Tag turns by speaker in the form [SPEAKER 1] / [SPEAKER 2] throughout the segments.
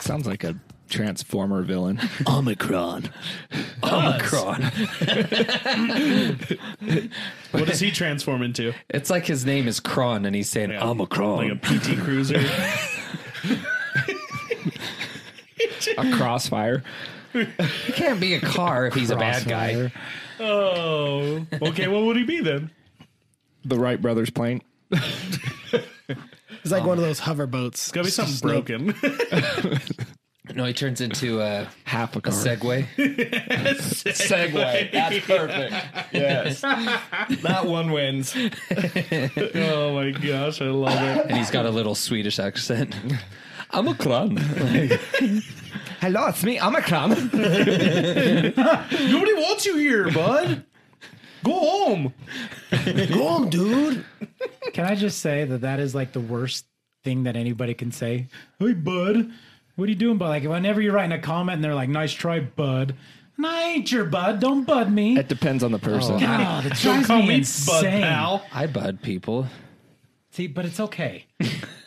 [SPEAKER 1] Sounds like a Transformer villain.
[SPEAKER 2] Omicron.
[SPEAKER 3] Omicron. what does he transform into?
[SPEAKER 2] It's like his name is Kron and he's saying Omicron.
[SPEAKER 3] Like a PT Cruiser.
[SPEAKER 1] a crossfire.
[SPEAKER 2] he can't be a car if he's a bad guy.
[SPEAKER 1] Crossfire.
[SPEAKER 3] oh, okay. What would he be then?
[SPEAKER 1] The Wright brothers plane.
[SPEAKER 4] It's like one of those hover boats.
[SPEAKER 3] It's gotta be something broken.
[SPEAKER 2] No, he turns into a,
[SPEAKER 1] Half a
[SPEAKER 2] a
[SPEAKER 1] car.
[SPEAKER 2] Segway. Segway. That's perfect.
[SPEAKER 3] that one wins. oh my gosh, I love it.
[SPEAKER 2] And he's got a little Swedish accent. Omicron.
[SPEAKER 1] Hello, it's me, Omicron.
[SPEAKER 3] Nobody wants you here, bud. Go home.
[SPEAKER 4] Go on, dude.
[SPEAKER 5] Can I just say that that is like the worst thing that anybody can say?
[SPEAKER 3] Hey, bud.
[SPEAKER 5] What are you doing, bud? Like whenever you're writing a comment and they're like, "Nice try, bud," and I ain't your bud. Don't bud me.
[SPEAKER 1] it depends on the person.
[SPEAKER 5] oh, that
[SPEAKER 3] Don't
[SPEAKER 5] drives
[SPEAKER 3] call
[SPEAKER 5] me
[SPEAKER 3] me bud,
[SPEAKER 5] insane.
[SPEAKER 3] pal.
[SPEAKER 2] I bud people.
[SPEAKER 5] See, but it's okay.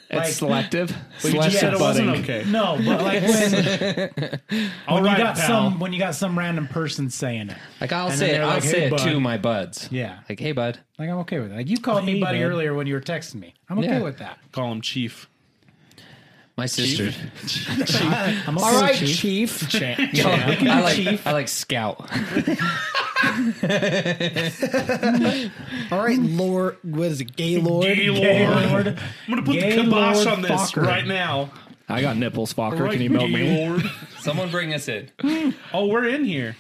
[SPEAKER 1] it's selective.
[SPEAKER 3] You just
[SPEAKER 1] Selective
[SPEAKER 3] said it wasn't
[SPEAKER 1] budding.
[SPEAKER 3] okay.
[SPEAKER 5] No, but like when,
[SPEAKER 3] All
[SPEAKER 5] when you
[SPEAKER 3] right,
[SPEAKER 5] got
[SPEAKER 3] pal.
[SPEAKER 5] some when you got some random person saying it,
[SPEAKER 2] Like I'll
[SPEAKER 5] And then
[SPEAKER 2] say it.
[SPEAKER 5] they're
[SPEAKER 2] I'll
[SPEAKER 5] like,
[SPEAKER 2] say
[SPEAKER 5] "Hey,
[SPEAKER 2] it
[SPEAKER 5] bud."
[SPEAKER 2] to my buds.
[SPEAKER 5] Yeah.
[SPEAKER 2] Like, hey bud.
[SPEAKER 5] like I'm okay with it. Like you called me
[SPEAKER 2] Hey,
[SPEAKER 5] buddy
[SPEAKER 2] bud.
[SPEAKER 5] earlier when you were texting me. I'm okay
[SPEAKER 2] Yeah.
[SPEAKER 5] with that.
[SPEAKER 3] Call him Chief.
[SPEAKER 2] My sister.
[SPEAKER 5] I'm okay
[SPEAKER 2] All right,
[SPEAKER 5] with you.
[SPEAKER 2] chief.
[SPEAKER 3] Chan-
[SPEAKER 2] No, I like
[SPEAKER 5] Chief.
[SPEAKER 2] I like scout.
[SPEAKER 4] All right, Lord. What is it? Gaylord.
[SPEAKER 3] Gaylord. I'm gonna put the kibosh
[SPEAKER 5] Gaylord
[SPEAKER 3] on this
[SPEAKER 5] Fokker.
[SPEAKER 3] right now.
[SPEAKER 1] I got nipples, Fokker.
[SPEAKER 3] Right,
[SPEAKER 1] Can you milk me?
[SPEAKER 3] Gaylord.
[SPEAKER 2] Someone bring us in.
[SPEAKER 3] Oh, we're in here.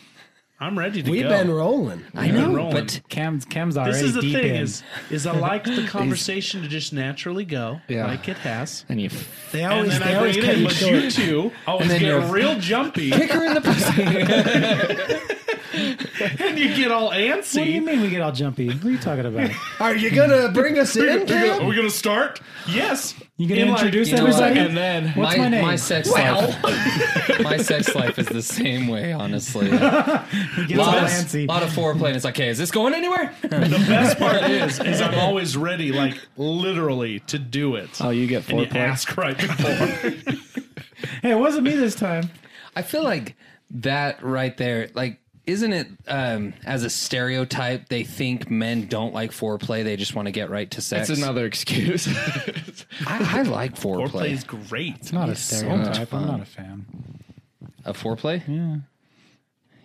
[SPEAKER 3] I'm ready to
[SPEAKER 4] We've
[SPEAKER 3] go.
[SPEAKER 4] been rolling.
[SPEAKER 2] I
[SPEAKER 3] been
[SPEAKER 2] know,
[SPEAKER 3] rolling.
[SPEAKER 2] but
[SPEAKER 5] Cam's Cam's already
[SPEAKER 3] this is the
[SPEAKER 5] deep
[SPEAKER 3] thing
[SPEAKER 5] in.
[SPEAKER 3] is is I like the conversation to just naturally go
[SPEAKER 1] Yeah.
[SPEAKER 3] like it has.
[SPEAKER 1] And you
[SPEAKER 4] They
[SPEAKER 3] And
[SPEAKER 4] always,
[SPEAKER 3] then
[SPEAKER 4] they
[SPEAKER 3] I
[SPEAKER 4] always
[SPEAKER 3] bring it
[SPEAKER 4] cut
[SPEAKER 3] in,
[SPEAKER 4] you
[SPEAKER 3] but you
[SPEAKER 4] short.
[SPEAKER 3] two always
[SPEAKER 2] then
[SPEAKER 3] get
[SPEAKER 2] you're-
[SPEAKER 3] real jumpy
[SPEAKER 2] kick her in the pussy.
[SPEAKER 3] and you get all antsy.
[SPEAKER 5] What do you mean we get all jumpy? What are you talking about?
[SPEAKER 4] Are you gonna bring us in, Cam?
[SPEAKER 3] Are we gonna start? Yes.
[SPEAKER 5] You gonna
[SPEAKER 3] In like-
[SPEAKER 5] introduce
[SPEAKER 2] You know what?
[SPEAKER 5] everybody?
[SPEAKER 3] and then
[SPEAKER 5] What's
[SPEAKER 2] my,
[SPEAKER 5] my name?
[SPEAKER 2] my sex life. my sex life is the same way, honestly. A
[SPEAKER 5] Get all
[SPEAKER 2] lot, of,
[SPEAKER 5] antsy.
[SPEAKER 2] lot of foreplay. And it's like, hey, is this going anywhere?
[SPEAKER 3] the best part is is I'm always ready, like literally, to do it.
[SPEAKER 1] oh, you get
[SPEAKER 3] and you
[SPEAKER 1] foreplay.
[SPEAKER 3] ask right before.
[SPEAKER 5] Hey, it wasn't me this time.
[SPEAKER 2] I feel like that right there, like, isn't it um, as a stereotype? They think men don't like foreplay; they just want to get right to sex.
[SPEAKER 1] That's another excuse.
[SPEAKER 2] I, I like foreplay.
[SPEAKER 3] Foreplay is great.
[SPEAKER 5] Not a
[SPEAKER 2] much
[SPEAKER 5] stereotype.
[SPEAKER 2] fun.
[SPEAKER 5] I'm not a fan.
[SPEAKER 2] A foreplay?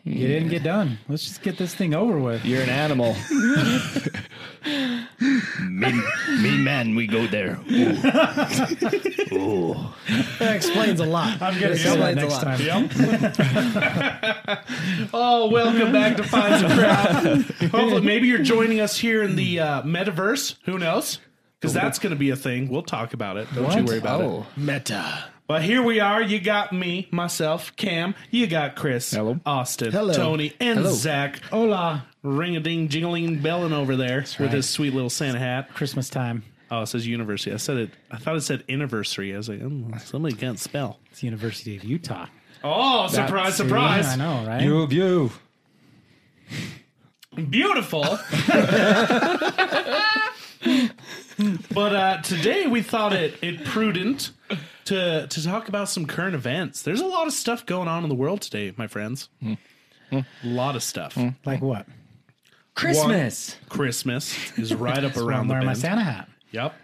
[SPEAKER 5] You didn't get done. Let's just get this thing over with.
[SPEAKER 1] You're an animal.
[SPEAKER 6] Me man, we go there.
[SPEAKER 4] That explains a lot.
[SPEAKER 5] I'm gonna say that next time.
[SPEAKER 3] Oh, welcome back to Find the Crowd. Hopefully, maybe you're joining us here in the uh, metaverse. Who knows? Because that's going to be a thing. We'll talk about it. Don't you worry about it.
[SPEAKER 2] Oh,
[SPEAKER 4] Meta.
[SPEAKER 3] But here we are. You got me, myself, Cam. You got Chris,
[SPEAKER 1] Hello.
[SPEAKER 3] Austin,
[SPEAKER 4] Hello.
[SPEAKER 3] Tony, and Zach.
[SPEAKER 5] Hola,
[SPEAKER 3] Ring a ding, jingling, belling over there with
[SPEAKER 5] right.
[SPEAKER 3] his sweet little Santa hat.
[SPEAKER 5] Christmas time.
[SPEAKER 3] Oh, it says university. I said it. I thought it said anniversary. I was like, oh, somebody can't spell.
[SPEAKER 5] It's the University of Utah.
[SPEAKER 3] Oh, surprise, surprise!
[SPEAKER 5] Yeah, I know, right?
[SPEAKER 2] of you.
[SPEAKER 3] beautiful. but uh, today we thought it it prudent to to talk about some current events. There's a lot of
[SPEAKER 5] Hmm.
[SPEAKER 3] stuff going on in the world today, my friends. A lot of stuff.
[SPEAKER 5] like what?
[SPEAKER 2] Christmas.
[SPEAKER 3] Christmas is right up
[SPEAKER 5] I'm
[SPEAKER 3] around the
[SPEAKER 5] wearing my
[SPEAKER 3] bend.
[SPEAKER 5] Santa hat.
[SPEAKER 3] Yep.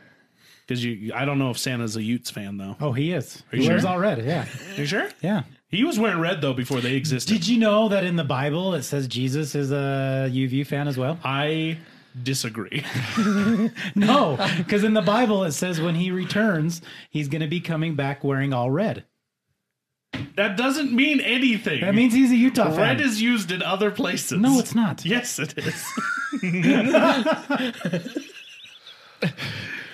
[SPEAKER 3] Because you, I don't know if Santa's a Utes fan though.
[SPEAKER 5] Oh, he is.
[SPEAKER 3] you
[SPEAKER 5] he
[SPEAKER 3] sure?
[SPEAKER 5] wears all red. Yeah,
[SPEAKER 3] You sure?
[SPEAKER 5] yeah.
[SPEAKER 3] He was wearing red though before they existed.
[SPEAKER 5] Oh, Did you know that in the Bible it says Jesus is a UV fan as well?
[SPEAKER 3] I disagree.
[SPEAKER 5] No, because in the Bible it says when he returns, he's going to be coming back wearing all red.
[SPEAKER 3] that doesn't mean anything.
[SPEAKER 5] That means he's a Utah fan.
[SPEAKER 3] red is used in other places.
[SPEAKER 5] no, it's not.
[SPEAKER 3] Yes, it is.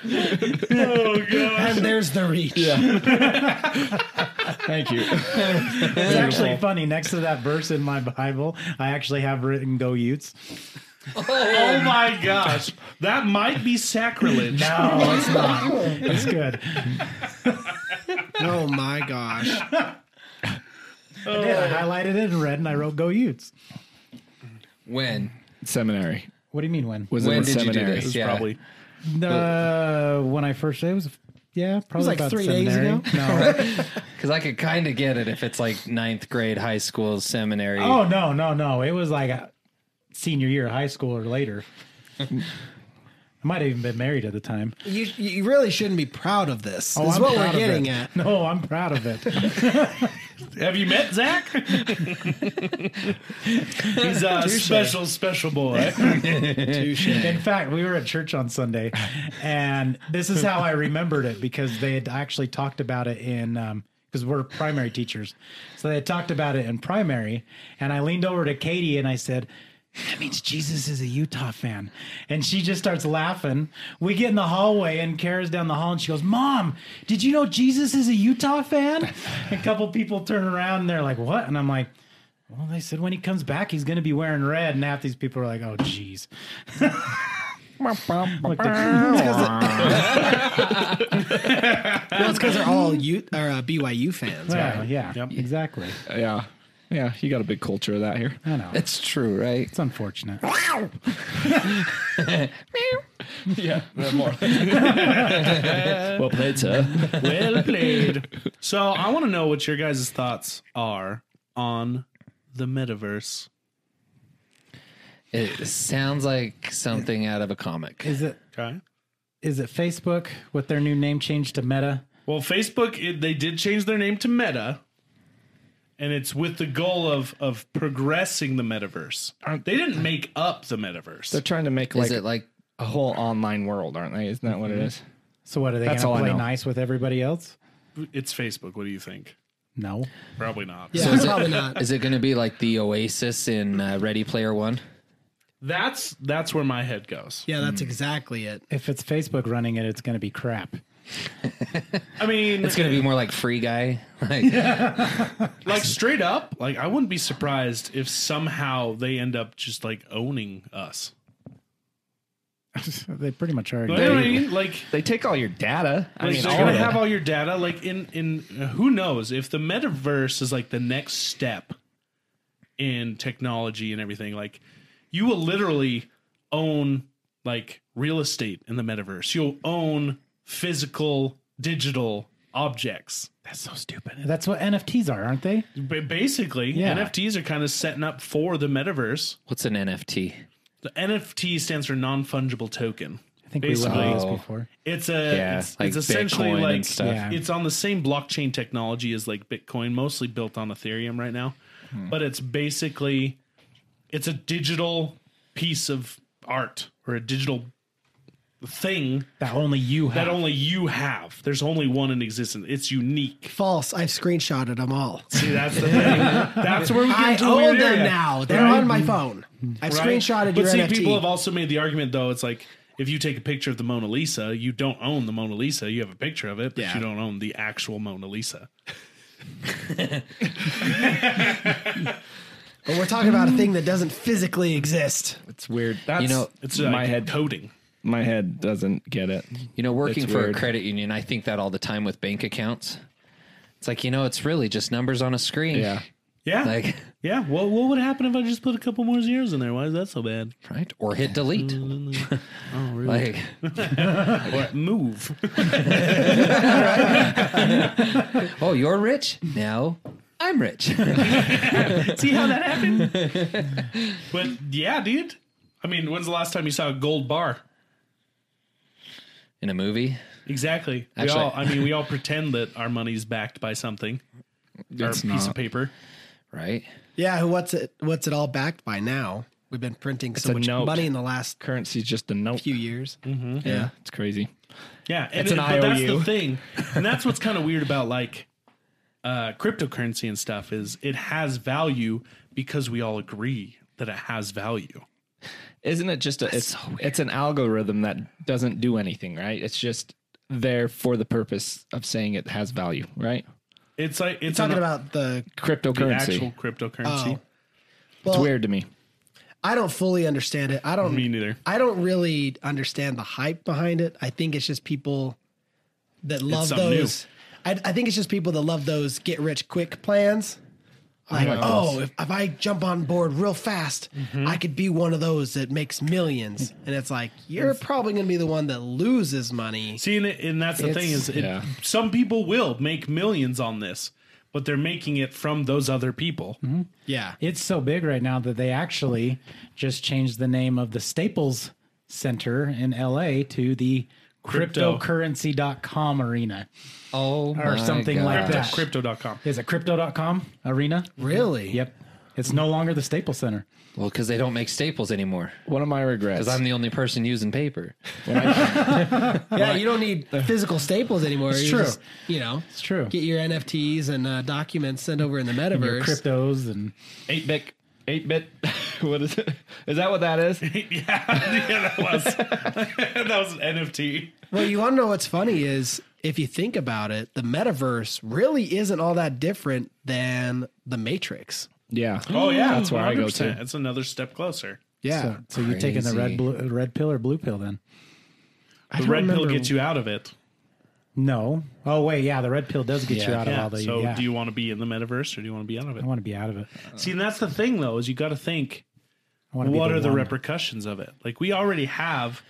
[SPEAKER 3] oh god.
[SPEAKER 4] And there's the reach.
[SPEAKER 1] Thank you.
[SPEAKER 5] It's actually funny. Next to that verse in my Bible, I actually have written "Go Utes."
[SPEAKER 3] Oh my gosh. That might be sacrilege.
[SPEAKER 5] No, it's not. It's good.
[SPEAKER 4] Oh my gosh.
[SPEAKER 5] I
[SPEAKER 3] Oh,
[SPEAKER 5] did. I highlighted it in red, and I wrote "Go Utes."
[SPEAKER 2] When?
[SPEAKER 1] Seminary.
[SPEAKER 5] What do you mean when?
[SPEAKER 1] Was it
[SPEAKER 2] When
[SPEAKER 1] in
[SPEAKER 2] did you do
[SPEAKER 1] seminary?
[SPEAKER 2] this?
[SPEAKER 3] It's
[SPEAKER 2] Yeah.
[SPEAKER 3] probably
[SPEAKER 5] Uh, when I first it was, yeah, probably
[SPEAKER 4] like
[SPEAKER 5] about
[SPEAKER 4] three days
[SPEAKER 5] seminary.
[SPEAKER 4] ago.
[SPEAKER 5] No,
[SPEAKER 2] Because I could kind of get it if it's like ninth grade, high school, seminary.
[SPEAKER 5] oh no, no, no. It was like a senior year of high school or later. I might have even been married at the time.
[SPEAKER 4] You you really shouldn't be proud of this.
[SPEAKER 5] Oh,
[SPEAKER 4] is
[SPEAKER 5] I'm
[SPEAKER 4] what
[SPEAKER 5] proud
[SPEAKER 4] we're
[SPEAKER 5] of
[SPEAKER 4] getting
[SPEAKER 5] it.
[SPEAKER 4] at.
[SPEAKER 5] No, I'm proud of it.
[SPEAKER 3] Have you met Zach? He's a special, special boy.
[SPEAKER 5] In fact, we were at church on Sunday, and this is how I remembered it because they had actually talked about it in because we're primary teachers, so they had talked about it in primary, and I leaned over to Katie and I said. That means Jesus is a Utah fan. And she just starts laughing. We get in the hallway and Kara's down the hall and she goes, Mom, did you know Jesus is a Utah fan? a couple people turn around and they're like, What? And I'm like, Well, they said when he comes back, he's going to be wearing red. And half these people are like, Oh, geez. Look, the-
[SPEAKER 4] No, it's because they're all U, or, uh, BYU fans. Right?
[SPEAKER 5] yeah, yeah, exactly.
[SPEAKER 1] Yeah. Yeah. You got a big culture of that here.
[SPEAKER 5] I know. It's
[SPEAKER 2] That's true, right?
[SPEAKER 5] unfortunate.
[SPEAKER 1] Yeah. More. well played, sir.
[SPEAKER 3] well played. So I want to know what your guys' thoughts are on the metaverse.
[SPEAKER 2] It sounds like something out of a comic.
[SPEAKER 5] Is it
[SPEAKER 3] Okay.
[SPEAKER 5] is it Facebook with their new name change to Meta?
[SPEAKER 3] Well, Facebook it, they did change their name to Meta, and it's with the goal of of progressing the metaverse. They didn't make up the
[SPEAKER 1] They're
[SPEAKER 3] metaverse.
[SPEAKER 1] trying to make like,
[SPEAKER 2] is it like
[SPEAKER 1] a whole online world, aren't they? Isn't that what it is?
[SPEAKER 5] So what are they going
[SPEAKER 1] That's
[SPEAKER 5] to
[SPEAKER 1] all I
[SPEAKER 5] play
[SPEAKER 1] know.
[SPEAKER 5] nice with everybody else?
[SPEAKER 3] It's Facebook. What do you think?
[SPEAKER 5] No.
[SPEAKER 3] Probably not.
[SPEAKER 4] Yeah, probably not.
[SPEAKER 2] is it going to be like the Oasis in uh, Ready Player One?
[SPEAKER 3] That's that's where my head goes.
[SPEAKER 4] Yeah, that's exactly it.
[SPEAKER 5] If it's Facebook running it, it's going to be crap.
[SPEAKER 3] I mean,
[SPEAKER 2] It's going to be more like Free Guy. Like,
[SPEAKER 3] like straight up, like I wouldn't be surprised if somehow they end up just like owning us.
[SPEAKER 5] They pretty much already.
[SPEAKER 3] You know what I mean? Like,
[SPEAKER 1] They take all your data. I
[SPEAKER 3] like
[SPEAKER 1] mean,
[SPEAKER 3] they're
[SPEAKER 1] all
[SPEAKER 3] gonna
[SPEAKER 1] of it.
[SPEAKER 3] have all your data. Like in in who knows if the metaverse is like the next step in technology and everything. Like, you will literally own like real estate in the metaverse. You'll own physical digital objects.
[SPEAKER 5] That's so stupid. That's what NFTs are, aren't they?
[SPEAKER 3] Ba- basically,
[SPEAKER 5] Yeah.
[SPEAKER 3] NFTs are kind of setting up for the metaverse.
[SPEAKER 2] what's an NFT?
[SPEAKER 3] The NFT stands for non fungible token.
[SPEAKER 5] I think we
[SPEAKER 3] Basically. Oh,
[SPEAKER 5] went over this before.
[SPEAKER 3] It's a
[SPEAKER 2] Yeah,
[SPEAKER 3] it's,
[SPEAKER 2] like
[SPEAKER 3] it's essentially
[SPEAKER 2] Bitcoin and
[SPEAKER 3] like
[SPEAKER 2] stuff.
[SPEAKER 5] Yeah.
[SPEAKER 3] it's on the same blockchain technology as like Bitcoin, mostly built on Ethereum right now. But it's basically it's a digital piece of art or a digital thing
[SPEAKER 5] That only you have.
[SPEAKER 3] that only you have. There's only one in existence. It's unique.
[SPEAKER 4] False. I've screenshotted them all.
[SPEAKER 3] See, that's the thing. that's where we get
[SPEAKER 4] I
[SPEAKER 3] into a
[SPEAKER 4] own
[SPEAKER 3] weird
[SPEAKER 4] them
[SPEAKER 3] area,
[SPEAKER 4] now. They're
[SPEAKER 3] right?
[SPEAKER 4] on my phone. I've
[SPEAKER 3] Right?
[SPEAKER 4] screenshotted
[SPEAKER 3] But
[SPEAKER 4] your
[SPEAKER 3] see,
[SPEAKER 4] NFT.
[SPEAKER 3] people have also made the argument though. It's like if you take a picture of the Mona Lisa, you don't own the Mona Lisa. You have a picture of it, but
[SPEAKER 4] Yeah.
[SPEAKER 3] you don't own the actual Mona Lisa.
[SPEAKER 4] but we're talking about a thing that doesn't physically exist.
[SPEAKER 1] It's weird. That's,
[SPEAKER 2] You know,
[SPEAKER 3] It's
[SPEAKER 1] my
[SPEAKER 3] like
[SPEAKER 1] head.
[SPEAKER 3] coding.
[SPEAKER 1] My head doesn't get it.
[SPEAKER 2] You know, working
[SPEAKER 1] It's
[SPEAKER 2] for
[SPEAKER 1] weird.
[SPEAKER 2] a credit union, I think that all the time with bank accounts. It's like, you know, it's really just numbers on a screen.
[SPEAKER 1] Yeah.
[SPEAKER 3] Yeah,
[SPEAKER 2] Like,
[SPEAKER 3] yeah. Well, what would happen if I just put a couple more zeros in there? Why is that so bad?
[SPEAKER 2] right? Or hit delete. Like,
[SPEAKER 3] Or move.
[SPEAKER 2] oh, you're rich? Now I'm rich.
[SPEAKER 3] see how that happened? but yeah, dude, I mean, when's the last time you saw a gold bar?
[SPEAKER 2] in a movie.
[SPEAKER 3] Exactly.
[SPEAKER 2] Actually-
[SPEAKER 3] we all, I mean, we all pretend that our money's backed by something or a
[SPEAKER 1] It's
[SPEAKER 3] piece of
[SPEAKER 1] not.
[SPEAKER 3] paper.
[SPEAKER 2] Right?
[SPEAKER 4] Yeah, what's it? What's it all backed by now? We've been printing so
[SPEAKER 1] a
[SPEAKER 4] much
[SPEAKER 1] note.
[SPEAKER 4] money in the last
[SPEAKER 1] Currency's just a note.
[SPEAKER 4] few years.
[SPEAKER 1] Yeah, it's crazy.
[SPEAKER 3] Yeah, and
[SPEAKER 1] It's an
[SPEAKER 3] but that's the
[SPEAKER 1] IOU.
[SPEAKER 3] thing, and that's what's kind of weird about like uh, cryptocurrency and stuff is it has value because we all agree that it has value.
[SPEAKER 1] Isn't it just a? it's it's an algorithm that doesn't do anything, right? It's just there for the purpose of saying it has value, right?
[SPEAKER 3] It's like it's
[SPEAKER 4] Talking
[SPEAKER 3] an-
[SPEAKER 4] about the
[SPEAKER 3] the
[SPEAKER 1] Cryptocurrency.
[SPEAKER 3] actual cryptocurrency.
[SPEAKER 4] Oh.
[SPEAKER 1] it's
[SPEAKER 4] well,
[SPEAKER 1] weird to me.
[SPEAKER 4] I don't fully understand it. I don't.
[SPEAKER 3] Me neither.
[SPEAKER 4] I don't really understand the hype behind it. I think it's just people that love
[SPEAKER 3] something new.
[SPEAKER 4] those. I, I think it's just people that love those get rich quick plans. Like, oh, if, if I jump on board real fast, I could be one of those that makes millions. And it's like, you're probably going to be the one that loses money.
[SPEAKER 3] See, and, it, and that's the thing is,
[SPEAKER 4] It's-
[SPEAKER 3] it,
[SPEAKER 1] yeah.
[SPEAKER 3] some people will make millions on this, but they're making it from those other people.
[SPEAKER 1] Mm-hmm.
[SPEAKER 4] Yeah.
[SPEAKER 5] It's so big right now that they actually just changed the name of the Staples Center in LA to the
[SPEAKER 3] Crypto.
[SPEAKER 5] cryptocurrency.com arena
[SPEAKER 2] Oh,
[SPEAKER 5] or something like
[SPEAKER 3] Crypto,
[SPEAKER 5] that.
[SPEAKER 3] crypto.com.
[SPEAKER 5] Is it crypto.com arena?
[SPEAKER 4] Really?
[SPEAKER 5] Yep. It's no longer the Staples Center.
[SPEAKER 2] Well, because they don't make staples anymore.
[SPEAKER 1] One of my regrets.
[SPEAKER 2] Because I'm the only person using paper.
[SPEAKER 4] Yeah, you don't need physical staples anymore. It's
[SPEAKER 5] true.
[SPEAKER 4] you know, it's
[SPEAKER 5] true.
[SPEAKER 4] Get your NFTs and uh, documents sent over in the
[SPEAKER 5] Your
[SPEAKER 4] metaverse.
[SPEAKER 5] cryptos and
[SPEAKER 1] eight bit. Eight bit. what is it? Is that what that is?
[SPEAKER 3] yeah, that was that was an NFT.
[SPEAKER 4] Well, you want to know what's funny is if you think about it, the metaverse really isn't all that different than the Matrix.
[SPEAKER 1] Yeah.
[SPEAKER 3] Oh yeah,
[SPEAKER 1] That's where I go to.
[SPEAKER 3] 100%. It's another step closer.
[SPEAKER 4] Yeah,
[SPEAKER 5] so, so you're taking the red blue, red pill or blue pill then?
[SPEAKER 3] The red pill gets you out of it.
[SPEAKER 5] No. Oh wait, yeah, the red pill does get you out of
[SPEAKER 3] Yeah.
[SPEAKER 5] all the
[SPEAKER 3] so
[SPEAKER 5] yeah.
[SPEAKER 3] do you want to be in the metaverse or do you want to be out of it?
[SPEAKER 5] I want to be out of it.
[SPEAKER 3] See, and that's the thing though, is you got to think
[SPEAKER 5] I want to
[SPEAKER 3] what
[SPEAKER 5] be
[SPEAKER 3] are the
[SPEAKER 5] one.
[SPEAKER 3] repercussions of it? Like we already have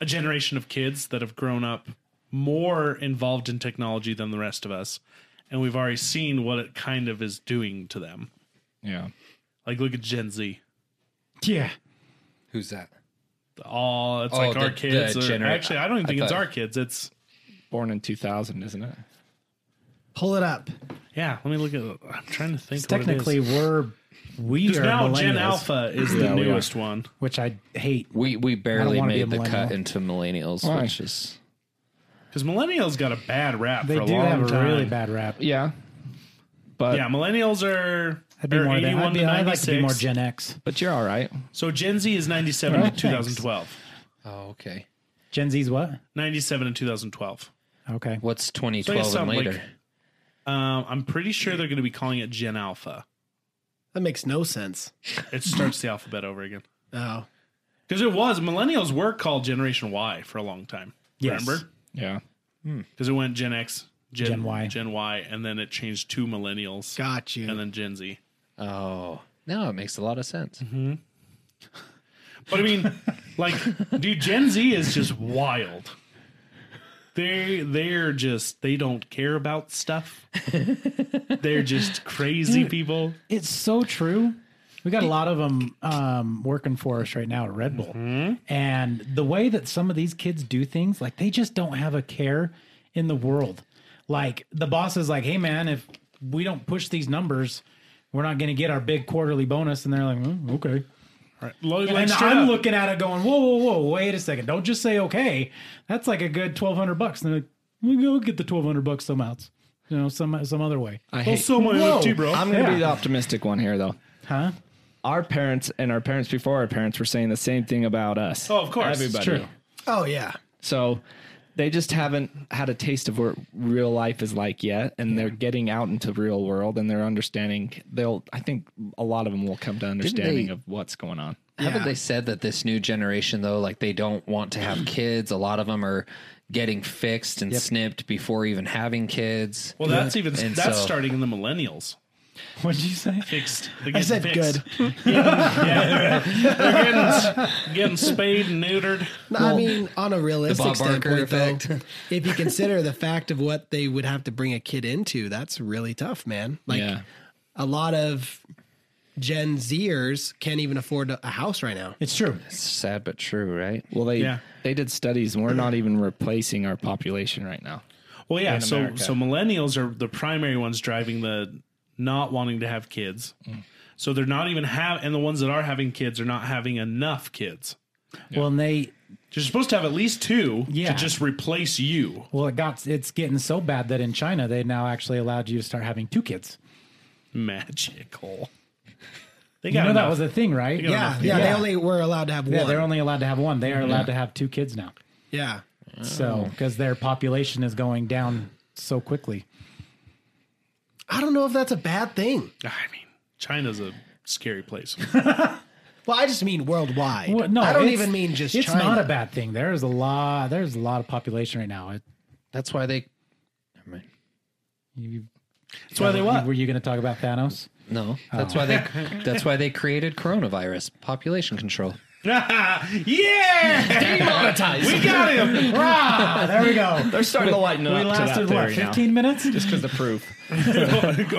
[SPEAKER 3] a generation of kids that have grown up more involved in technology than the rest of us, and we've already seen what it kind of is doing to them.
[SPEAKER 1] Yeah.
[SPEAKER 3] Like look at Gen Z.
[SPEAKER 5] Yeah.
[SPEAKER 2] Who's that?
[SPEAKER 3] All it's
[SPEAKER 2] Oh,
[SPEAKER 3] like our
[SPEAKER 2] the-
[SPEAKER 3] kids.
[SPEAKER 2] the
[SPEAKER 3] or-
[SPEAKER 2] gener-
[SPEAKER 3] actually, I don't even
[SPEAKER 2] I
[SPEAKER 3] think it's
[SPEAKER 2] thought-
[SPEAKER 3] our kids. It's
[SPEAKER 1] Born in 2000, isn't it?
[SPEAKER 4] Pull it up.
[SPEAKER 3] yeah. Let me look at. I'm trying to think. what it is.
[SPEAKER 5] Technically we're we are
[SPEAKER 3] now Gen
[SPEAKER 5] millennials,
[SPEAKER 3] Alpha is
[SPEAKER 1] Yeah,
[SPEAKER 3] the
[SPEAKER 1] we are.
[SPEAKER 3] newest one.
[SPEAKER 5] which I hate.
[SPEAKER 2] We we
[SPEAKER 5] I
[SPEAKER 2] barely
[SPEAKER 5] don't wanna be a
[SPEAKER 2] made the cut
[SPEAKER 5] millennial.
[SPEAKER 2] into millennials,
[SPEAKER 1] Why?
[SPEAKER 2] which is
[SPEAKER 3] Because millennials got a bad rap
[SPEAKER 5] They
[SPEAKER 3] for a
[SPEAKER 5] do
[SPEAKER 3] long
[SPEAKER 5] have a
[SPEAKER 3] time.
[SPEAKER 5] really bad rap.
[SPEAKER 1] Yeah. But
[SPEAKER 3] Yeah, millennials are
[SPEAKER 5] I'd be
[SPEAKER 3] are
[SPEAKER 5] more. than-
[SPEAKER 3] 81
[SPEAKER 5] I'd, be,
[SPEAKER 3] to
[SPEAKER 5] I'd like
[SPEAKER 3] 96.
[SPEAKER 5] to be more Gen X.
[SPEAKER 1] but you're all right.
[SPEAKER 3] so Gen Z is 97
[SPEAKER 5] Right,
[SPEAKER 3] to 2012.
[SPEAKER 2] oh okay.
[SPEAKER 5] Gen Z's what?
[SPEAKER 3] 97 and 2012.
[SPEAKER 5] Okay.
[SPEAKER 2] What's
[SPEAKER 3] So yeah,
[SPEAKER 2] 2012 and
[SPEAKER 3] something
[SPEAKER 2] later?
[SPEAKER 3] like, um, I'm pretty sure they're going to be calling it Gen Alpha.
[SPEAKER 4] That makes no sense.
[SPEAKER 3] It starts the alphabet over again.
[SPEAKER 4] Oh,
[SPEAKER 3] Because it was millennials were called Generation Y for a long time.
[SPEAKER 5] Yes.
[SPEAKER 3] Remember?
[SPEAKER 1] Yeah.
[SPEAKER 3] Because it went Gen X, Gen,
[SPEAKER 5] Gen Y.
[SPEAKER 3] Gen Y, and then it changed to millennials,
[SPEAKER 4] got you.
[SPEAKER 3] and then Gen Z.
[SPEAKER 2] oh no, it makes a lot of sense.
[SPEAKER 3] But I mean, like, dude, Gen Z is just wild. They they're just they don't care about stuff. they're just crazy people.
[SPEAKER 5] It's so true. We got a lot of them um, working for us right now at Red Bull,
[SPEAKER 3] Mm-hmm.
[SPEAKER 5] and the way that some of these kids do things, like they just don't have a care in the world. Like the boss is like, "Hey, man, if we don't push these numbers, we're not going to get our big quarterly bonus," and they're like, "Mm, "Okay."
[SPEAKER 3] Like,
[SPEAKER 5] and
[SPEAKER 3] straight
[SPEAKER 5] I'm
[SPEAKER 3] up,
[SPEAKER 5] looking at it going, whoa, whoa, whoa, wait a second. Don't just say okay. That's like a good twelve hundred bucks. And they're like, we go get the twelve hundred bucks somehow. else. You know, some some other way.
[SPEAKER 1] I
[SPEAKER 3] "Well,
[SPEAKER 1] hate
[SPEAKER 3] so my
[SPEAKER 5] Whoa.
[SPEAKER 3] NFT, bro.
[SPEAKER 1] I'm going to
[SPEAKER 5] Yeah.
[SPEAKER 1] be the optimistic one here, though.
[SPEAKER 5] Huh?
[SPEAKER 1] Our parents and our parents before our parents were saying the same thing about us.
[SPEAKER 3] Oh, of course. It's
[SPEAKER 1] Everybody.
[SPEAKER 5] True.
[SPEAKER 4] oh yeah.
[SPEAKER 1] So they just haven't had a taste of what real life is like yet, and they're getting out into the real world, and they're understanding. They'll, I think, a lot of them will come to understanding
[SPEAKER 2] they-
[SPEAKER 1] of what's going on.
[SPEAKER 2] Haven't they said that this new generation though, like they don't want to have kids? A lot of them are getting fixed and snipped before even having kids.
[SPEAKER 3] well, that's even
[SPEAKER 2] And
[SPEAKER 3] that's
[SPEAKER 2] so-
[SPEAKER 3] starting in the millennials.
[SPEAKER 5] What'd you say?
[SPEAKER 3] Fixed. They're
[SPEAKER 4] I
[SPEAKER 3] getting
[SPEAKER 4] said
[SPEAKER 3] fixed.
[SPEAKER 4] good.
[SPEAKER 3] They're getting, s- getting spayed and neutered.
[SPEAKER 4] No, I mean, on a realistic
[SPEAKER 2] Bob Barker
[SPEAKER 4] standpoint, though, if you consider the fact of what they would have to bring a kid into, that's really tough, man. Like
[SPEAKER 1] Yeah.
[SPEAKER 4] a lot of Gen Zers can't even afford a a house right now.
[SPEAKER 5] It's true.
[SPEAKER 2] Sad but true, right?
[SPEAKER 1] Well, they
[SPEAKER 3] Yeah.
[SPEAKER 1] they did studies, and we're not even replacing our population right now.
[SPEAKER 3] Well, yeah.
[SPEAKER 1] in
[SPEAKER 3] So
[SPEAKER 1] America.
[SPEAKER 3] so millennials are the primary ones driving the not wanting to have kids. So they're not even have, and the ones that are having kids are not having enough kids.
[SPEAKER 5] Well, and they
[SPEAKER 3] You're supposed to have at least two
[SPEAKER 5] Yeah.
[SPEAKER 3] to just replace you.
[SPEAKER 5] well, it got it's getting so bad that in China they now actually allowed you to start having two kids.
[SPEAKER 3] Magical. They
[SPEAKER 5] You
[SPEAKER 3] got
[SPEAKER 5] know that
[SPEAKER 3] enough.
[SPEAKER 5] was a thing, right?
[SPEAKER 3] got
[SPEAKER 4] Yeah, yeah, They only were allowed to have
[SPEAKER 5] Yeah,
[SPEAKER 4] one.
[SPEAKER 5] they're only allowed to have one. They are allowed to have two kids now.
[SPEAKER 4] yeah.
[SPEAKER 5] So because their population is going down so quickly.
[SPEAKER 4] I don't know if that's a bad thing.
[SPEAKER 3] I mean, China's a scary place.
[SPEAKER 4] Well, I just mean worldwide.
[SPEAKER 5] Well,
[SPEAKER 4] I don't
[SPEAKER 5] it's-
[SPEAKER 4] even mean just
[SPEAKER 5] It's
[SPEAKER 4] China.
[SPEAKER 5] not a bad thing. There is a lot. There's a lot of population right now. It,
[SPEAKER 2] That's why they. Never mind.
[SPEAKER 5] you,
[SPEAKER 3] That's why they what?
[SPEAKER 5] Were you going to talk about Thanos?
[SPEAKER 2] No, that's why they. that's why they created coronavirus population control.
[SPEAKER 3] yeah, we got him.
[SPEAKER 5] ah, there we go.
[SPEAKER 1] They're starting to lighten
[SPEAKER 5] we
[SPEAKER 1] up to that
[SPEAKER 5] lasted what
[SPEAKER 1] theory now,
[SPEAKER 5] 15 minutes.
[SPEAKER 1] just because the proof,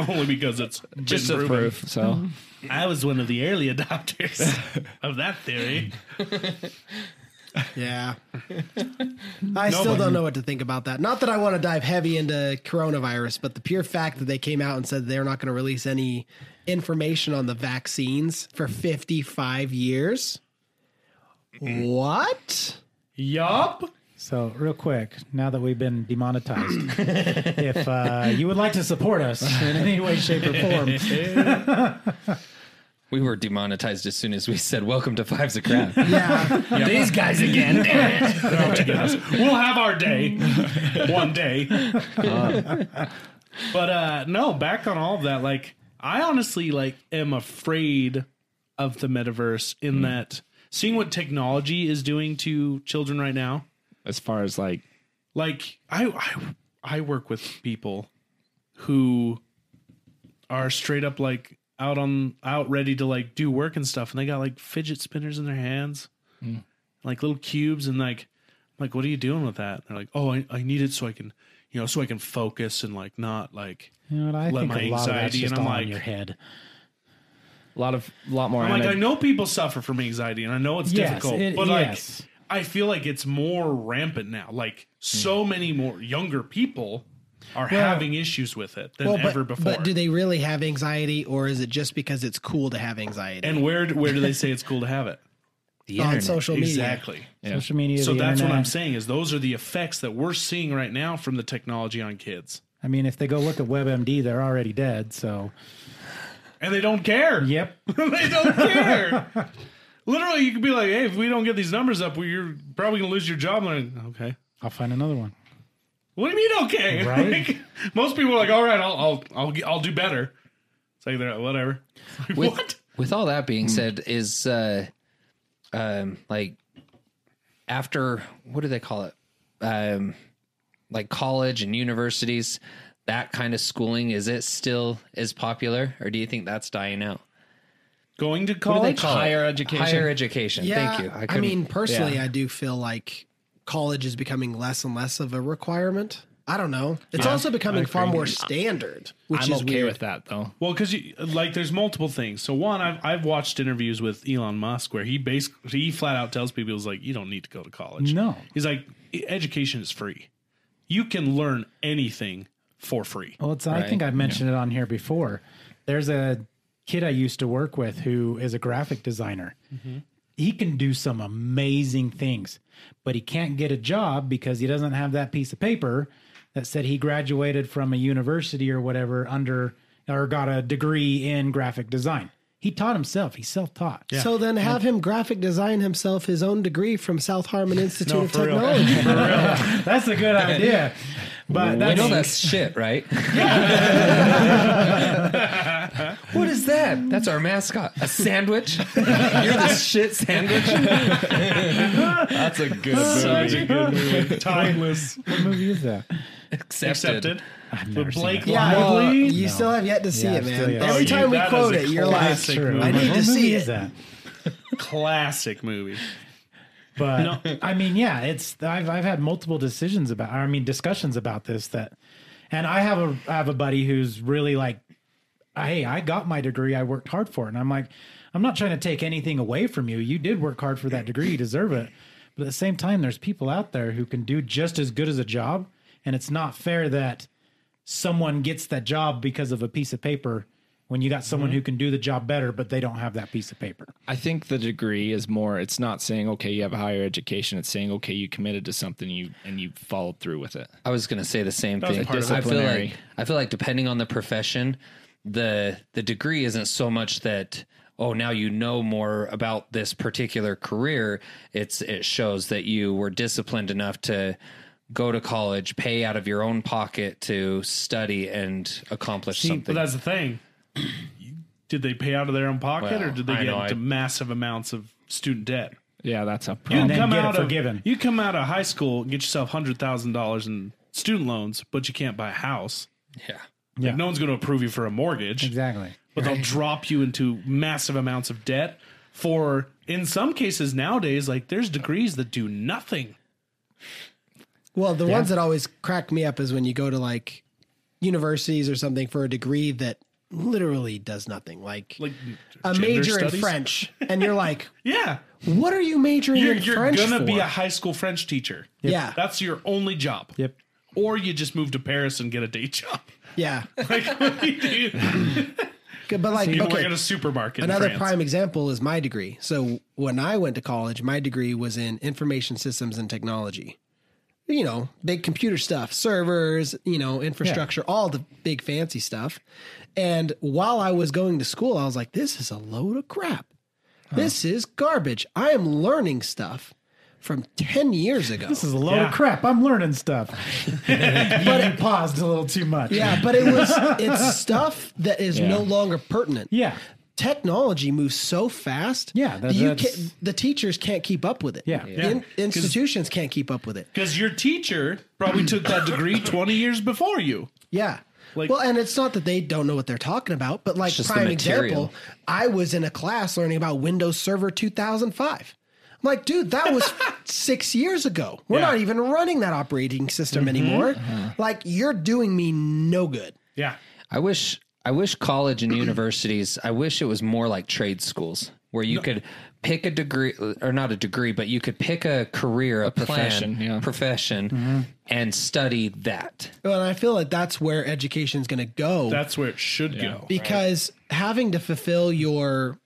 [SPEAKER 3] Only because it's
[SPEAKER 1] just
[SPEAKER 3] been
[SPEAKER 1] the
[SPEAKER 3] proven.
[SPEAKER 1] proof. So
[SPEAKER 3] I was one of the early adopters of that theory.
[SPEAKER 4] Yeah. I still don't know what to think about that. Not that I want to dive heavy into coronavirus, but the pure fact that they came out and said they're not going to release any information on the vaccines for 55 years. What?
[SPEAKER 3] Yup.
[SPEAKER 5] So, real quick, now that we've been demonetized, if uh, you would like to support us in any way, shape, or form,
[SPEAKER 2] We were demonetized as soon as we said "Welcome to Fives of Crap."
[SPEAKER 4] Yeah.
[SPEAKER 6] These guys again.
[SPEAKER 3] We'll have our day one day. but uh no, back on all of that, like I honestly like am afraid of the metaverse in that seeing what technology is doing to children right now.
[SPEAKER 1] as far as like
[SPEAKER 3] Like I I, I work with people who are straight up like out on out ready to like do work and stuff and they got like fidget spinners in their hands like little cubes and like I'm like what are you doing with that they're like oh I, I need it so i can you know so i can focus and like not like
[SPEAKER 5] you know what? I
[SPEAKER 3] Let
[SPEAKER 5] think
[SPEAKER 3] my
[SPEAKER 5] a lot of that's
[SPEAKER 3] anxiety
[SPEAKER 5] just
[SPEAKER 3] and I'm
[SPEAKER 5] all
[SPEAKER 3] like-
[SPEAKER 5] in your head.
[SPEAKER 1] a lot of lot more.
[SPEAKER 3] i'm like
[SPEAKER 1] ana-
[SPEAKER 3] i know people suffer from anxiety and i know it's
[SPEAKER 5] Yes,
[SPEAKER 3] difficult
[SPEAKER 5] it-
[SPEAKER 3] but
[SPEAKER 5] yes.
[SPEAKER 3] like i feel like it's more rampant now like so
[SPEAKER 4] Hmm.
[SPEAKER 3] many more younger people are having issues with it than
[SPEAKER 4] Well, but,
[SPEAKER 3] ever before
[SPEAKER 4] but do they really have anxiety or is it just because it's cool to have anxiety
[SPEAKER 3] and where where do they say it's cool to have it
[SPEAKER 2] Oh,
[SPEAKER 4] on social media?
[SPEAKER 3] exactly
[SPEAKER 5] Social media.
[SPEAKER 3] So
[SPEAKER 5] the
[SPEAKER 3] that's what
[SPEAKER 5] internet.
[SPEAKER 3] I'm saying is those are the effects that we're seeing right now from the technology on kids.
[SPEAKER 5] I mean, if they go look at WebMD, they're already dead. So,
[SPEAKER 3] And they don't care.
[SPEAKER 5] yep.
[SPEAKER 3] they don't care. Literally, you could be like, hey, if we don't get these numbers up, well, you're probably going to lose your job. Like, okay.
[SPEAKER 5] I'll find another one.
[SPEAKER 3] What do you mean, okay?
[SPEAKER 5] Right.
[SPEAKER 3] Like, most people are like, all right, I'll, I'll, I'll, I'll do better. It's like, they're like, whatever. Like,
[SPEAKER 2] with,
[SPEAKER 3] what?
[SPEAKER 2] With all that being said, is uh, um, like after what do they call it? Um, like college and universities, that kind of schooling is it still as popular, or do you think that's dying out?
[SPEAKER 3] Going to
[SPEAKER 2] What do they
[SPEAKER 3] college?
[SPEAKER 2] call it?
[SPEAKER 1] Higher education.
[SPEAKER 2] Higher education.
[SPEAKER 4] Yeah,
[SPEAKER 2] Thank you.
[SPEAKER 4] I,
[SPEAKER 2] couldn't-
[SPEAKER 4] mean, personally, I do feel like college is becoming less and less of a requirement. I don't know. It's also becoming far more standard, which
[SPEAKER 1] I'm
[SPEAKER 4] is
[SPEAKER 1] okay
[SPEAKER 4] weird.
[SPEAKER 1] with that though.
[SPEAKER 3] Well, because like there's multiple things. So one, I've I've watched interviews with Elon Musk where he basically he flat out tells people he's like, you don't need to go to college.
[SPEAKER 5] No.
[SPEAKER 3] he's like, "E- education is free. You can learn anything for free.
[SPEAKER 2] Oh,
[SPEAKER 5] Well, it's, I think I mentioned it on here before. There's a kid I used to work with who is a graphic designer.
[SPEAKER 2] Mm-hmm.
[SPEAKER 5] He can do some amazing things, but he can't get a job because he doesn't have that piece of paper that said he graduated from a university or whatever under or got a degree in graphic design. He taught himself. He's self-taught.
[SPEAKER 4] So then have him graphic design himself his own degree from South Harmon Institute of Technology.
[SPEAKER 5] That's a good idea. But
[SPEAKER 2] we
[SPEAKER 5] that's,
[SPEAKER 2] know that's shit, right? what is that? That's our mascot. A sandwich? You're the shit sandwich.
[SPEAKER 1] That's a good movie.
[SPEAKER 3] Timeless,
[SPEAKER 5] what movie is that?
[SPEAKER 3] accepted. With Blake
[SPEAKER 4] Yeah,
[SPEAKER 3] Lively,
[SPEAKER 4] you still have yet to see
[SPEAKER 5] Yeah,
[SPEAKER 4] it,
[SPEAKER 5] I
[SPEAKER 4] man.
[SPEAKER 5] still yet to
[SPEAKER 4] Every
[SPEAKER 5] see
[SPEAKER 4] time
[SPEAKER 3] it.
[SPEAKER 4] we
[SPEAKER 3] That
[SPEAKER 4] quote
[SPEAKER 3] is
[SPEAKER 4] it,
[SPEAKER 3] a
[SPEAKER 4] you're like,
[SPEAKER 3] classic movie.
[SPEAKER 4] I need
[SPEAKER 5] What
[SPEAKER 4] to
[SPEAKER 5] movie
[SPEAKER 4] see
[SPEAKER 5] is
[SPEAKER 4] it.
[SPEAKER 5] that?
[SPEAKER 3] classic movie.
[SPEAKER 5] But I mean, yeah, it's I've I've had multiple decisions about I mean discussions about this that and I have a I have a buddy who's really like hey, I got my degree. I worked hard for it. And I'm like, I'm not trying to take anything away from you. You did work hard for that degree. You deserve it. But at the same time, there's people out there who can do just as good as a job. And it's not fair that someone gets that job because of a piece of paper when you got someone who can do the job better, but they don't have that piece of paper.
[SPEAKER 1] I think the degree is more. It's not saying okay, you have a higher education. It's saying okay, you committed to something, you and you followed through with it.
[SPEAKER 2] I was gonna say the same
[SPEAKER 3] was
[SPEAKER 2] thing.
[SPEAKER 3] part of
[SPEAKER 2] I feel
[SPEAKER 1] Disciplinary.
[SPEAKER 2] like I feel like depending on the profession, the the degree isn't so much that oh now you know more about this particular career. It's it shows that you were disciplined enough to go to college, pay out of your own pocket to study and accomplish something.
[SPEAKER 3] But that's the thing. Did they pay out of their own pocket,
[SPEAKER 2] Well,
[SPEAKER 3] or did they
[SPEAKER 2] I
[SPEAKER 3] get
[SPEAKER 2] know,
[SPEAKER 3] into
[SPEAKER 2] I-
[SPEAKER 3] massive amounts of student debt?
[SPEAKER 1] Yeah, that's a
[SPEAKER 3] You
[SPEAKER 1] problem.
[SPEAKER 5] then
[SPEAKER 3] come
[SPEAKER 5] get it
[SPEAKER 3] out
[SPEAKER 5] forgiven.
[SPEAKER 3] of you come out of high school and get yourself hundred thousand dollars in student loans, but you can't buy a house.
[SPEAKER 2] yeah.
[SPEAKER 5] Yeah.
[SPEAKER 3] Like, no one's going to approve you for a mortgage,
[SPEAKER 5] Exactly.
[SPEAKER 3] but they'll drop you into massive amounts of debt. For in some cases nowadays, like there's degrees that do nothing.
[SPEAKER 4] Well, the ones that always crack me up is when you go to like universities or something for a degree that literally does nothing, like,
[SPEAKER 3] Like
[SPEAKER 4] a
[SPEAKER 3] gender
[SPEAKER 4] major in
[SPEAKER 3] studies?
[SPEAKER 4] French, and you're like,
[SPEAKER 3] Yeah,
[SPEAKER 4] "What are you majoring
[SPEAKER 3] you're,
[SPEAKER 4] in
[SPEAKER 3] you're
[SPEAKER 4] French
[SPEAKER 3] gonna
[SPEAKER 4] for?"
[SPEAKER 3] be a high school French teacher.
[SPEAKER 4] yeah,
[SPEAKER 3] That's your only job.
[SPEAKER 5] Yep.
[SPEAKER 3] Or you just move to Paris and get a day job.
[SPEAKER 4] yeah.
[SPEAKER 3] Like, what do you do?
[SPEAKER 4] Good, But like,
[SPEAKER 3] You
[SPEAKER 4] okay,
[SPEAKER 3] work at a supermarket. in
[SPEAKER 4] another
[SPEAKER 3] France.
[SPEAKER 4] prime example is my degree. So when I went to college, my degree was in information systems and technology. You know, big computer stuff, servers, you know, infrastructure, all the big fancy stuff. And while I was going to school, I was like, this is a load of crap. This is garbage. I am learning stuff from 10 years ago.
[SPEAKER 5] This is a load
[SPEAKER 3] Yeah.
[SPEAKER 5] of crap. I'm learning stuff. but it paused a little too much.
[SPEAKER 4] yeah, but it was it's stuff that is no longer pertinent.
[SPEAKER 5] Yeah.
[SPEAKER 4] technology moves so fast.
[SPEAKER 5] Yeah, that-
[SPEAKER 4] that you
[SPEAKER 5] that's-
[SPEAKER 4] can, the teachers can't keep up with it.
[SPEAKER 5] Yeah. Yeah.
[SPEAKER 4] In, institutions can't keep up with it.
[SPEAKER 3] Because your teacher probably took that degree 20 years before you.
[SPEAKER 4] Yeah.
[SPEAKER 3] Like-
[SPEAKER 4] well, and it's not that they don't know what they're talking about, but like
[SPEAKER 2] just the
[SPEAKER 4] prime
[SPEAKER 2] material.
[SPEAKER 4] example, I was in a class learning about Windows Server 2005. I'm like, dude, that was six years ago. We're not even running that operating system
[SPEAKER 5] Mm-hmm.
[SPEAKER 4] anymore.
[SPEAKER 5] Uh-huh.
[SPEAKER 4] Like, you're doing me no good.
[SPEAKER 3] Yeah.
[SPEAKER 2] I wish I wish college and universities. I wish it was more like trade schools where you could pick a degree or not a degree, but you could pick a career, a, profession,
[SPEAKER 1] profession, yeah. Mm-hmm.
[SPEAKER 2] profession, and study that.
[SPEAKER 4] And I feel like that's where education's going to go.
[SPEAKER 3] That's where it should go.
[SPEAKER 4] because having to fulfill your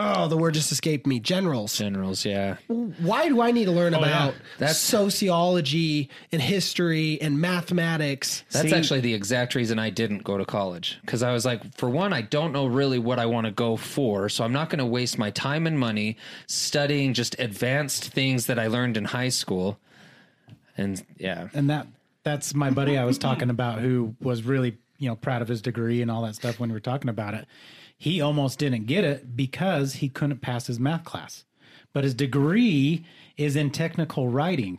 [SPEAKER 4] oh the word just escaped me generals
[SPEAKER 2] Generals, yeah,
[SPEAKER 4] why do i need to learn
[SPEAKER 5] Oh,
[SPEAKER 4] about
[SPEAKER 2] That's-
[SPEAKER 4] sociology and history and mathematics
[SPEAKER 2] that's actually the exact reason I didn't go to college because I was like, for one, I don't know really what I want to go for, so I'm not going to waste my time and money studying just advanced things that I learned in high school. And yeah,
[SPEAKER 5] and that that's my buddy I was talking about who was really you know proud of his degree and all that stuff when we were talking about it. He almost didn't get it because he couldn't pass his math class, but his degree is in technical writing,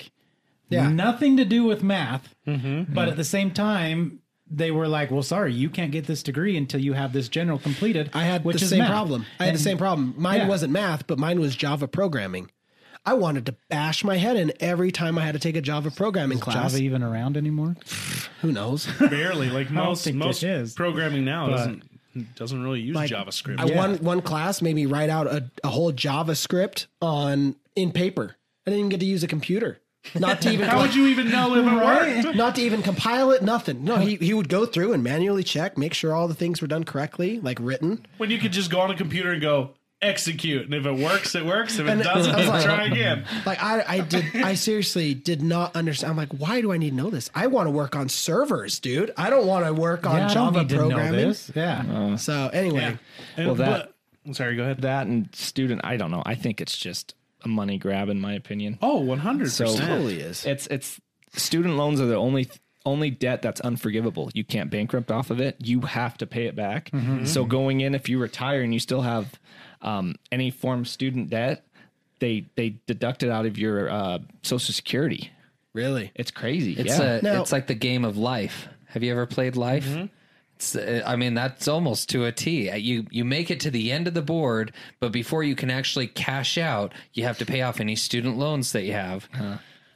[SPEAKER 4] Yeah. Mm-hmm.
[SPEAKER 5] nothing to do with math. But at the same time. They were like, "Well, sorry, you can't get this degree until you have this general completed."
[SPEAKER 4] i had
[SPEAKER 5] which
[SPEAKER 4] the
[SPEAKER 5] is
[SPEAKER 4] same
[SPEAKER 5] math."
[SPEAKER 4] problem i had
[SPEAKER 5] And-
[SPEAKER 4] the same problem mine
[SPEAKER 5] Yeah.
[SPEAKER 4] wasn't math but mine was java programming i wanted to bash my head in every time i had to take a java programming class
[SPEAKER 5] Java even around anymore?
[SPEAKER 4] who knows
[SPEAKER 3] Barely. Like
[SPEAKER 5] don't
[SPEAKER 3] most
[SPEAKER 5] think
[SPEAKER 3] most
[SPEAKER 5] it is,
[SPEAKER 3] programming now doesn't doesn't really use JavaScript.
[SPEAKER 4] I, one one class made me write out a, a whole JavaScript on in paper. I didn't even get to use a computer. Not to even
[SPEAKER 3] How would you even know if it worked?
[SPEAKER 4] not to even compile it, nothing. No, he, he would go through and manually check, make sure all the things were done correctly, like written.
[SPEAKER 3] When you could just go on a computer and go execute, and if it works, it works. If it
[SPEAKER 4] And-
[SPEAKER 3] doesn't,
[SPEAKER 4] I was like-
[SPEAKER 3] try again.
[SPEAKER 4] Like I I did I seriously did not understand. I'm like, why do I need to know this? I want to work on servers, dude. I don't want to work on
[SPEAKER 5] Yeah, I don't
[SPEAKER 4] Java
[SPEAKER 5] need to know
[SPEAKER 4] programming.
[SPEAKER 5] this. Yeah,
[SPEAKER 4] So anyway,
[SPEAKER 3] And-
[SPEAKER 1] Well, that-
[SPEAKER 3] but- sorry, go ahead.
[SPEAKER 1] that and student. I don't know. I think it's just a money grab, in my opinion.
[SPEAKER 3] Oh, 100%.
[SPEAKER 1] So
[SPEAKER 4] totally is.
[SPEAKER 1] it's it's student loans are the only only debt that's unforgivable. You can't bankrupt off of it. You have to pay it back. So going in, if you retire and you still have um, any form of student debt, they they deduct it out of your uh, social security.
[SPEAKER 4] Really?
[SPEAKER 1] It's crazy.
[SPEAKER 2] It's
[SPEAKER 1] yeah.
[SPEAKER 2] a,
[SPEAKER 4] Now-
[SPEAKER 2] it's like the game of life. Have you ever played life?
[SPEAKER 3] Mm-hmm.
[SPEAKER 2] It's, uh, I mean, that's almost to a T. Uh, You you make it to the end of the board, but before you can actually cash out, you have to pay off any student loans that you have.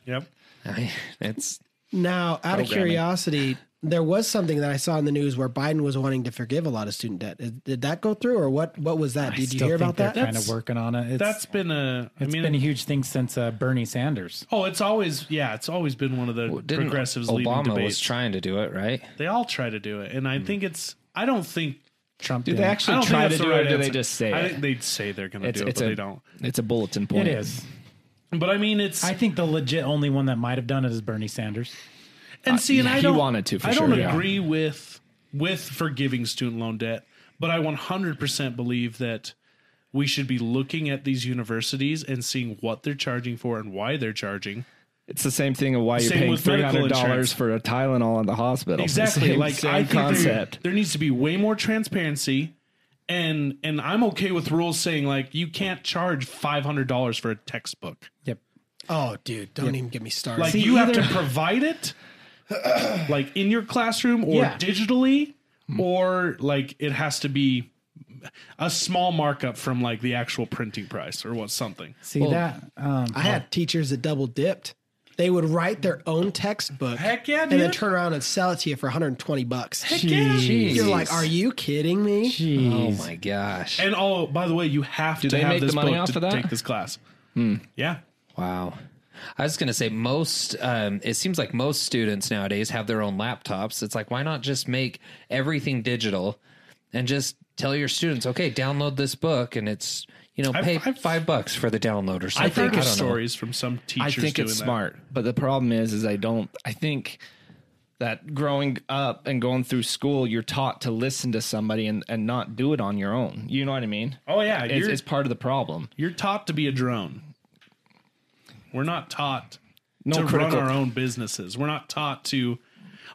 [SPEAKER 3] yep.
[SPEAKER 2] I- it's
[SPEAKER 4] Now, out of curiosity, there was something that I saw in the news where Biden was wanting to forgive a lot of student debt. Is- Did that go through, or what? What was that? Did you hear about that?
[SPEAKER 5] Kind of working on it. It's,
[SPEAKER 3] That's been a. I
[SPEAKER 5] it's
[SPEAKER 3] mean,
[SPEAKER 5] been a huge thing since uh, Bernie Sanders.
[SPEAKER 3] oh, it's always yeah, it's always been one of the
[SPEAKER 2] Didn't
[SPEAKER 3] progressives. leading
[SPEAKER 2] Obama was Hmm.
[SPEAKER 3] debates.
[SPEAKER 2] trying to do it, right?
[SPEAKER 3] They all try to do it, and I think it's. I don't think.
[SPEAKER 5] Trump
[SPEAKER 1] Do
[SPEAKER 5] did
[SPEAKER 1] they
[SPEAKER 5] it.
[SPEAKER 3] I
[SPEAKER 1] actually
[SPEAKER 3] don't
[SPEAKER 1] try
[SPEAKER 3] think
[SPEAKER 1] to do
[SPEAKER 3] that's the
[SPEAKER 1] it,
[SPEAKER 3] right
[SPEAKER 1] or do they
[SPEAKER 3] answer.
[SPEAKER 1] just say
[SPEAKER 3] I
[SPEAKER 1] it?
[SPEAKER 3] think they'd say they're going to
[SPEAKER 1] It's,
[SPEAKER 3] do it,
[SPEAKER 1] it's
[SPEAKER 3] but they
[SPEAKER 1] a
[SPEAKER 3] don't.
[SPEAKER 1] it's a bulletin point.
[SPEAKER 5] It is.
[SPEAKER 3] But I mean, it's
[SPEAKER 5] I think the legit only one that might have done it is Bernie Sanders.
[SPEAKER 3] and see, and
[SPEAKER 1] yeah,
[SPEAKER 3] I
[SPEAKER 1] he
[SPEAKER 3] don't,
[SPEAKER 1] wanted to, for
[SPEAKER 3] I
[SPEAKER 1] sure,
[SPEAKER 3] don't
[SPEAKER 1] yeah.
[SPEAKER 3] agree with with forgiving student loan debt, but I 100% believe that we should be looking at these universities and seeing what they're charging for and why they're charging.
[SPEAKER 1] It's the same thing of why you're
[SPEAKER 3] Same
[SPEAKER 1] paying
[SPEAKER 3] with
[SPEAKER 1] three
[SPEAKER 3] medical
[SPEAKER 1] hundred
[SPEAKER 3] insurance.
[SPEAKER 1] dollars for a Tylenol at the hospital.
[SPEAKER 3] Exactly,
[SPEAKER 1] Same-
[SPEAKER 3] like
[SPEAKER 1] same
[SPEAKER 3] I think there-
[SPEAKER 1] concept.
[SPEAKER 3] There, needs to be way more transparency, and and I'm okay with rules saying like you can't charge five hundred dollars for a textbook.
[SPEAKER 5] Yep.
[SPEAKER 4] Oh, dude, don't even get me started.
[SPEAKER 3] Like you have to provide it, like in your classroom or
[SPEAKER 5] Yeah.
[SPEAKER 3] digitally, or like it has to be a small markup from like the actual printing price or what something.
[SPEAKER 5] See that? Um,
[SPEAKER 4] I had teachers that double dipped. They would write their own textbook.
[SPEAKER 3] Heck yeah,
[SPEAKER 4] And then
[SPEAKER 3] dude.
[SPEAKER 4] turn around and sell it to you for 120 bucks.
[SPEAKER 2] Jeez.
[SPEAKER 4] You're like, are you kidding me?
[SPEAKER 2] Oh my gosh!
[SPEAKER 3] And oh, by the way, you have to
[SPEAKER 1] they
[SPEAKER 3] have
[SPEAKER 1] make the
[SPEAKER 3] this
[SPEAKER 1] money
[SPEAKER 3] book
[SPEAKER 1] off
[SPEAKER 3] to
[SPEAKER 1] of that? Hmm.
[SPEAKER 3] take this class. Yeah.
[SPEAKER 2] Wow. I was going to say most um it seems like most students nowadays have their own laptops. It's like why not just make everything digital and just tell your students, "Okay, download this book and it's, you know,
[SPEAKER 3] I've-
[SPEAKER 2] pay
[SPEAKER 3] I've-
[SPEAKER 2] 5 bucks for the download or
[SPEAKER 3] I
[SPEAKER 2] something."
[SPEAKER 3] think
[SPEAKER 2] don't know.
[SPEAKER 3] stories from some
[SPEAKER 1] I
[SPEAKER 3] teachers.
[SPEAKER 1] think
[SPEAKER 3] doing
[SPEAKER 1] it's
[SPEAKER 3] that.
[SPEAKER 1] smart, but the problem is, is I don't. I think that growing up and going through school, you're taught to listen to somebody and and not do it on your own. You know what I mean?
[SPEAKER 3] Oh yeah,
[SPEAKER 1] it's,
[SPEAKER 3] you're,
[SPEAKER 1] it's part of the problem.
[SPEAKER 3] you're taught to be a drone. We're not taught
[SPEAKER 1] No
[SPEAKER 3] to
[SPEAKER 1] critical.
[SPEAKER 3] run our own businesses. We're not taught to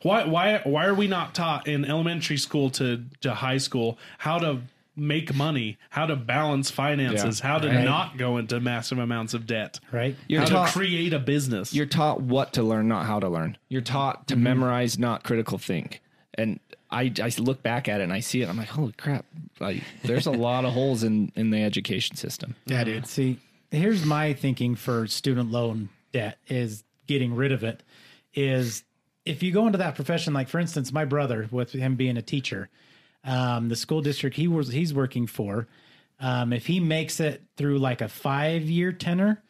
[SPEAKER 3] why why why are we not taught in elementary school to to high school how to make money, how to balance finances, how to not go into massive amounts of debt,
[SPEAKER 5] right.
[SPEAKER 1] You're
[SPEAKER 3] how
[SPEAKER 1] taught-
[SPEAKER 3] to create a business.
[SPEAKER 1] You're taught what to learn, not how to learn. You're taught
[SPEAKER 5] Mm-hmm.
[SPEAKER 1] to memorize, not critical think. And I, I look back at it and I see it. I'm like, holy crap! Like, there's a lot of holes in in the education system.
[SPEAKER 5] Yeah, dude. See, here's my thinking for student loan debt is getting rid of it. Is if you go into that profession, like for instance, my brother, with him being a teacher, um, the school district he was he's working for, um, if he makes it through like a five year tenor,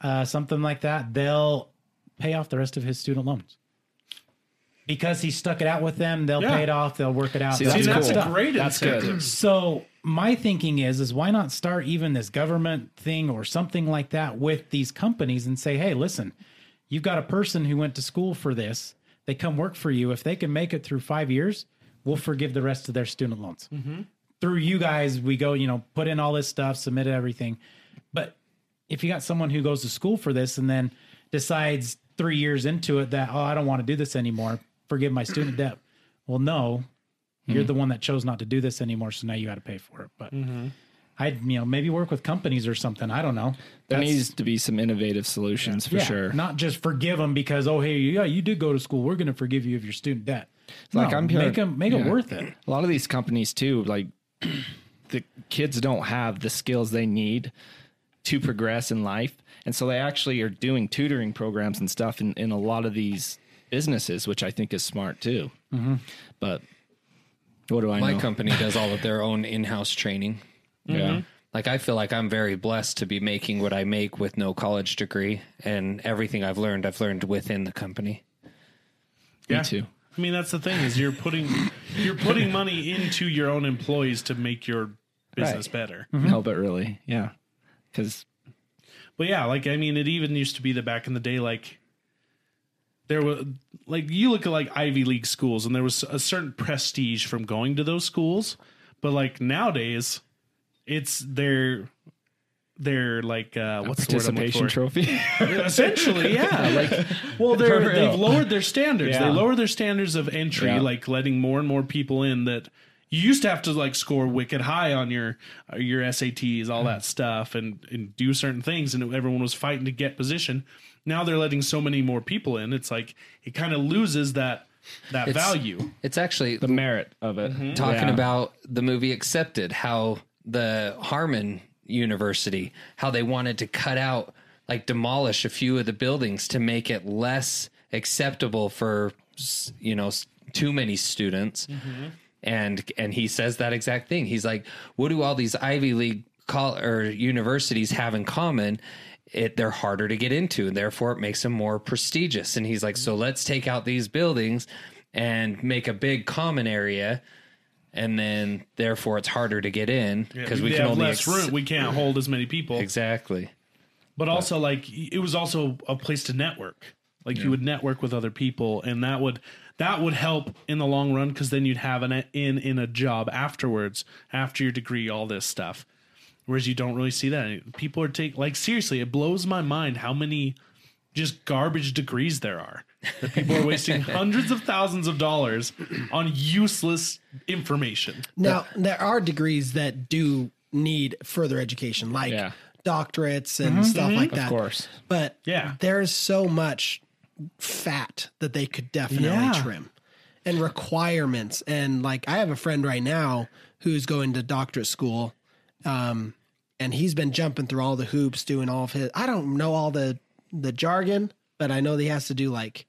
[SPEAKER 5] uh, something like that, they'll pay off the rest of his student loans. Because he stuck it out with them, they'll
[SPEAKER 3] Yeah.
[SPEAKER 5] pay it off. They'll work it out.
[SPEAKER 1] See,
[SPEAKER 5] they'll
[SPEAKER 3] See,
[SPEAKER 1] That's
[SPEAKER 5] do
[SPEAKER 3] that's
[SPEAKER 1] cool.
[SPEAKER 3] a great
[SPEAKER 1] That's
[SPEAKER 3] incentive.
[SPEAKER 1] good.
[SPEAKER 5] so my thinking is is why not start even this government thing or something like that with these companies and say, hey, listen, you've got a person who went to school for this. They come work for you. If they can make it through five years, we'll forgive the rest of their student loans. Through you guys, we go, you know, put in all this stuff, submit everything. But if you got someone who goes to school for this and then decides three years into it that, oh, I don't want to do this anymore, forgive my student debt. Well, no,
[SPEAKER 1] Mm-hmm.
[SPEAKER 5] you're the one that chose not to do this anymore, so now you got to pay for it. But
[SPEAKER 1] Mm-hmm.
[SPEAKER 5] I'd you know maybe work with companies or something. I don't know.
[SPEAKER 1] There
[SPEAKER 5] That's-
[SPEAKER 1] needs to be some innovative solutions for
[SPEAKER 5] yeah,
[SPEAKER 1] sure.
[SPEAKER 5] Not just forgive them because oh hey yeah you did go to school. We're going to forgive you of your student debt.
[SPEAKER 1] like,
[SPEAKER 5] no,
[SPEAKER 1] I'm here-
[SPEAKER 5] make them make it
[SPEAKER 1] yeah.
[SPEAKER 5] worth it.
[SPEAKER 1] a lot of these companies too like the kids don't have the skills they need to progress in life and so they actually are doing tutoring programs and stuff in, in a lot of these businesses which i think is smart too
[SPEAKER 5] Mm-hmm.
[SPEAKER 1] but what do i
[SPEAKER 2] My
[SPEAKER 1] know
[SPEAKER 5] um,
[SPEAKER 2] company does all of their own in-house training.
[SPEAKER 5] mm-hmm.
[SPEAKER 1] yeah
[SPEAKER 2] Like I feel like I'm very blessed to be making what I make with no college degree and everything I've learned I've learned within the company.
[SPEAKER 3] Yeah.
[SPEAKER 1] too.
[SPEAKER 3] I mean, that's the thing is you're putting you're putting money into your own employees to make your business better.
[SPEAKER 1] no but really yeah because
[SPEAKER 3] But yeah, like I mean, it even used to be that back in the day, like there was like you look at like Ivy League schools, and there was a certain prestige from going to those schools. But like nowadays, it's their their like uh, what's the word I'm looking
[SPEAKER 1] participation
[SPEAKER 3] for?
[SPEAKER 1] trophy
[SPEAKER 3] Essentially, yeah. Like, well, they're,
[SPEAKER 1] real.
[SPEAKER 3] they've lowered their standards.
[SPEAKER 1] Yeah.
[SPEAKER 3] They lower their standards of entry,
[SPEAKER 1] Yeah.
[SPEAKER 3] like letting more and more people in that you used to have to like score wicked high on your uh, your SATs, all that stuff, and and do certain things, and everyone was fighting to get position. Now they're letting so many more people in. It's like it kind of loses that that
[SPEAKER 2] It's-
[SPEAKER 3] value.
[SPEAKER 2] It's actually
[SPEAKER 1] the merit of it
[SPEAKER 3] Mm-hmm.
[SPEAKER 2] talking
[SPEAKER 1] Yeah.
[SPEAKER 2] about the movie Accepted, how the Harmon University, how they wanted to cut out, like demolish a few of the buildings to make it less acceptable for, s- you know, s- too many students and and he says that exact thing he's like what do all these ivy league col- or universities have in common it they're harder to get into and therefore it makes them more prestigious and he's like so let's take out these buildings and make a big common area and then therefore it's harder to get in because we
[SPEAKER 3] they
[SPEAKER 2] can
[SPEAKER 3] have
[SPEAKER 2] only
[SPEAKER 3] less
[SPEAKER 2] ex-
[SPEAKER 3] room. We can't hold as many people.
[SPEAKER 2] exactly
[SPEAKER 3] But also, like it was also a place to network. Like you would network with other people, and that would that would help in the long run because then you'd have an in in a job afterwards after your degree, all this stuff. Whereas you don't really see that. People are take like seriously. It blows my mind how many just garbage degrees there are. That people are wasting hundreds of thousands of dollars on useless information.
[SPEAKER 4] Now there are degrees that do need further education, like
[SPEAKER 1] Yeah.
[SPEAKER 4] doctorates and stuff like that. Of
[SPEAKER 1] course.
[SPEAKER 4] but
[SPEAKER 3] Mm-hmm. Yeah.
[SPEAKER 4] there's so much fat that they could definitely
[SPEAKER 3] Yeah.
[SPEAKER 4] trim, and requirements. And like I have a friend right now who's going to doctorate school, um, and he's been jumping through all the hoops, doing all of his. I don't know all the the jargon, but I know that he has to do like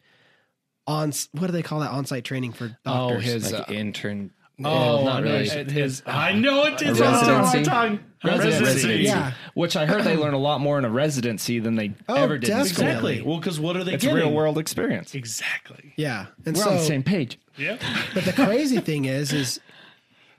[SPEAKER 4] on what do they call that on site training for
[SPEAKER 1] Oh,
[SPEAKER 4] doctors?
[SPEAKER 1] his
[SPEAKER 2] like
[SPEAKER 1] uh,
[SPEAKER 2] intern
[SPEAKER 1] oh,
[SPEAKER 2] not
[SPEAKER 1] no,
[SPEAKER 2] really.
[SPEAKER 1] it- his
[SPEAKER 3] I know it. It's on the tip of my
[SPEAKER 2] residency?
[SPEAKER 3] tongue.
[SPEAKER 1] residency,
[SPEAKER 3] Residency.
[SPEAKER 4] Yeah.
[SPEAKER 1] which I heard they learn a lot more in a residency than they
[SPEAKER 4] Oh,
[SPEAKER 1] ever did. in school.
[SPEAKER 4] definitely.
[SPEAKER 3] Exactly. Well, because what are they
[SPEAKER 1] It's
[SPEAKER 3] getting?
[SPEAKER 1] real world experience.
[SPEAKER 3] Exactly.
[SPEAKER 4] yeah, and
[SPEAKER 1] We're
[SPEAKER 4] so
[SPEAKER 1] on the same page.
[SPEAKER 3] Yep.
[SPEAKER 4] But the crazy thing is, is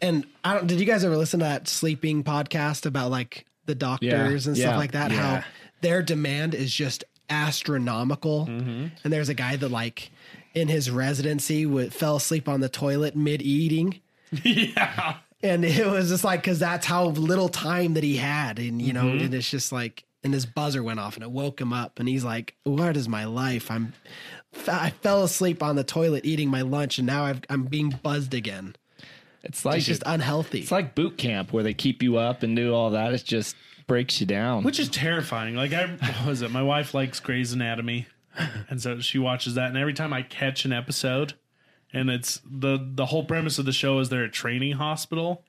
[SPEAKER 4] and I don't. Did you guys ever listen to that sleeping podcast about like the doctors and stuff
[SPEAKER 1] yeah,
[SPEAKER 4] like that?
[SPEAKER 1] yeah.
[SPEAKER 4] How their demand is just astronomical.
[SPEAKER 1] Mm-hmm.
[SPEAKER 4] And there's a guy that like in his residency would fell asleep on the toilet mid eating.
[SPEAKER 3] yeah.
[SPEAKER 4] And it was just like, cause that's how little time that he had. And, you know,
[SPEAKER 1] Mm-hmm.
[SPEAKER 4] and it's just like, and his buzzer went off and it woke him up. And he's like, what is my life? I'm, f- I fell asleep on the toilet eating my lunch and now I've, I'm being buzzed again.
[SPEAKER 1] It's like
[SPEAKER 4] It's just unhealthy.
[SPEAKER 1] it's like boot camp where they keep you up and do all that. It just breaks you down.
[SPEAKER 3] Which is terrifying. Like I what was it? My wife likes Grey's Anatomy. And so she watches that and every time I catch an episode and it's the the whole premise of the show is they're a training hospital.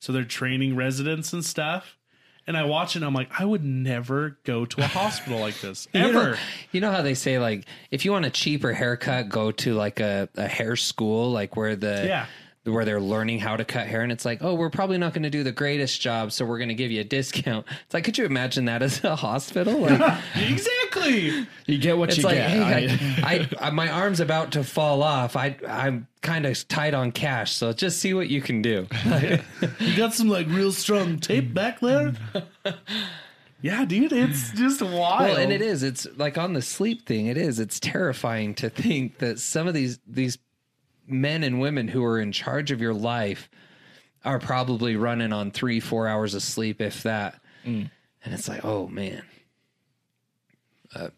[SPEAKER 3] So they're training residents and stuff. And I watch it and I'm like, I would never go to a hospital like this. Ever.
[SPEAKER 2] You know how they say like if you want a cheaper haircut, go to like a, a hair school, like where the
[SPEAKER 3] Yeah.
[SPEAKER 2] where they're learning how to cut hair and it's like, oh, we're probably not gonna do the greatest job, so we're gonna give you a discount. It's like, could you imagine that as a hospital? Like
[SPEAKER 3] exactly.
[SPEAKER 1] you get what
[SPEAKER 2] it's
[SPEAKER 1] you
[SPEAKER 2] like,
[SPEAKER 1] get.
[SPEAKER 2] hey, I, I, I my arm's about to fall off. I I'm kind of tight on cash, so just see what you can do.
[SPEAKER 3] You got some like real strong tape back there. yeah, dude, it's just wild.
[SPEAKER 2] Well, and it is. It's like on the sleep thing. It is. It's terrifying to think that some of these these men and women who are in charge of your life are probably running on three, four hours of sleep, if that.
[SPEAKER 1] Mm.
[SPEAKER 2] And it's like, oh man,
[SPEAKER 4] How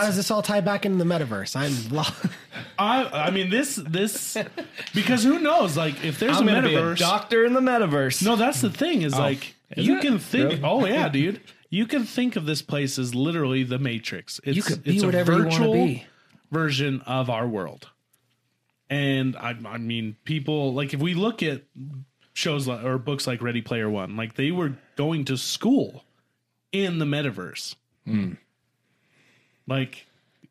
[SPEAKER 4] does this all tie back into the metaverse? I'm lost.
[SPEAKER 3] I I mean this this because who knows like if there's
[SPEAKER 1] I'm
[SPEAKER 3] a
[SPEAKER 1] gonna be a
[SPEAKER 3] metaverse.
[SPEAKER 1] doctor in the metaverse.
[SPEAKER 3] no, that's the thing is like
[SPEAKER 1] is
[SPEAKER 3] you
[SPEAKER 1] it?
[SPEAKER 3] can think.
[SPEAKER 1] Really?
[SPEAKER 3] Oh yeah, dude, you can think of this place as literally the Matrix. It's,
[SPEAKER 2] you could be
[SPEAKER 3] it's
[SPEAKER 2] whatever
[SPEAKER 3] a
[SPEAKER 2] you
[SPEAKER 3] virtual
[SPEAKER 2] want to be.
[SPEAKER 3] version of our world. And I I mean people like if we look at shows like, or books like Ready Player One, like they were going to school in the metaverse. Like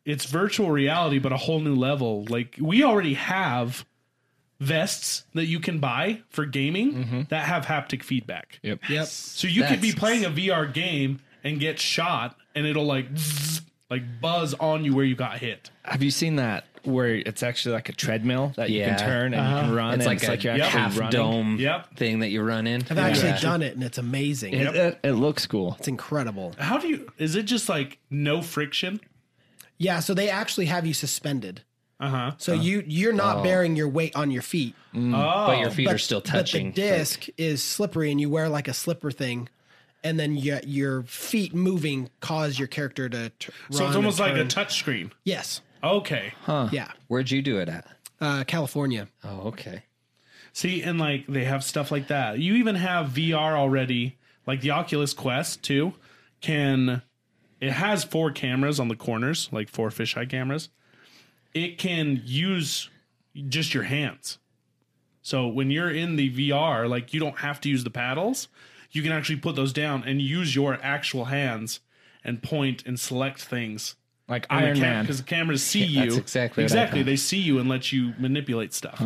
[SPEAKER 3] it's virtual reality, but a whole new level. Like we already have vests that you can buy for gaming that have haptic feedback.
[SPEAKER 1] Yep.
[SPEAKER 4] Yep.
[SPEAKER 3] So you could be
[SPEAKER 2] That's-
[SPEAKER 3] playing a VR game and get shot, and it'll like zzz, like buzz on you where you got hit.
[SPEAKER 1] Have you seen that where it's actually like a treadmill that you
[SPEAKER 2] Yeah. Uh-huh.
[SPEAKER 1] can turn and you can run?
[SPEAKER 2] It's
[SPEAKER 1] and
[SPEAKER 2] like
[SPEAKER 1] it's
[SPEAKER 2] a
[SPEAKER 1] like you're actually
[SPEAKER 2] half
[SPEAKER 1] running.
[SPEAKER 2] dome
[SPEAKER 3] Yep.
[SPEAKER 2] thing that you run in.
[SPEAKER 4] I've actually done it and it's amazing.
[SPEAKER 1] It, it, it looks cool.
[SPEAKER 4] It's incredible.
[SPEAKER 3] How do you? Is it just like no friction?
[SPEAKER 4] Yeah. So they actually have you suspended.
[SPEAKER 3] Uh huh.
[SPEAKER 4] So you, you're not bearing your weight on your feet.
[SPEAKER 3] Oh,
[SPEAKER 2] but your feet are Oh. still touching.
[SPEAKER 4] But the disc is slippery, and you wear like a slipper thing, and then your your feet moving cause your character to. T-
[SPEAKER 3] so it's almost like a
[SPEAKER 4] touch.
[SPEAKER 3] touch screen.
[SPEAKER 4] yes.
[SPEAKER 3] Okay.
[SPEAKER 4] Yeah.
[SPEAKER 2] Where'd you do it at?
[SPEAKER 4] Uh, California.
[SPEAKER 2] Oh, okay.
[SPEAKER 3] See, and like they have stuff like that. You even have VR already. Like the Oculus Quest too can. It has four cameras on the corners, like four fisheye cameras. It can use just your hands. So when you're in the VR, like you don't have to use the paddles. You can actually put those down and use your actual hands and point and select things
[SPEAKER 1] Like
[SPEAKER 3] And the
[SPEAKER 1] Iron
[SPEAKER 3] cam-
[SPEAKER 1] Man.
[SPEAKER 3] because the cameras see
[SPEAKER 2] Yeah,
[SPEAKER 3] you.
[SPEAKER 2] that's exactly what I
[SPEAKER 3] exactly.
[SPEAKER 2] thought.
[SPEAKER 3] They see you and let you manipulate stuff.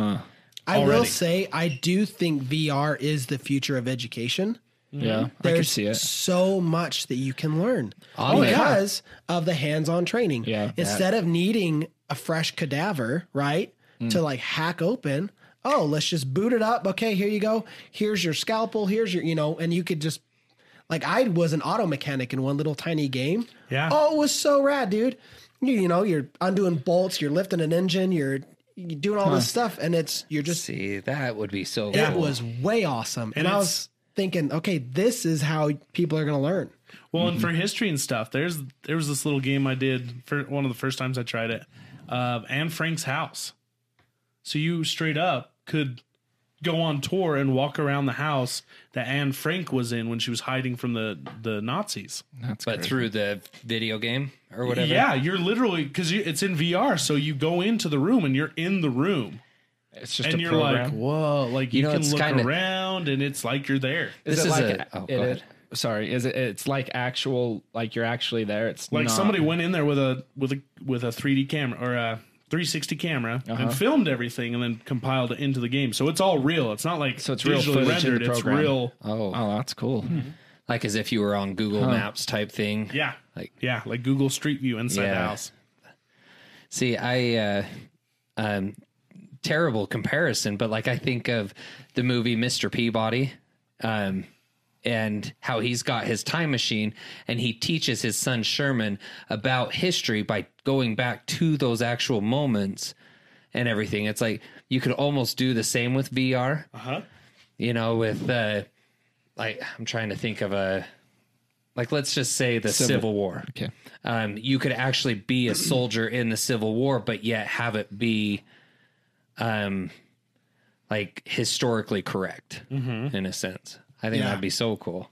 [SPEAKER 4] I will
[SPEAKER 3] Already.
[SPEAKER 4] say I do think VR is the future of education.
[SPEAKER 1] Yeah, I could
[SPEAKER 4] There's
[SPEAKER 1] see it.
[SPEAKER 4] so much that you can learn
[SPEAKER 2] Oh, yeah.
[SPEAKER 4] because of the hands-on training.
[SPEAKER 1] Yeah.
[SPEAKER 4] Instead of needing a fresh cadaver, right,
[SPEAKER 1] Mm.
[SPEAKER 4] to like hack open. Oh, let's just boot it up. Okay, here you go. Here's your scalpel. Here's your, you know, and you could just like I was an auto mechanic in one little tiny game.
[SPEAKER 3] Yeah.
[SPEAKER 4] Oh, it was so rad, dude. You, you know, you're undoing bolts, you're lifting an engine, you're, you're doing all this stuff, and it's you're just
[SPEAKER 2] See, that would be so.
[SPEAKER 4] it
[SPEAKER 2] cool.
[SPEAKER 4] was way awesome. And, I was thinking, okay, this is how people are going to learn.
[SPEAKER 3] Well, and for history and stuff, there's there was this little game I did for one of the first times I tried it, uh, Anne Frank's house. So you straight up could go on tour and walk around the house that Anne Frank was in when she was hiding from the the Nazis.
[SPEAKER 2] but through the video game or whatever.
[SPEAKER 3] Yeah, you're literally because you, it's in VR, so you go into the room and you're in the room,
[SPEAKER 1] It's just
[SPEAKER 3] and
[SPEAKER 1] a
[SPEAKER 3] you're like,
[SPEAKER 1] program.
[SPEAKER 3] whoa, like you,
[SPEAKER 2] You know,
[SPEAKER 3] can
[SPEAKER 2] it's
[SPEAKER 3] look
[SPEAKER 2] kinda-
[SPEAKER 3] around and it's like you're there,
[SPEAKER 2] This
[SPEAKER 1] it
[SPEAKER 2] is
[SPEAKER 1] like
[SPEAKER 2] a- oh,
[SPEAKER 1] it
[SPEAKER 2] go
[SPEAKER 1] is- sorry, is it? It's like actual, like you're actually there. It's
[SPEAKER 3] like
[SPEAKER 1] not-
[SPEAKER 3] somebody went in there with a with a with a 3D camera or a 360 camera
[SPEAKER 2] Uh-huh.
[SPEAKER 3] and filmed everything and then compiled it into the game. So it's all real. It's not like
[SPEAKER 1] So it's real footage in the
[SPEAKER 3] It's
[SPEAKER 1] program.
[SPEAKER 3] real.
[SPEAKER 2] Oh,
[SPEAKER 1] Oh, that's cool.
[SPEAKER 3] Mm-hmm.
[SPEAKER 2] like as if you were on Google Maps type thing.
[SPEAKER 3] Yeah,
[SPEAKER 2] Like-
[SPEAKER 3] yeah, like Google Street View inside the
[SPEAKER 2] Yeah.
[SPEAKER 3] house.
[SPEAKER 2] See, I uh um terrible comparison, but like I think of the movie Mr. Peabody um and how he's got his time machine and he teaches his son Sherman about history by going back to those actual moments and everything. It's like you could almost do the same with VR.
[SPEAKER 3] Uh-huh.
[SPEAKER 2] You know, with uh like I'm trying to think of a like let's just say the Civil, War.
[SPEAKER 1] Okay.
[SPEAKER 2] Um, you could actually be a soldier in the Civil War, but yet have it be, um, like historically correct
[SPEAKER 4] Mm-hmm.
[SPEAKER 2] in a sense. I think that'd be so cool.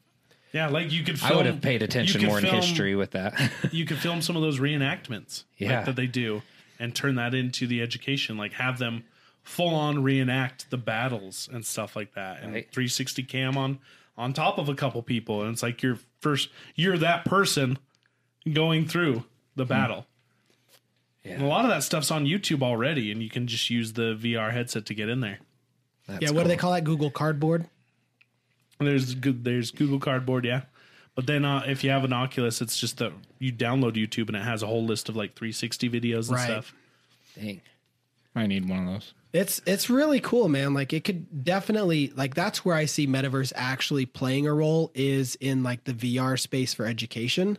[SPEAKER 3] Yeah, like you could. Film,
[SPEAKER 2] I would have paid
[SPEAKER 3] you
[SPEAKER 2] attention
[SPEAKER 3] could
[SPEAKER 2] more in
[SPEAKER 3] film-
[SPEAKER 2] history with that.
[SPEAKER 3] You could film some of those reenactments, like,
[SPEAKER 2] Yeah.
[SPEAKER 3] that they do, and turn that into the education. Like have them full on reenact the battles and stuff like that, and
[SPEAKER 2] Right.
[SPEAKER 3] 360 cam on on top of a couple people, and it's like you're first you're that person going through
[SPEAKER 2] Hmm.
[SPEAKER 3] the battle. And a lot of that stuff's on YouTube already, and you can just use the VR headset to get in there.
[SPEAKER 4] yeah, what do they call that? Google Cardboard?
[SPEAKER 3] There's good. There's Google Cardboard, yeah. But then uh, if you have an Oculus, it's just that you download YouTube and it has a whole list of like 360 videos and
[SPEAKER 4] Right.
[SPEAKER 3] stuff.
[SPEAKER 2] Dang.
[SPEAKER 1] I need one of those.
[SPEAKER 4] It's it's really cool, man. Like it could definitely like that's where I see metaverse actually playing a role is in like the VR space for education.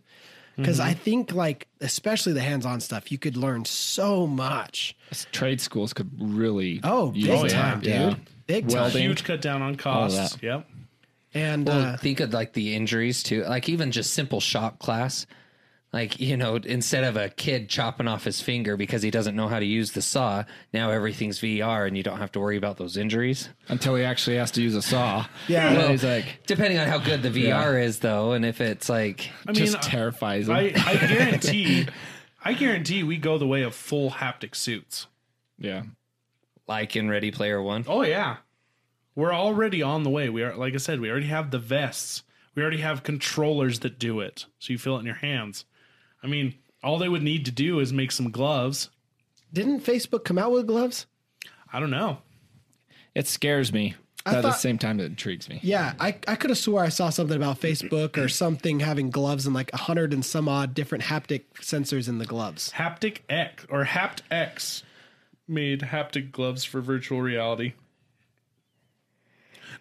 [SPEAKER 4] because I think like especially the hands-on stuff, you could learn so much.
[SPEAKER 1] Trade schools could really.
[SPEAKER 4] Oh,
[SPEAKER 1] use
[SPEAKER 4] big
[SPEAKER 1] it.
[SPEAKER 4] time, dude.
[SPEAKER 1] Yeah.
[SPEAKER 4] Big time.
[SPEAKER 1] Welding.
[SPEAKER 3] Huge cut down on costs.
[SPEAKER 1] that.
[SPEAKER 3] Yep.
[SPEAKER 4] And
[SPEAKER 2] Well,
[SPEAKER 4] uh,
[SPEAKER 2] think of like the injuries too, like even just simple shop class. Like, you know, instead of a kid chopping off his finger because he doesn't know how to use the saw, now everything's VR and you don't have to worry about those injuries.
[SPEAKER 1] Until he actually has to use a saw.
[SPEAKER 4] Yeah.
[SPEAKER 1] And then
[SPEAKER 2] Well,
[SPEAKER 1] he's like,
[SPEAKER 2] depending on how good the VR is, though, and if it's like,
[SPEAKER 3] I mean,
[SPEAKER 1] just terrifies him.
[SPEAKER 3] I, I guarantee, I guarantee we go the way of full haptic suits.
[SPEAKER 1] yeah.
[SPEAKER 2] like in Ready Player One,
[SPEAKER 3] Oh yeah, we're already on the way. We are, like I said, we already have the vests. We already have controllers that do it, so you feel it in your hands. I mean, all they would need to do is make some gloves.
[SPEAKER 4] didn't Facebook come out with gloves?
[SPEAKER 3] I don't know.
[SPEAKER 1] It scares me. But
[SPEAKER 4] I
[SPEAKER 1] at the
[SPEAKER 4] thought-
[SPEAKER 1] same time, it intrigues me.
[SPEAKER 4] Yeah, I, I could have swore I saw something about Facebook or something having gloves and like a hundred and some odd different haptic sensors in the gloves.
[SPEAKER 3] Haptic X or Hapt X made haptic gloves for virtual reality.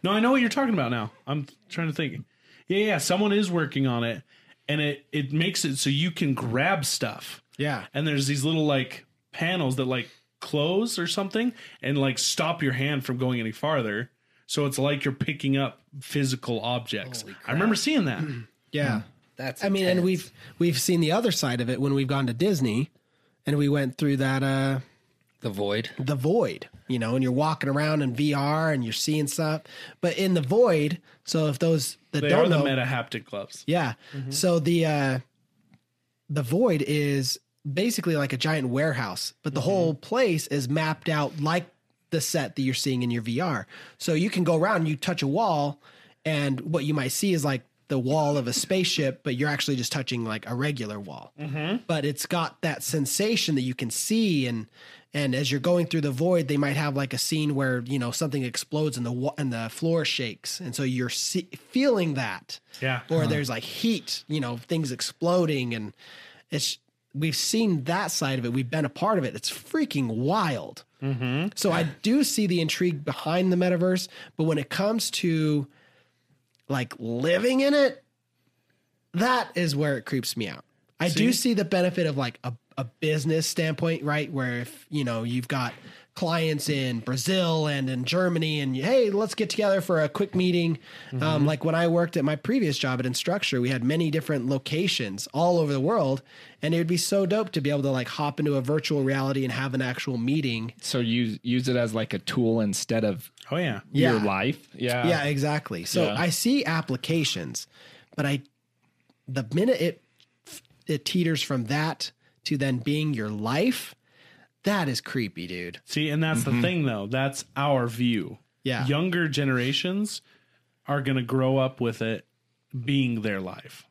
[SPEAKER 3] No, I know what you're talking about now. I'm trying to think. Yeah, yeah, someone is working on it and it it makes it so you can grab stuff.
[SPEAKER 4] Yeah.
[SPEAKER 3] And there's these little like panels that like close or something and like stop your hand from going any farther. So it's like you're picking up physical objects. I remember seeing that.
[SPEAKER 4] Yeah.
[SPEAKER 2] that's.
[SPEAKER 4] I mean, and
[SPEAKER 2] intense.
[SPEAKER 4] we've we've seen the other side of it when we've gone to Disney and we went through that uh
[SPEAKER 2] the void.
[SPEAKER 4] the void, you know, and you're walking around in VR and you're seeing stuff. But in the void, so if those that
[SPEAKER 3] They
[SPEAKER 4] don't
[SPEAKER 3] are
[SPEAKER 4] know
[SPEAKER 3] the meta haptic gloves.
[SPEAKER 4] Yeah. So the uh the void is basically like a giant warehouse, but the whole place is mapped out like the set that you're seeing in your VR. So you can go around, you touch a wall, and what you might see is like the wall of a spaceship, but you're actually just touching like a regular wall. But it's got that sensation that you can see, and and as you're going through the void, they might have like a scene where you know something explodes and the wa- and the floor shakes, and so you're see- feeling that.
[SPEAKER 3] Yeah.
[SPEAKER 4] Or there's like heat, you know, things exploding, and it's we've seen that side of it. We've been a part of it. It's freaking wild. So I do see the intrigue behind the metaverse, but when it comes to like living in it, that is where it creeps me out. I do see the benefit of like a, a business standpoint, right? Where if you know you've got clients in Brazil and in Germany, and hey, let's get together for a quick meeting. Um, like when I worked at my previous job at Instructure, we had many different locations all over the world, and it would be so dope to be able to like hop into a virtual reality and have an actual meeting.
[SPEAKER 1] So use use it as like a tool instead of
[SPEAKER 3] Oh yeah.
[SPEAKER 1] your
[SPEAKER 4] Yeah.
[SPEAKER 1] life. Yeah.
[SPEAKER 4] yeah exactly so i see applications but i the minute it it teeters from that to then being your life that is creepy dude
[SPEAKER 3] See, and that's
[SPEAKER 5] Mm-hmm.
[SPEAKER 3] the thing though. That's our view.
[SPEAKER 4] Yeah.
[SPEAKER 3] Younger generations are going to grow up with it being their life.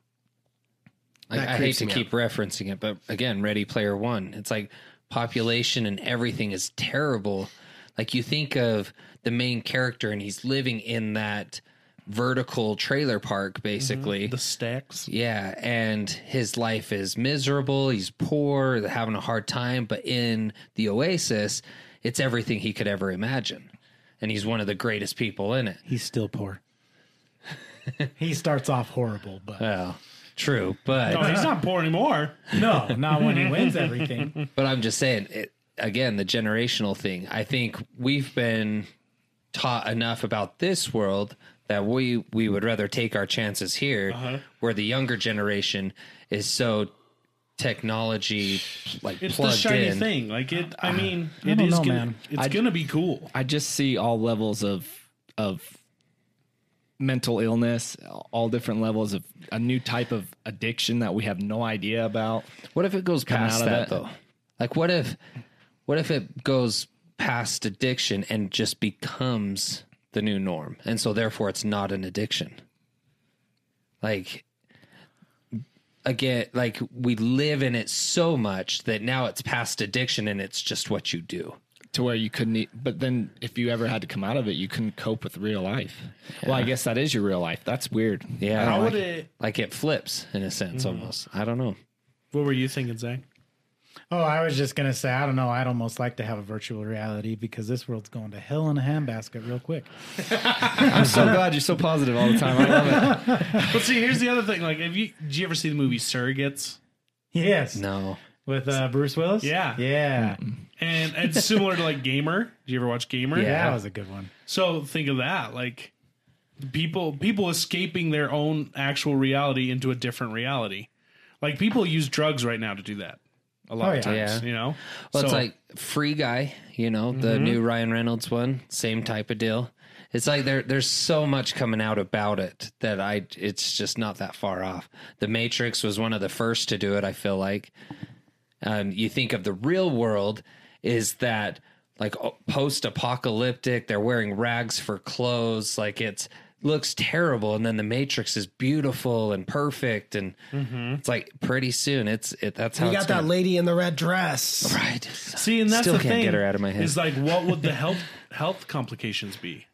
[SPEAKER 2] Like,
[SPEAKER 4] That
[SPEAKER 2] I hate
[SPEAKER 4] creeps
[SPEAKER 2] to
[SPEAKER 4] me
[SPEAKER 2] keep referencing it, but again, Ready Player One. It's like population and everything is terrible. Like you think of the main character and he's living in that vertical trailer park, basically.
[SPEAKER 3] The stacks.
[SPEAKER 2] Yeah, and his life is miserable. He's poor, they're having a hard time. But in the Oasis, it's everything he could ever imagine, and he's one of the greatest people in it.
[SPEAKER 5] He's still poor. he starts off horrible, but
[SPEAKER 2] Well, true, but
[SPEAKER 3] No, Oh, he's not poor anymore.
[SPEAKER 5] no, not when he wins everything.
[SPEAKER 2] But I'm just saying, it, again, the generational thing. I think we've been taught enough about this world that we we would rather take our chances here,
[SPEAKER 3] Uh-huh.
[SPEAKER 2] where the younger generation is so technology like
[SPEAKER 3] It's the
[SPEAKER 2] plugged
[SPEAKER 3] shiny
[SPEAKER 2] in.
[SPEAKER 3] thing. Like it. I mean,
[SPEAKER 5] I
[SPEAKER 3] it
[SPEAKER 5] don't
[SPEAKER 3] is
[SPEAKER 5] know,
[SPEAKER 3] gonna.
[SPEAKER 5] man.
[SPEAKER 3] It's gonna be cool.
[SPEAKER 1] I just see all levels of of mental illness, all different levels of a new type of addiction that we have no idea about.
[SPEAKER 2] What if it goes
[SPEAKER 1] Coming out
[SPEAKER 2] past
[SPEAKER 1] of that.
[SPEAKER 2] that, though? Like, what if what if it goes past addiction and just becomes the new norm, and so therefore it's not an addiction? Like again, like we live in it so much that now it's past addiction and it's just what you do.
[SPEAKER 1] to where you couldn't e- but then if you ever had to come out of it you couldn't cope with real life well i guess that is your real life that's weird
[SPEAKER 2] Yeah,
[SPEAKER 3] How
[SPEAKER 2] like,
[SPEAKER 3] would it?
[SPEAKER 2] like it flips in a sense almost. I don't know.
[SPEAKER 3] What were you thinking, Zach?
[SPEAKER 5] Oh, I was just gonna say, I don't know. I'd almost like to have a virtual reality because this world's going to hell in a handbasket real quick.
[SPEAKER 1] i'm so glad you're so positive all the time i love it
[SPEAKER 3] But see, here's the other thing. Like, have you? Did you ever see the movie Surrogates?
[SPEAKER 5] Yes,
[SPEAKER 2] No,
[SPEAKER 5] with uh, Bruce Willis.
[SPEAKER 3] Yeah.
[SPEAKER 5] yeah,
[SPEAKER 3] And it's similar to like Gamer. Did you ever watch Gamer?
[SPEAKER 5] that was a good one.
[SPEAKER 3] So think of that, like people people escaping their own actual reality into a different reality. Like people use drugs right now to do that. A lot
[SPEAKER 5] Oh,
[SPEAKER 3] of
[SPEAKER 2] yeah.
[SPEAKER 3] times,
[SPEAKER 2] Yeah.
[SPEAKER 3] you know.
[SPEAKER 2] Well, it's
[SPEAKER 3] So-
[SPEAKER 2] like Free Guy, you know,
[SPEAKER 4] Mm-hmm.
[SPEAKER 2] the new Ryan Reynolds one, same type of deal. It's like there there's so much coming out about it that I it's just not that far off. The Matrix was one of the first to do it, I feel like. Um, you think of the real world is that like post apocalyptic, they're wearing rags for clothes, like it's looks terrible and then the matrix is beautiful and perfect and it's like pretty soon it's it that's how
[SPEAKER 4] you
[SPEAKER 2] it's
[SPEAKER 4] Mm-hmm. got that
[SPEAKER 2] gonna-
[SPEAKER 4] lady in the red dress
[SPEAKER 2] right
[SPEAKER 3] see, and that's
[SPEAKER 2] still
[SPEAKER 3] the
[SPEAKER 2] can't
[SPEAKER 3] thing.
[SPEAKER 2] get her out of my head.
[SPEAKER 3] Is like, what would the health health complications be?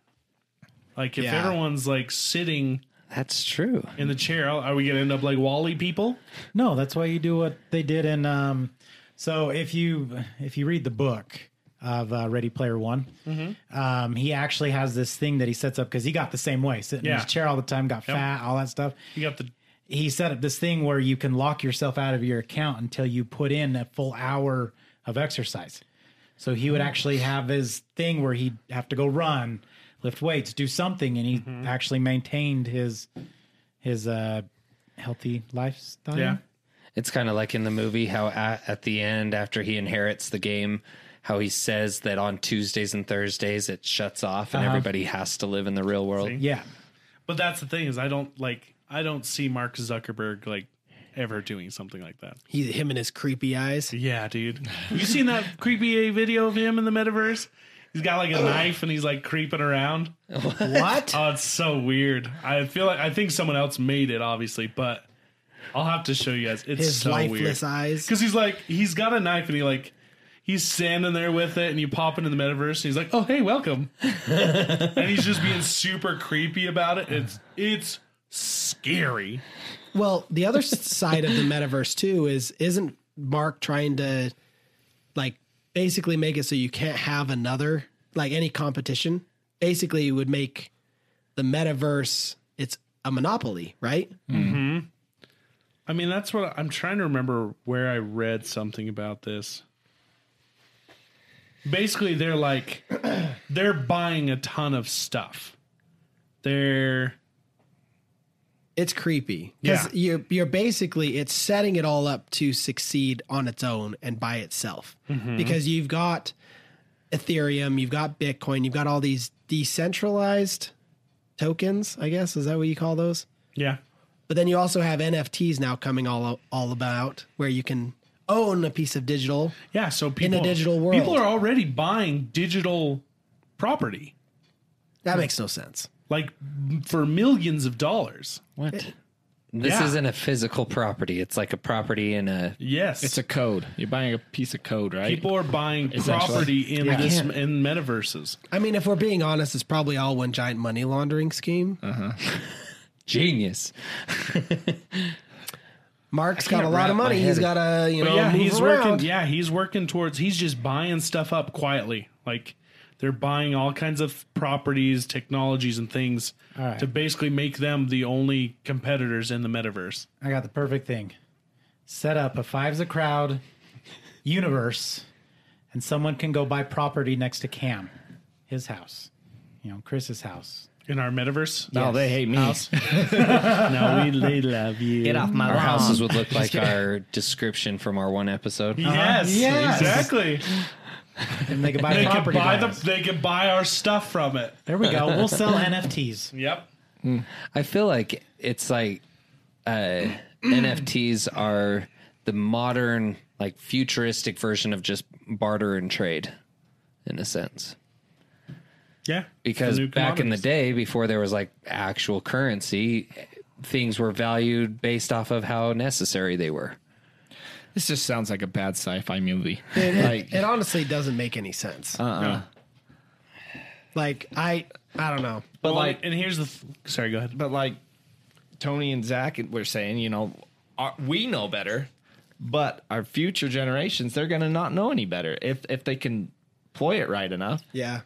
[SPEAKER 3] Like, if
[SPEAKER 4] Yeah.
[SPEAKER 3] everyone's like sitting
[SPEAKER 2] That's true.
[SPEAKER 3] in the chair, are we gonna end up like Wally people?
[SPEAKER 5] No, that's why you do what they did in. Um, so if you if you read the book of uh, Ready Player One,
[SPEAKER 3] Mm-hmm.
[SPEAKER 5] um, he actually has this thing that he sets up because he got the same way, sitting in
[SPEAKER 3] Yeah.
[SPEAKER 5] his chair all the time, got fat, all that stuff.
[SPEAKER 3] You got the
[SPEAKER 5] He set up this thing where you can lock yourself out of your account until you put in a full hour of exercise. So he
[SPEAKER 3] Mm.
[SPEAKER 5] would actually have his thing where he'd have to go run, lift weights, do something, and he
[SPEAKER 3] Mm-hmm.
[SPEAKER 5] actually maintained his his uh, healthy lifestyle.
[SPEAKER 3] yeah.
[SPEAKER 2] It's kind of like in the movie how at, at the end, after he inherits the game, how he says that on Tuesdays and Thursdays it shuts off
[SPEAKER 3] Uh-huh.
[SPEAKER 2] and everybody has to live in the real world.
[SPEAKER 5] Yeah.
[SPEAKER 3] But that's the thing is, I don't like I don't see Mark Zuckerberg like ever doing something like that.
[SPEAKER 4] he him and his creepy eyes
[SPEAKER 3] Yeah, dude. You seen that creepy video of him in the metaverse? He's got like a knife and he's like creeping around.
[SPEAKER 4] What?
[SPEAKER 3] Oh, it's so weird. I feel like I think someone else made it, obviously, but I'll have to show you guys. It's
[SPEAKER 4] His
[SPEAKER 3] so weird.
[SPEAKER 4] lifeless eyes.
[SPEAKER 3] Because he's like, he's got a knife and he like, he's standing there with it, and you pop into the metaverse, and he's like, "Oh, hey, welcome," and he's just being super creepy about it. It's it's scary.
[SPEAKER 4] Well, the other s- side of the metaverse too is isn't Mark trying to like basically make it so you can't have another like any competition? Basically, it would make the metaverse it's a monopoly, right?
[SPEAKER 3] I mean, that's what I'm trying to remember where I read something about this. Basically, they're like they're buying a ton of stuff. They're
[SPEAKER 4] It's creepy because
[SPEAKER 3] Yeah.
[SPEAKER 4] you're you're basically it's setting it all up to succeed on its own and by itself because you've got Ethereum, you've got Bitcoin, you've got all these decentralized tokens. I guess is that what you call those?
[SPEAKER 3] yeah,
[SPEAKER 4] But then you also have NFTs now coming all all about where you can own a piece of digital.
[SPEAKER 3] yeah. So people
[SPEAKER 4] a digital world.
[SPEAKER 3] people are already buying digital property
[SPEAKER 4] That makes no sense.
[SPEAKER 3] like for millions of dollars.
[SPEAKER 2] What? This
[SPEAKER 3] Yeah.
[SPEAKER 2] isn't a physical property. It's like a property in a.
[SPEAKER 3] Yes,
[SPEAKER 1] It's a code. You're buying a piece of code, right?
[SPEAKER 3] people are buying
[SPEAKER 1] Essentially.
[SPEAKER 3] property in this
[SPEAKER 2] can't-
[SPEAKER 3] in metaverses.
[SPEAKER 4] I mean, if we're being honest, it's probably all one giant money laundering scheme.
[SPEAKER 2] Genius.
[SPEAKER 4] Mark's
[SPEAKER 2] can't
[SPEAKER 4] got a lot
[SPEAKER 2] wrap
[SPEAKER 4] of money.
[SPEAKER 2] my head
[SPEAKER 4] He's got to, you
[SPEAKER 3] But
[SPEAKER 4] know,
[SPEAKER 3] yeah,
[SPEAKER 4] move
[SPEAKER 3] he's
[SPEAKER 4] around.
[SPEAKER 3] working. Yeah, he's working towards. He's just buying stuff up quietly. Like they're buying all kinds of properties, technologies, and things
[SPEAKER 5] right.
[SPEAKER 3] to basically make them the only competitors in the metaverse.
[SPEAKER 5] I got the perfect thing. Set up a fives a crowd universe, and someone can go buy property next to Cam, his house, you know, Chris's house.
[SPEAKER 3] In our metaverse,
[SPEAKER 1] No, they hate me.
[SPEAKER 3] no, we they love you.
[SPEAKER 1] Get off my
[SPEAKER 2] Our
[SPEAKER 3] Um,
[SPEAKER 2] houses would look like our description from our one episode.
[SPEAKER 3] Yes,
[SPEAKER 5] Yes.
[SPEAKER 3] exactly.
[SPEAKER 5] And they could buy
[SPEAKER 3] They could
[SPEAKER 5] property.
[SPEAKER 3] buy the,
[SPEAKER 5] from us.
[SPEAKER 3] they could buy our stuff from it.
[SPEAKER 5] there we go. We'll sell NFTs.
[SPEAKER 3] Yep.
[SPEAKER 2] I feel like it's like uh, NFTs are the modern, like futuristic version of just barter and trade, in a sense.
[SPEAKER 3] Yeah.
[SPEAKER 2] Because
[SPEAKER 3] The new
[SPEAKER 2] back in the
[SPEAKER 3] commodities.
[SPEAKER 2] day, before there was like actual currency, things were valued based off of how necessary they were.
[SPEAKER 1] This just sounds like a bad sci-fi movie. like
[SPEAKER 4] It honestly doesn't make any sense.
[SPEAKER 1] uh-uh.
[SPEAKER 4] Like I, I don't know.
[SPEAKER 1] But
[SPEAKER 3] Well,
[SPEAKER 1] like
[SPEAKER 3] and here's the th- sorry. Go ahead.
[SPEAKER 1] but like Tony and Zach were saying, you know, our, we know better, but our future generations they're going to not know any better if if they can ploy it right enough.
[SPEAKER 4] Yeah.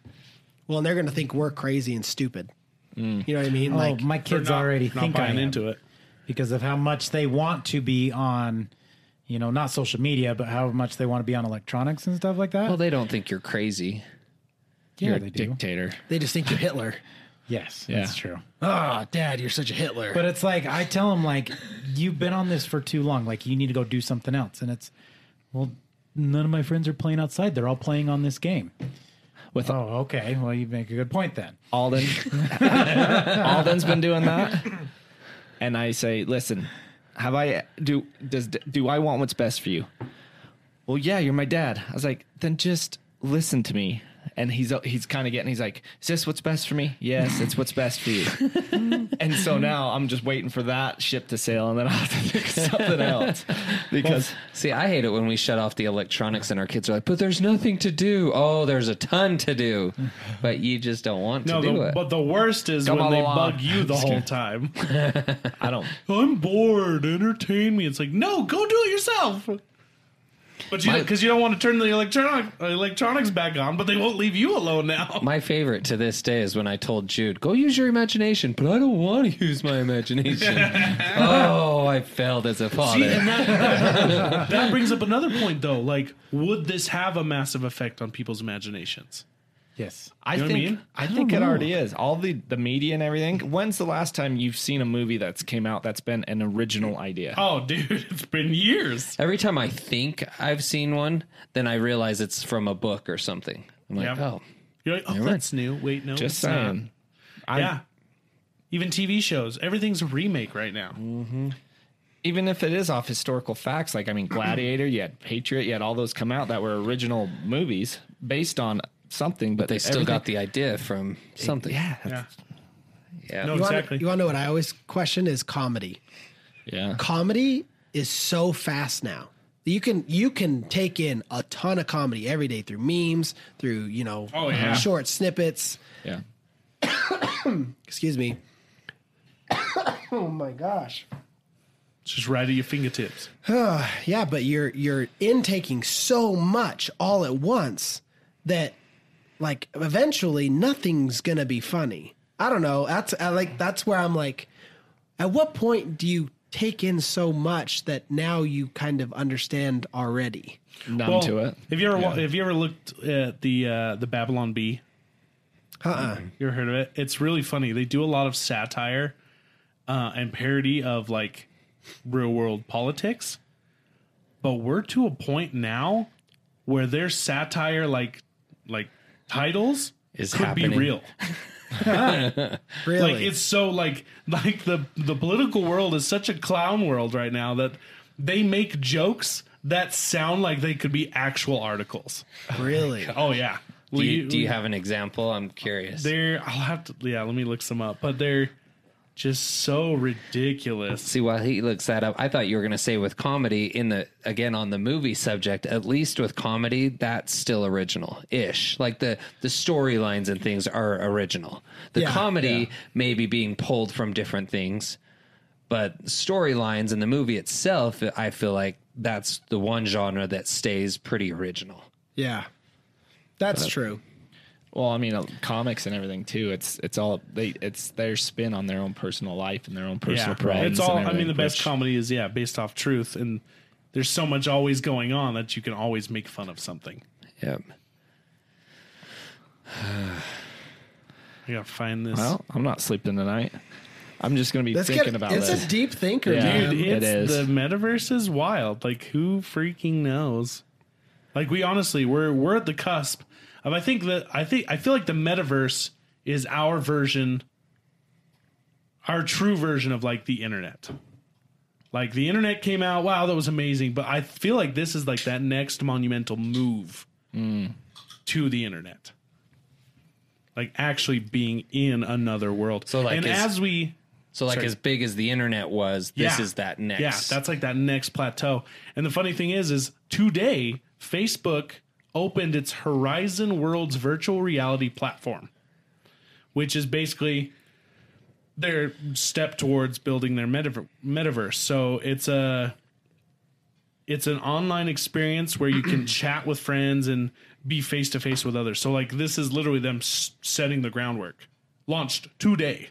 [SPEAKER 4] Well, and they're going to think we're crazy and stupid.
[SPEAKER 3] Mm.
[SPEAKER 4] You know what I mean?
[SPEAKER 5] Oh,
[SPEAKER 4] like
[SPEAKER 5] my kids
[SPEAKER 3] Not-
[SPEAKER 5] already
[SPEAKER 3] not
[SPEAKER 5] think I
[SPEAKER 3] buying
[SPEAKER 5] am
[SPEAKER 3] into it.
[SPEAKER 5] because of how much they want to be on, you know, not social media, but how much they want to be on electronics and stuff like that.
[SPEAKER 2] Well, they don't think you're crazy.
[SPEAKER 5] yeah,
[SPEAKER 1] You're a
[SPEAKER 5] they do.
[SPEAKER 1] dictator.
[SPEAKER 4] they just think you're Hitler.
[SPEAKER 5] Yes,
[SPEAKER 1] Yeah.
[SPEAKER 5] that's true.
[SPEAKER 4] Oh, Dad, you're such a Hitler.
[SPEAKER 5] But it's like I tell them like you've been on this for too long. Like you need to go do something else. And it's well, none of my friends are playing outside. They're all playing on this game.
[SPEAKER 1] With-
[SPEAKER 5] oh, okay. Well, you make a good point then.
[SPEAKER 1] Alden. Alden's been doing that. And I say, "Listen, have I do does do I want what's best for you?" Well, yeah, you're my dad. I was like, "Then just listen to me." And he's he's kind of getting he's like, "Is this what's best for me?" Yes, it's what's best for you. and so now I'm just waiting for that ship to sail and then I'll have to pick something else because
[SPEAKER 2] See, I hate it when we shut off the electronics and our kids are like, "But there's nothing to do." Oh, there's a ton to do, but you just don't want to
[SPEAKER 3] No,
[SPEAKER 2] do
[SPEAKER 3] the,
[SPEAKER 2] it.
[SPEAKER 3] but the worst is
[SPEAKER 1] Come
[SPEAKER 3] when they
[SPEAKER 1] along.
[SPEAKER 3] bug you the whole time.
[SPEAKER 1] I don't
[SPEAKER 3] I'm bored. Entertain me. It's like, no, go do it yourself. But you,
[SPEAKER 2] My-
[SPEAKER 3] because you don't want to turn the electronic electronics back on, but they won't leave you alone now.
[SPEAKER 2] My favorite to this day is when I told Jude, "Go use your imagination," but I don't want to use my imagination. oh, I failed as a father.
[SPEAKER 3] See, and that, that brings up another point, though. Like, would this have a massive effect on people's imaginations?
[SPEAKER 5] Yes.
[SPEAKER 1] I
[SPEAKER 3] You know what I
[SPEAKER 1] think I,
[SPEAKER 3] mean?
[SPEAKER 1] think it already is. All the the media and everything. When's the last time you've seen a movie that's came out that's been an original idea?
[SPEAKER 3] Oh, dude, it's been years.
[SPEAKER 2] Every time I think I've seen one, then I realize it's from a book or something. I'm like,
[SPEAKER 3] Yeah.
[SPEAKER 2] "Oh,
[SPEAKER 3] You're like, oh, that's new. Wait, no,
[SPEAKER 1] Just
[SPEAKER 3] it's not.
[SPEAKER 1] saying. I,
[SPEAKER 3] Yeah, even TV shows, everything's a remake right now.
[SPEAKER 1] Even if it is off historical facts, like I mean, Gladiator, you had Patriot, you had all those come out that were original movies based on something, but
[SPEAKER 2] They still got the idea from something.
[SPEAKER 1] yeah,
[SPEAKER 3] Yeah.
[SPEAKER 2] Yeah.
[SPEAKER 3] No,
[SPEAKER 4] You wanna-
[SPEAKER 3] exactly.
[SPEAKER 4] you want to know what I always question is comedy.
[SPEAKER 1] yeah.
[SPEAKER 4] comedy is so fast now. You can you can take in a ton of comedy every day through memes, through you know
[SPEAKER 3] Oh, yeah.
[SPEAKER 4] short snippets.
[SPEAKER 1] Yeah.
[SPEAKER 4] Excuse me. oh my gosh.
[SPEAKER 3] It's just right at your fingertips.
[SPEAKER 4] Yeah, but you're you're intaking so much all at once that like eventually nothing's gonna be funny. I don't know. That's I like that's where I'm like, at what point do you take in so much that now you kind of understand already?
[SPEAKER 1] Numb
[SPEAKER 3] Well,
[SPEAKER 1] to it.
[SPEAKER 3] Have you ever wa- have you ever looked at the uh, the Babylon Bee?
[SPEAKER 4] Uh-uh.
[SPEAKER 3] You ever heard of it? It's really funny. They do a lot of satire uh, and parody of like real world politics, but we're to a point now where their satire like like titles
[SPEAKER 2] Is
[SPEAKER 3] could be
[SPEAKER 2] happening.
[SPEAKER 3] real.
[SPEAKER 4] Really?
[SPEAKER 3] Like it's so like like the the political world is such a clown world right now that they make jokes that sound like they could be actual articles.
[SPEAKER 4] really?
[SPEAKER 3] Oh yeah.
[SPEAKER 2] Do you, do you have an example? I'm curious.
[SPEAKER 3] They're I'll have to yeah, let me look some up. But they're just so ridiculous.
[SPEAKER 2] See, while he looks that up, I thought you were going to say with comedy in the again on the movie subject. At least with comedy, that's still original ish. Like the the storylines and things are original. The
[SPEAKER 4] Yeah,
[SPEAKER 2] comedy may be being pulled from different things, but storylines in the movie itself, I feel like that's the one genre that stays pretty original.
[SPEAKER 4] Yeah. That's true.
[SPEAKER 1] Well, I mean, uh, comics and everything too. It's it's all they it's their spin on their own personal life and their own personal
[SPEAKER 3] Yeah.
[SPEAKER 1] problems.
[SPEAKER 3] It's all
[SPEAKER 1] and
[SPEAKER 3] I mean the
[SPEAKER 1] everything,
[SPEAKER 3] best
[SPEAKER 1] which-
[SPEAKER 3] comedy is yeah, based off truth and there's so much always going on that you can always make fun of something.
[SPEAKER 2] Yep.
[SPEAKER 3] I gotta find this.
[SPEAKER 1] Well, I'm not sleeping tonight. I'm just gonna be
[SPEAKER 4] That's
[SPEAKER 1] thinking
[SPEAKER 4] good.
[SPEAKER 1] about
[SPEAKER 4] it's
[SPEAKER 1] this.
[SPEAKER 4] a deep thinker,
[SPEAKER 1] Yeah.
[SPEAKER 4] man.
[SPEAKER 3] Dude,
[SPEAKER 1] it
[SPEAKER 3] it's,
[SPEAKER 1] is.
[SPEAKER 3] The metaverse is wild. Like, who freaking knows? Like, we honestly, we're we're at the cusp of. I think that I think I feel like the metaverse is our version, our true version of like the internet. Like the internet came out, wow, that was amazing. But I feel like this is like that next monumental move to the internet. Like actually being in another world.
[SPEAKER 2] So, like,
[SPEAKER 3] and
[SPEAKER 2] is-
[SPEAKER 3] as we
[SPEAKER 2] So, like as big as the internet was, this
[SPEAKER 3] yeah.
[SPEAKER 2] is that next.
[SPEAKER 3] Yeah, that's like that next plateau. And the funny thing is, is today Facebook opened its Horizon Worlds virtual reality platform, which is basically their step towards building their metaver- metaverse. So it's a it's an online experience where you can chat with friends and be face to face with others. So like this is literally them s- setting the groundwork. Launched today.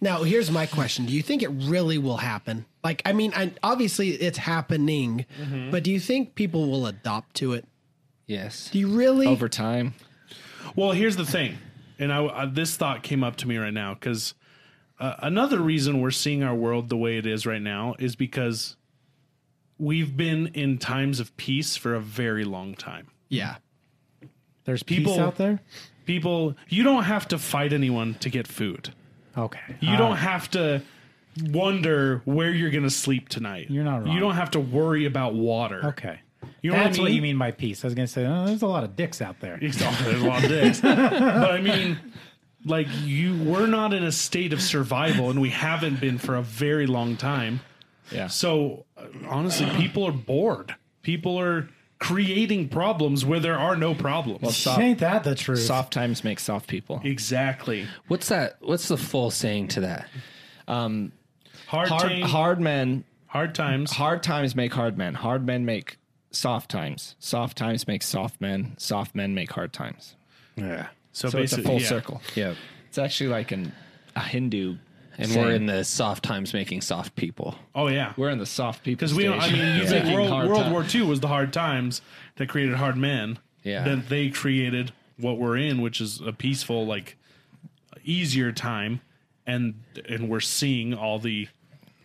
[SPEAKER 4] Now, here's my question: Do you think it really will happen? Like, I mean, I, obviously it's happening,
[SPEAKER 3] Mm-hmm.
[SPEAKER 4] but do you think people will adopt to it?
[SPEAKER 2] yes.
[SPEAKER 4] Do you really?
[SPEAKER 1] over time.
[SPEAKER 3] Well, here's the thing, and I, I- this thought came up to me right now because uh, another reason we're seeing our world the way it is right now is because we've been in times of peace for a very long time.
[SPEAKER 4] yeah.
[SPEAKER 5] There's
[SPEAKER 3] People-
[SPEAKER 5] people out there.
[SPEAKER 3] People, you don't have to fight anyone to get food.
[SPEAKER 5] Okay. Uh,
[SPEAKER 3] You don't have to wonder where you're going to sleep tonight.
[SPEAKER 5] You're not wrong.
[SPEAKER 3] You don't have to worry about water.
[SPEAKER 5] Okay.
[SPEAKER 3] You know
[SPEAKER 5] That's
[SPEAKER 3] what I mean?
[SPEAKER 5] what you mean by peace. I was gonna say, oh, there's a lot of dicks out there.
[SPEAKER 3] Exactly. There's a lot of dicks. but I mean, like you, we're not in a state of survival, and we haven't been for a very long time.
[SPEAKER 1] Yeah.
[SPEAKER 3] So uh, honestly, people are bored. People are creating problems where there are no problems.
[SPEAKER 5] Ain't that the truth?
[SPEAKER 1] Soft times make soft people.
[SPEAKER 3] exactly.
[SPEAKER 2] What's that? What's the full saying to that?
[SPEAKER 3] Hard,
[SPEAKER 1] Hard
[SPEAKER 3] time- hard,
[SPEAKER 1] hard men
[SPEAKER 3] times.
[SPEAKER 1] hard times make hard men. Hard men make soft times. Soft times make soft men. Soft men make hard times.
[SPEAKER 2] Yeah.
[SPEAKER 3] so
[SPEAKER 1] So it's a
[SPEAKER 3] basically,
[SPEAKER 1] full
[SPEAKER 3] yeah.
[SPEAKER 1] circle.
[SPEAKER 2] Yep.
[SPEAKER 1] It's actually like an a Hindu
[SPEAKER 2] And
[SPEAKER 1] saying.
[SPEAKER 2] we're in the soft times making soft people.
[SPEAKER 3] Oh yeah.
[SPEAKER 1] we're in the soft people
[SPEAKER 3] Because we don't. I
[SPEAKER 1] stage.
[SPEAKER 3] mean, you
[SPEAKER 1] Yeah.
[SPEAKER 3] think
[SPEAKER 1] Making
[SPEAKER 3] World,
[SPEAKER 1] hard
[SPEAKER 3] World
[SPEAKER 1] times.
[SPEAKER 3] War II was the hard times that created hard men.
[SPEAKER 2] Yeah.
[SPEAKER 3] That they created what we're in, which is a peaceful, like easier time, and and we're seeing all the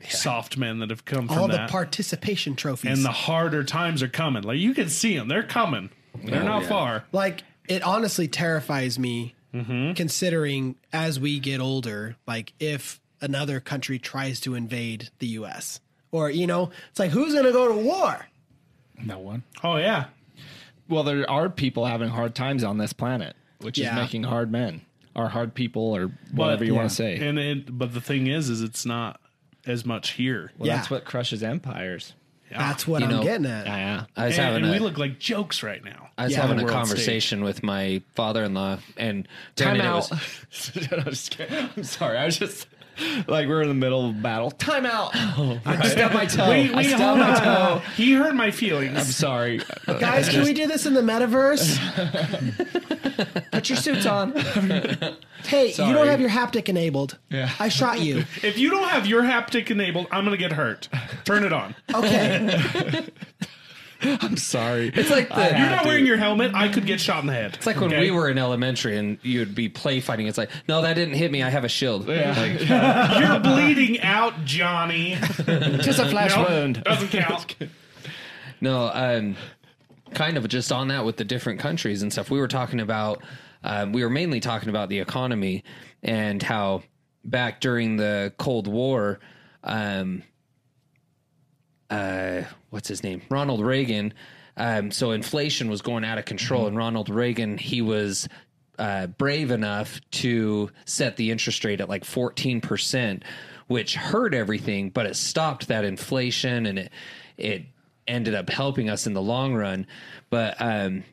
[SPEAKER 3] soft men that have come from
[SPEAKER 4] All the
[SPEAKER 3] that.
[SPEAKER 4] participation trophies.
[SPEAKER 3] and the harder times are coming. Like you can see them; they're coming. They're
[SPEAKER 2] Oh,
[SPEAKER 3] not far.
[SPEAKER 4] like it honestly terrifies me
[SPEAKER 3] Mm-hmm.
[SPEAKER 4] considering as we get older like if another country tries to invade the US or you know it's like who's going to go to war
[SPEAKER 5] No one.
[SPEAKER 3] Oh yeah.
[SPEAKER 1] well, there are people having hard times on this planet, which
[SPEAKER 4] Yeah.
[SPEAKER 1] is making hard men or hard people or whatever you want to say.
[SPEAKER 3] And it, but the thing is, is it's not as much here.
[SPEAKER 1] well,
[SPEAKER 4] Yeah.
[SPEAKER 1] that's what crushes empires.
[SPEAKER 4] That's what
[SPEAKER 2] You
[SPEAKER 4] I'm
[SPEAKER 2] know,
[SPEAKER 4] getting at.
[SPEAKER 1] Yeah.
[SPEAKER 2] I was
[SPEAKER 3] And,
[SPEAKER 2] having
[SPEAKER 3] and
[SPEAKER 2] a,
[SPEAKER 3] we look like jokes right now.
[SPEAKER 2] I was
[SPEAKER 4] Yeah,
[SPEAKER 2] having a
[SPEAKER 3] world
[SPEAKER 2] conversation with my father-in-law, and
[SPEAKER 1] Time
[SPEAKER 2] granted, it
[SPEAKER 1] out.
[SPEAKER 2] was-
[SPEAKER 1] I'm, just kidding. I'm sorry. I was just like we're in the middle of a battle. Time out. I stubbed my toe.
[SPEAKER 3] Wait,
[SPEAKER 1] I
[SPEAKER 3] wait,
[SPEAKER 1] stubbed
[SPEAKER 3] hold
[SPEAKER 1] my toe.
[SPEAKER 3] on. He hurt my feelings.
[SPEAKER 1] I'm sorry.
[SPEAKER 4] Guys, can we do this in the metaverse?
[SPEAKER 1] Put your suits on.
[SPEAKER 4] Hey, you don't
[SPEAKER 1] Sorry.
[SPEAKER 4] have your haptic enabled.
[SPEAKER 1] Yeah.
[SPEAKER 4] I shot you.
[SPEAKER 3] If you don't have your haptic enabled, I'm gonna get hurt. Turn it on.
[SPEAKER 4] Okay.
[SPEAKER 1] I'm sorry.
[SPEAKER 2] it's like the
[SPEAKER 3] You're not wearing your helmet. I could get shot in the head.
[SPEAKER 2] It's like when we were in elementary and you'd be play fighting. It's like, no, that didn't hit me. I have a shield. Like,
[SPEAKER 3] You're bleeding out, Johnny.
[SPEAKER 1] Just a flash
[SPEAKER 3] Nope,
[SPEAKER 1] wound.
[SPEAKER 3] Doesn't count.
[SPEAKER 2] no, um, kind of just on that with the different countries and stuff. We were talking about, um, we were mainly talking about the economy and how back during the Cold War, um, uh, what's his name? Ronald Reagan. Um, so inflation was going out of control, and Ronald Reagan, he was uh, brave enough to set the interest rate at like 14%, which hurt everything, but it stopped that inflation and it, it ended up helping us in the long run. But, um,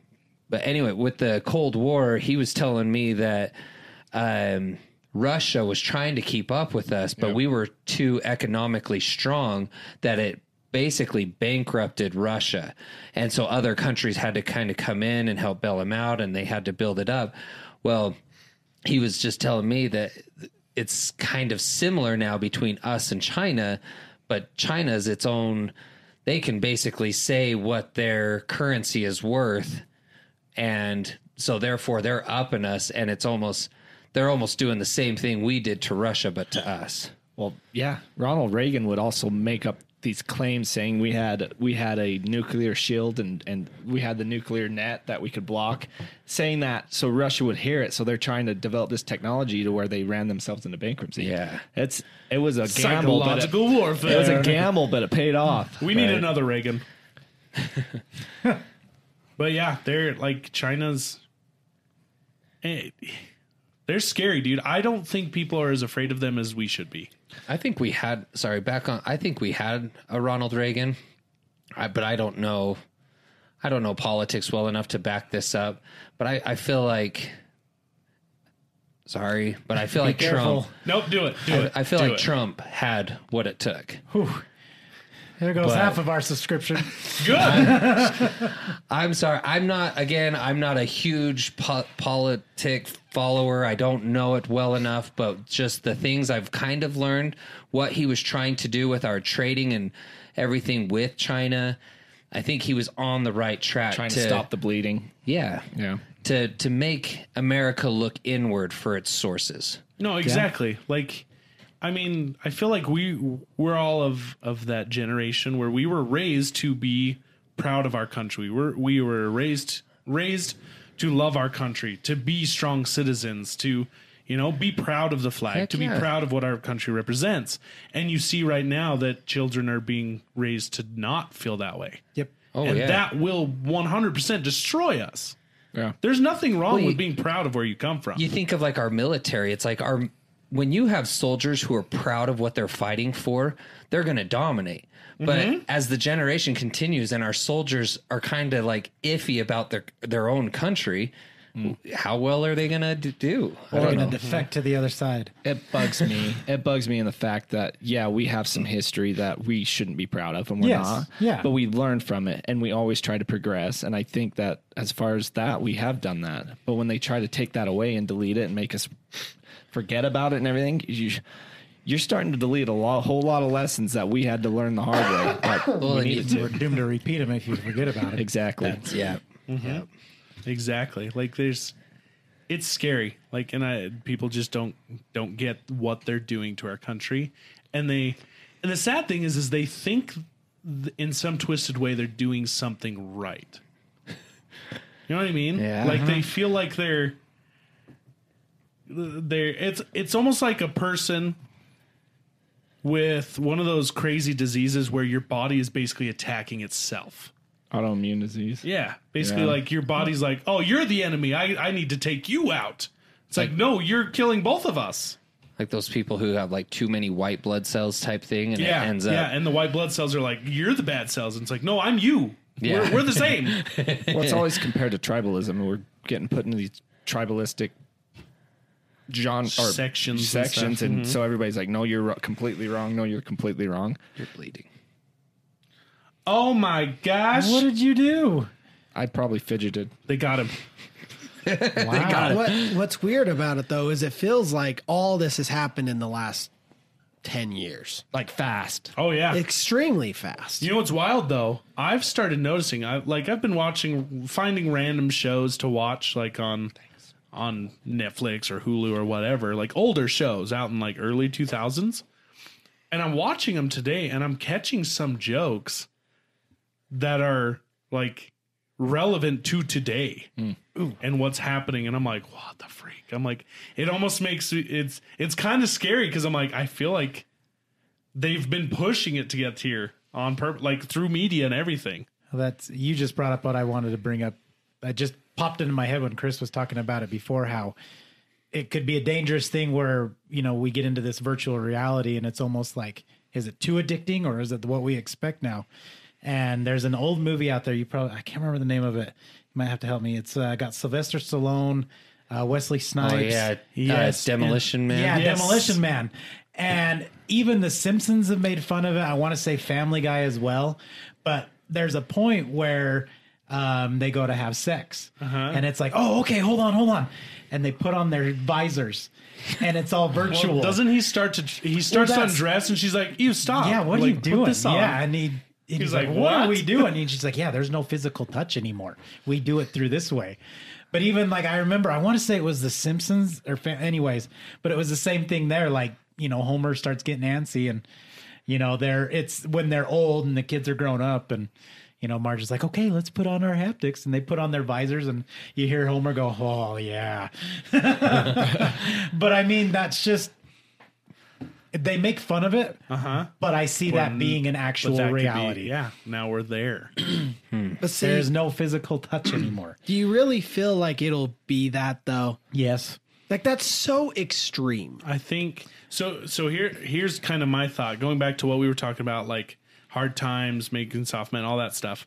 [SPEAKER 2] but anyway, with the Cold War, he was telling me that um, Russia was trying to keep up with us, but we were too economically strong that it basically bankrupted Russia. And so other countries had to kind of come in and help bail them out and they had to build it up. Well, he was just telling me that it's kind of similar now between us and China, but China is its own. They can basically say what their currency is worth and so therefore they're upping us and it's almost they're almost doing the same thing we did to russia but to us
[SPEAKER 1] Well, yeah, Ronald Reagan would also make up these claims saying we had we had a nuclear shield and and we had the nuclear net that we could block, saying that so Russia would hear it. So they're trying to develop this technology to where they ran themselves into bankruptcy.
[SPEAKER 2] Yeah.
[SPEAKER 1] it's it was a gamble, but it,
[SPEAKER 3] Psychological warfare.
[SPEAKER 1] it was a gamble, but it paid off.
[SPEAKER 3] We need another Reagan. but yeah, they're like China's. eh, they're scary, dude. I don't think people are as afraid of them as we should be.
[SPEAKER 2] i think we had sorry back on i think we had a ronald reagan I, but i don't know i don't know politics well enough to back this up but i, I feel like sorry but i feel like trump
[SPEAKER 3] Nope, do it. Do it.
[SPEAKER 2] i feel
[SPEAKER 3] do
[SPEAKER 2] like
[SPEAKER 3] it.
[SPEAKER 2] trump had what it took
[SPEAKER 5] There goes
[SPEAKER 2] But-
[SPEAKER 5] half of our subscription.
[SPEAKER 3] Good.
[SPEAKER 2] I'm sorry. I'm not. Again, I'm not a huge po- politic follower. I don't know it well enough, but just the things I've kind of learned, what he was trying to do with our trading and everything with China, I think he was on the right track.
[SPEAKER 1] trying to stop the bleeding.
[SPEAKER 2] yeah,
[SPEAKER 1] Yeah.
[SPEAKER 2] to to make America look inward for its sources.
[SPEAKER 3] No, exactly. Like, I mean, I feel like we we're all of of that generation where we were raised to be proud of our country. We're we were raised raised to love our country, to be strong citizens, to you know be proud of the flag, to be
[SPEAKER 2] yeah.
[SPEAKER 3] proud of what our country represents. And you see right now that children are being raised to not feel that way.
[SPEAKER 5] yep.
[SPEAKER 2] Oh
[SPEAKER 3] and
[SPEAKER 2] yeah,
[SPEAKER 3] that will 100% destroy us.
[SPEAKER 1] Yeah.
[SPEAKER 3] There's nothing wrong
[SPEAKER 2] you-
[SPEAKER 3] with being proud of where you come from.
[SPEAKER 2] you think of like our military it's like our when you have soldiers who are proud of what they're fighting for they're going to dominate but
[SPEAKER 3] Mm-hmm.
[SPEAKER 2] as the generation continues and our soldiers are kind of like iffy about their their own country
[SPEAKER 3] Mm.
[SPEAKER 2] how well are they going to do I
[SPEAKER 5] We're
[SPEAKER 2] don't
[SPEAKER 5] going
[SPEAKER 2] know.
[SPEAKER 5] to defect to the other side.
[SPEAKER 1] It bugs me. it bugs me in the fact that yeah, we have some history that we shouldn't be proud of, and we're
[SPEAKER 5] Yes,
[SPEAKER 1] not.
[SPEAKER 5] yeah.
[SPEAKER 1] But we learn from it, and we always try to progress. And I think that as far as that, we have done that. But when they try to take that away and delete it and make us forget about it and everything, you. You're starting to delete a lot, whole lot of lessons that we had to learn the hard way. Like,
[SPEAKER 2] Well,
[SPEAKER 1] we
[SPEAKER 2] and you-
[SPEAKER 1] needed to-
[SPEAKER 5] We're doomed to repeat them if you forget about it.
[SPEAKER 1] exactly.
[SPEAKER 2] yeah
[SPEAKER 3] Exactly. Like there's it's scary. Like and I people just don't don't get what they're doing to our country. And they and the sad thing is is they think th- in some twisted way they're doing something right. You know what I mean?
[SPEAKER 2] Yeah.
[SPEAKER 3] Like they feel like they're they're it's it's almost like a person with one of those crazy diseases where your body is basically attacking itself.
[SPEAKER 1] autoimmune disease.
[SPEAKER 3] Yeah, basically,
[SPEAKER 1] Yeah.
[SPEAKER 3] like your body's like, oh, you're the enemy. I I need to take you out. It's like, no, you're killing both of us.
[SPEAKER 2] like those people who have like too many white blood cells type thing, and
[SPEAKER 3] Yeah,
[SPEAKER 2] it ends
[SPEAKER 3] yeah,
[SPEAKER 2] up
[SPEAKER 3] and the white blood cells are like, you're the bad cells. And it's like, no, I'm you.
[SPEAKER 2] Yeah.
[SPEAKER 3] We're, we're the same.
[SPEAKER 1] Well, it's always compared to tribalism. We're getting put into these tribalistic genre or
[SPEAKER 3] Sections and
[SPEAKER 1] sections,
[SPEAKER 3] stuff.
[SPEAKER 1] and, Mm-hmm. so everybody's like, "No, you're ro- completely wrong. No, you're completely wrong."
[SPEAKER 2] you're bleeding.
[SPEAKER 3] oh my gosh,
[SPEAKER 5] What did you do?
[SPEAKER 1] I probably fidgeted.
[SPEAKER 3] they got him.
[SPEAKER 4] What What's weird about it though is it feels like all this has happened in the last ten years,
[SPEAKER 1] like fast.
[SPEAKER 3] Oh yeah.
[SPEAKER 4] extremely fast.
[SPEAKER 3] You know what's wild though? I've started noticing. I like I've been watching, finding random shows to watch, like on on Netflix or Hulu or whatever, like older shows out in like early two thousands. And I'm watching them today, and I'm catching some jokes that are like relevant to today and what's happening. And I'm like, what the freak? I'm like, it almost makes me- it's it's kind of scary because I'm like, I feel like they've been pushing it to get here on purpose, like through media and everything.
[SPEAKER 5] That's you just brought up what I wanted to bring up. I just popped into my head when Chris was talking about it before how it could be a dangerous thing where, you know, we get into this virtual reality and it's almost like is it too addicting or is it what we expect now? And there's an old movie out there. You probably I can't remember the name of it. You might have to help me. It's uh, got Sylvester Stallone, uh, Wesley Snipes.
[SPEAKER 2] yeah. Uh, Demolition
[SPEAKER 5] and-
[SPEAKER 2] Man.
[SPEAKER 5] Yeah,
[SPEAKER 3] Yes.
[SPEAKER 5] Demolition Man. And even The Simpsons have made fun of it. I want to say Family Guy as well. But there's a point where um, they go to have sex.
[SPEAKER 3] Uh-huh.
[SPEAKER 5] And it's like, oh, okay, hold on, hold on. And they put on their visors and it's all virtual.
[SPEAKER 3] Doesn't he start to? He starts to
[SPEAKER 5] that's-
[SPEAKER 3] undress, and she's like, "You stop!
[SPEAKER 5] yeah, what are
[SPEAKER 3] Like,
[SPEAKER 5] you
[SPEAKER 3] put
[SPEAKER 5] doing?
[SPEAKER 3] this on.
[SPEAKER 5] Yeah, and he, and he's,
[SPEAKER 3] like,
[SPEAKER 5] like, what? are
[SPEAKER 3] "What?"
[SPEAKER 5] we doing? And she's like, yeah, there's no physical touch anymore. We do it through this way. But even like, I remember, I want to say it was The Simpsons or, fa- anyways, but it was the same thing there. Like, you know, Homer starts getting antsy and, you know, they're, it's when they're old and the kids are grown up and, you know, Marge is like, okay, let's put on our haptics. And they put on their visors, and you hear Homer go, oh, yeah. but I mean, that's just, they make fun of it. But I see that being an
[SPEAKER 3] But
[SPEAKER 5] actual
[SPEAKER 3] Uh-huh. that could be-
[SPEAKER 5] reality.
[SPEAKER 3] yeah, now we're there.
[SPEAKER 4] But see,
[SPEAKER 5] There's no physical touch anymore.
[SPEAKER 4] do you really feel like it'll be that though?
[SPEAKER 5] yes.
[SPEAKER 4] Like that's so extreme.
[SPEAKER 3] I think so. So here, here's kind of my thought. Going back to what we were talking about, like hard times, making soft men, all that stuff.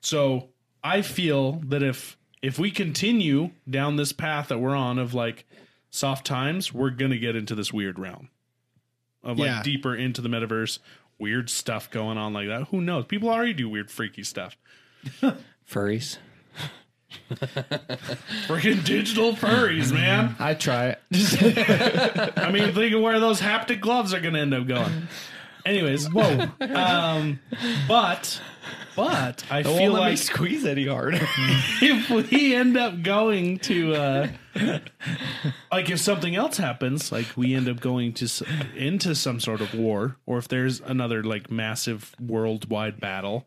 [SPEAKER 3] So I feel that if if we continue down this path that we're on of like soft times, we're gonna get into this weird realm of like
[SPEAKER 4] Yeah.
[SPEAKER 3] deeper into the metaverse, weird stuff going on like that. Who knows? People already do weird, freaky stuff.
[SPEAKER 2] Furries.
[SPEAKER 3] Freaking digital furries, man.
[SPEAKER 1] I try it.
[SPEAKER 3] I mean, think of where those haptic gloves are going to end up going. Anyways, whoa. Um, but, but I
[SPEAKER 1] Don't
[SPEAKER 3] feel
[SPEAKER 1] let me
[SPEAKER 3] like
[SPEAKER 1] squeeze any harder.
[SPEAKER 3] if we end up going to, uh, like, if something else happens, like we end up going to s- into some sort of war, or if there's another like massive worldwide battle,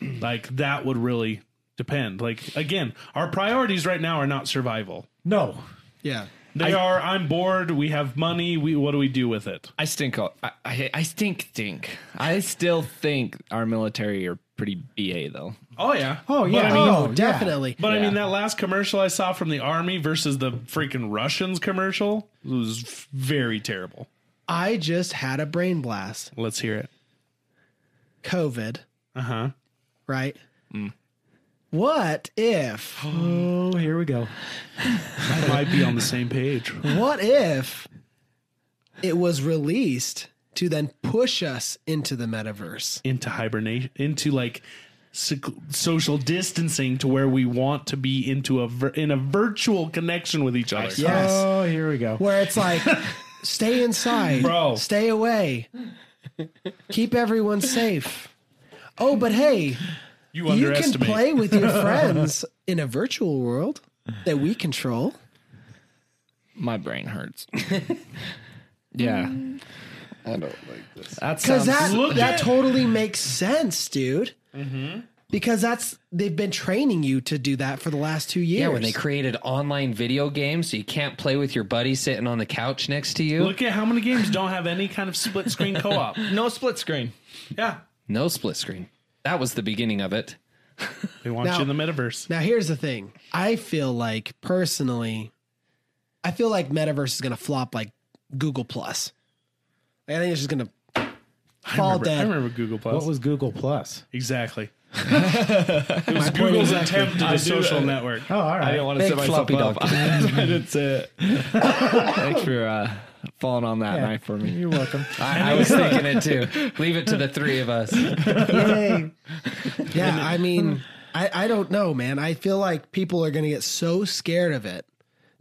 [SPEAKER 3] like that would really depend. Like again, our priorities right now are not survival.
[SPEAKER 5] No.
[SPEAKER 4] Yeah.
[SPEAKER 3] They are. I'm bored. We have money. We what do we do with it?
[SPEAKER 1] I stink. all- I, I I stink. Think. I still think our military are pretty ba though.
[SPEAKER 3] Oh yeah.
[SPEAKER 5] Oh, yeah.
[SPEAKER 3] But I mean,
[SPEAKER 5] oh,
[SPEAKER 4] Oh, definitely.
[SPEAKER 3] But I
[SPEAKER 1] Yeah.
[SPEAKER 3] mean, that last commercial I saw from the army versus the freaking Russians commercial was f- very terrible.
[SPEAKER 4] I just had a brain blast.
[SPEAKER 3] Let's hear it.
[SPEAKER 4] COVID,
[SPEAKER 3] Uh huh.
[SPEAKER 4] right? What if?
[SPEAKER 5] Oh, here we go.
[SPEAKER 3] I might be on the same page.
[SPEAKER 4] What if it was released to then push us into the metaverse?
[SPEAKER 3] Into hibernation, into like sec- social distancing to where we want to be into a vir- in a virtual connection with each other.
[SPEAKER 4] Yes.
[SPEAKER 5] Oh, here we go.
[SPEAKER 4] Where it's like, stay inside,
[SPEAKER 3] Bro.
[SPEAKER 4] stay away, keep everyone safe. Oh, but hey,
[SPEAKER 3] You
[SPEAKER 4] you can
[SPEAKER 3] underestimate.
[SPEAKER 4] play with your friends in a virtual world that we control.
[SPEAKER 1] My brain hurts. yeah. I don't like this. That
[SPEAKER 4] Because
[SPEAKER 1] sounds.
[SPEAKER 4] that
[SPEAKER 3] Look
[SPEAKER 4] that
[SPEAKER 3] at-
[SPEAKER 4] totally makes sense, dude. Mm-hmm. Because that's they've been training you to do that for the last two years.
[SPEAKER 2] Yeah, when they created online video games, so you can't play with your buddy sitting on the couch next to you.
[SPEAKER 3] Look at how many games don't have any kind of split screen co op.
[SPEAKER 1] no split screen.
[SPEAKER 3] Yeah.
[SPEAKER 2] No split screen. That was the beginning of it.
[SPEAKER 3] They want
[SPEAKER 4] Now-
[SPEAKER 3] you in the metaverse.
[SPEAKER 4] Now here's the thing. I feel like personally, I feel like metaverse is gonna flop like Google Plus. Like, I think it's just gonna fall
[SPEAKER 3] I remember,
[SPEAKER 4] dead.
[SPEAKER 3] I remember Google Plus.
[SPEAKER 5] What was Google Plus?
[SPEAKER 3] exactly. it was Google's attempt at a social network.
[SPEAKER 5] Oh, all
[SPEAKER 1] I
[SPEAKER 5] right.
[SPEAKER 1] didn't want to
[SPEAKER 2] Big
[SPEAKER 1] set myself
[SPEAKER 2] floppy
[SPEAKER 1] up. I didn't say it. Thanks for uh, falling on that
[SPEAKER 5] Yeah.
[SPEAKER 1] knife for me.
[SPEAKER 5] You're welcome.
[SPEAKER 2] I, I was thinking it too. Leave it to the three of us.
[SPEAKER 4] Yeah, I mean, I, I don't know, man. I feel like people are going to get so scared of it,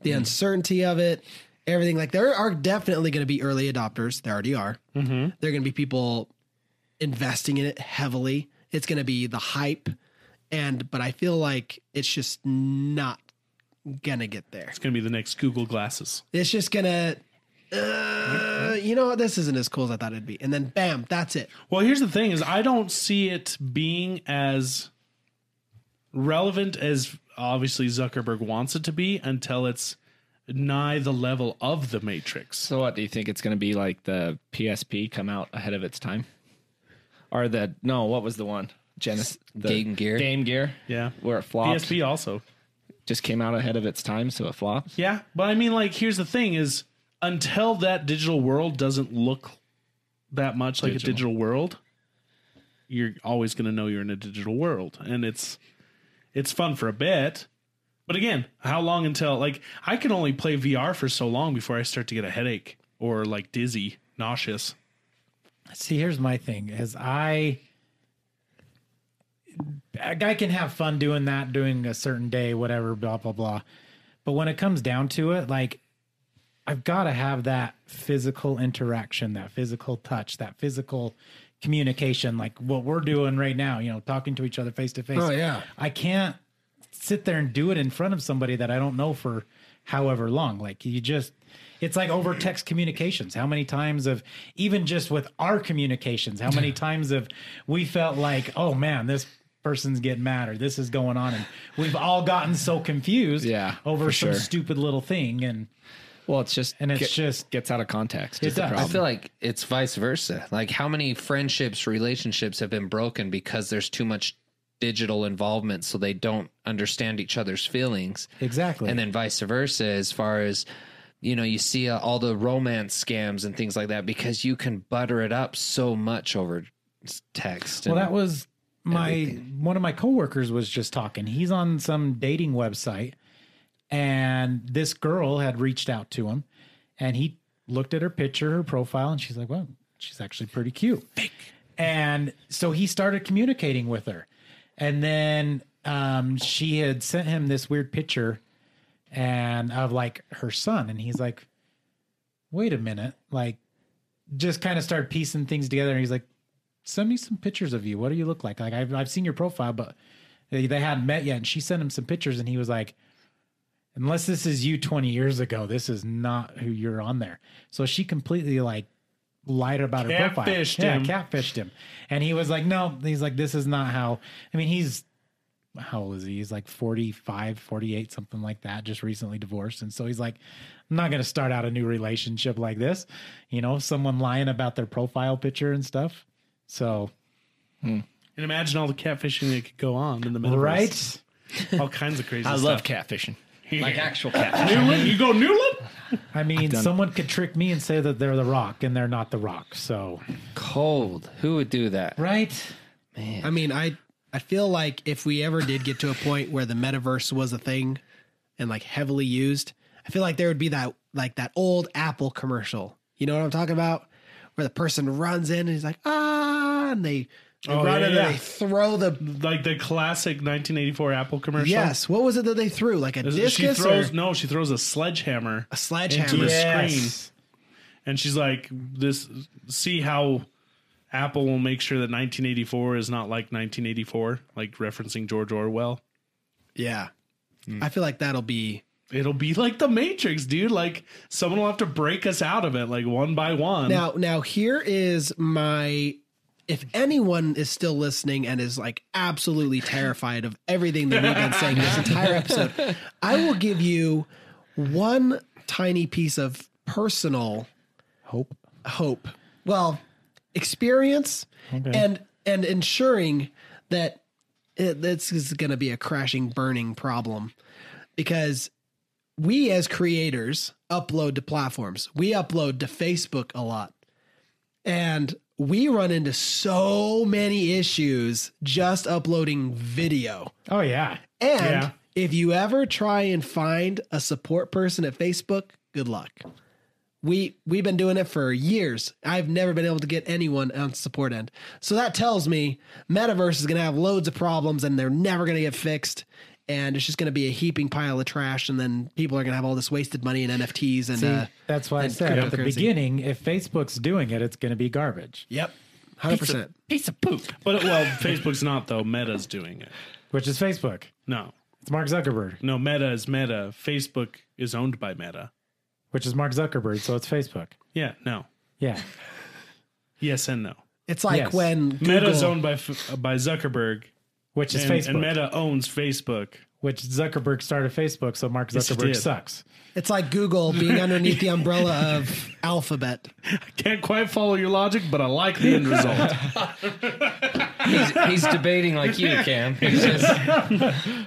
[SPEAKER 4] the uncertainty of it, everything. Like there are definitely going to be early adopters. There already are. Mm-hmm. There are going to be people investing in it heavily. It's going to be the hype, and but I feel like it's just not gonna get there.
[SPEAKER 3] It's going to be the next Google glasses.
[SPEAKER 4] It's just gonna. Uh, you know what? This isn't as cool as I thought it'd be. And then, bam! That's it.
[SPEAKER 3] Well, here's the thing: is I don't see it being as relevant as obviously Zuckerberg wants it to be until it's nigh the level of the Matrix.
[SPEAKER 1] So, what do you think it's going to be like? The PSP come out ahead of its time, or the no? What was the one? Genesis the
[SPEAKER 2] Game Gear.
[SPEAKER 1] Game Gear.
[SPEAKER 3] Yeah.
[SPEAKER 1] where it flopped.
[SPEAKER 3] PSP also.
[SPEAKER 1] just came out ahead of its time, so it flopped.
[SPEAKER 3] Yeah, but I mean, like, here's the thing: is until that digital world doesn't look that much like a digital world, you're always going to know you're in a digital world, and it's it's fun for a bit. But again, how long until like I can only play VR for so long before I start to get a headache or like dizzy, nauseous.
[SPEAKER 5] See, here's my thing: is I a guy can have fun doing that, doing a certain day, whatever, blah blah blah. But when it comes down to it, like I've got to have that physical interaction, that physical touch, that physical communication, like what we're doing right now. You know, talking to each other face to face.
[SPEAKER 4] Oh, yeah.
[SPEAKER 5] I can't sit there and do it in front of somebody that I don't know for however long. Like you just it's like over text communications. How many times of even just with our communications, how many times of we felt like, oh man, this person's getting mad or this is going on and we've all gotten so confused
[SPEAKER 1] Yeah,
[SPEAKER 5] over
[SPEAKER 1] for
[SPEAKER 5] some
[SPEAKER 1] sure.
[SPEAKER 5] stupid little thing and
[SPEAKER 1] Well, it's just
[SPEAKER 5] And it's just-
[SPEAKER 1] gets out of context. Is
[SPEAKER 5] It
[SPEAKER 1] the
[SPEAKER 5] does. I
[SPEAKER 1] problem.
[SPEAKER 2] I feel like it's vice versa. Like how many friendships, relationships have been broken because there's too much digital involvement so they don't understand each other's feelings.
[SPEAKER 5] Exactly.
[SPEAKER 2] And then vice versa as far as you know, you see uh, all the romance scams and things like that because you can butter it up so much over s- text.
[SPEAKER 5] Well,
[SPEAKER 2] and-
[SPEAKER 5] that was my
[SPEAKER 2] everything.
[SPEAKER 5] one of my coworkers was just talking. He's on some dating website, and this girl had reached out to him, and he looked at her picture, her profile, and she's like, "Well, she's actually pretty cute." And so he started communicating with her, and then um, she had sent him this weird picture, and of like her son, and he's like, "Wait a minute!" Like, just kind of started piecing things together, and he's like send me some pictures of you. What do you look like? Like I've I've seen your profile, but they, they hadn't met yet. And she sent him some pictures, and he was like, "Unless this is you 20 years ago, this is not who you're on there." So she completely like lied about her profile.
[SPEAKER 3] Catfished
[SPEAKER 5] yeah,
[SPEAKER 3] him.
[SPEAKER 5] catfished him, and he was like, "No." He's like, "This is not how." I mean, he's how old is he? He's like 45, 48, something like that, just recently divorced. And so he's like, I'm not going to start out a new relationship like this. You know, someone lying about their profile picture and stuff. So,
[SPEAKER 3] And imagine all the catfishing that could go on in the metaverse.
[SPEAKER 5] right?
[SPEAKER 3] All kinds of crazy
[SPEAKER 1] I
[SPEAKER 3] stuff.
[SPEAKER 1] love catfishing. Like actual catfish.
[SPEAKER 3] Newland? You go Newland?
[SPEAKER 5] I mean, someone could trick me and say that they're the rock and they're not the rock. So,
[SPEAKER 2] cold. Who would do that?
[SPEAKER 5] right?
[SPEAKER 4] I mean, I I feel like if we ever did get to a point where the metaverse was a thing and like heavily used, I feel like there would be that like that old Apple commercial. You know what I'm talking about? Where the person runs in and he's like, ah, and they, they
[SPEAKER 3] Oh,
[SPEAKER 4] run
[SPEAKER 3] yeah,
[SPEAKER 4] in
[SPEAKER 3] yeah.
[SPEAKER 4] and they throw the
[SPEAKER 3] Like the classic 1984 Apple commercial.
[SPEAKER 4] yes. What was it that they threw? Like a
[SPEAKER 3] She
[SPEAKER 4] discus
[SPEAKER 3] throws
[SPEAKER 4] or
[SPEAKER 3] no, she throws a sledgehammer
[SPEAKER 4] a
[SPEAKER 3] into
[SPEAKER 4] sledgehammer?
[SPEAKER 3] the screen, and she's like, "This, see how Apple will make sure that 1984 is not like 1984, like referencing George Orwell.
[SPEAKER 4] Yeah,
[SPEAKER 3] Hmm.
[SPEAKER 4] I feel like that'll be.
[SPEAKER 3] It'll be like the Matrix, dude. Like someone will have to break us out of it, like one by one.
[SPEAKER 4] Now, now here is my. If anyone is still listening and is like absolutely terrified of everything that we've been saying this entire episode, I will give you one tiny piece of personal
[SPEAKER 5] Hope.
[SPEAKER 4] hope. Well, experience and and ensuring that it, this is going to be a crashing, burning problem because we as creators upload to platforms. We upload to Facebook a lot. And we run into so many issues just uploading video.
[SPEAKER 5] Oh yeah.
[SPEAKER 4] And
[SPEAKER 5] Yeah.
[SPEAKER 4] if you ever try and find a support person at Facebook, good luck. We we've been doing it for years. I've never been able to get anyone on support end. So that tells me metaverse is going to have loads of problems and they're never going to get fixed and it's just going to be a heaping pile of trash and then people are going to have all this wasted money in NFTs and uh,
[SPEAKER 5] That's why I
[SPEAKER 4] and
[SPEAKER 5] said at the
[SPEAKER 4] cryptocurrency.
[SPEAKER 5] beginning, if Facebook's doing it, it's going to be garbage,
[SPEAKER 4] Yep. 100%.
[SPEAKER 6] Piece of poop.
[SPEAKER 3] But well, Facebook's not though. Meta's doing it.
[SPEAKER 5] which is Facebook.
[SPEAKER 3] No,
[SPEAKER 5] It's Mark Zuckerberg,
[SPEAKER 3] no. Meta is Meta. Facebook is owned by Meta.
[SPEAKER 5] which is Mark Zuckerberg, so it's Facebook.
[SPEAKER 3] Yeah. No. E
[SPEAKER 5] Yeah.
[SPEAKER 3] Yes and no.
[SPEAKER 4] It's like
[SPEAKER 5] Yes.
[SPEAKER 4] when
[SPEAKER 3] Meta's
[SPEAKER 4] Google-
[SPEAKER 3] owned by F- by Zuckerberg,
[SPEAKER 5] Which is
[SPEAKER 3] and,
[SPEAKER 5] Facebook.
[SPEAKER 3] and Meta owns Facebook.
[SPEAKER 5] which Zuckerberg started Facebook, so Mark
[SPEAKER 3] Yes, he
[SPEAKER 5] Zuckerberg
[SPEAKER 3] did.
[SPEAKER 5] sucks.
[SPEAKER 4] It's like Google being underneath the umbrella of Alphabet.
[SPEAKER 3] Can't quite follow your logic, but I like the end result.
[SPEAKER 2] He's, he's debating like you, Cam. He's just,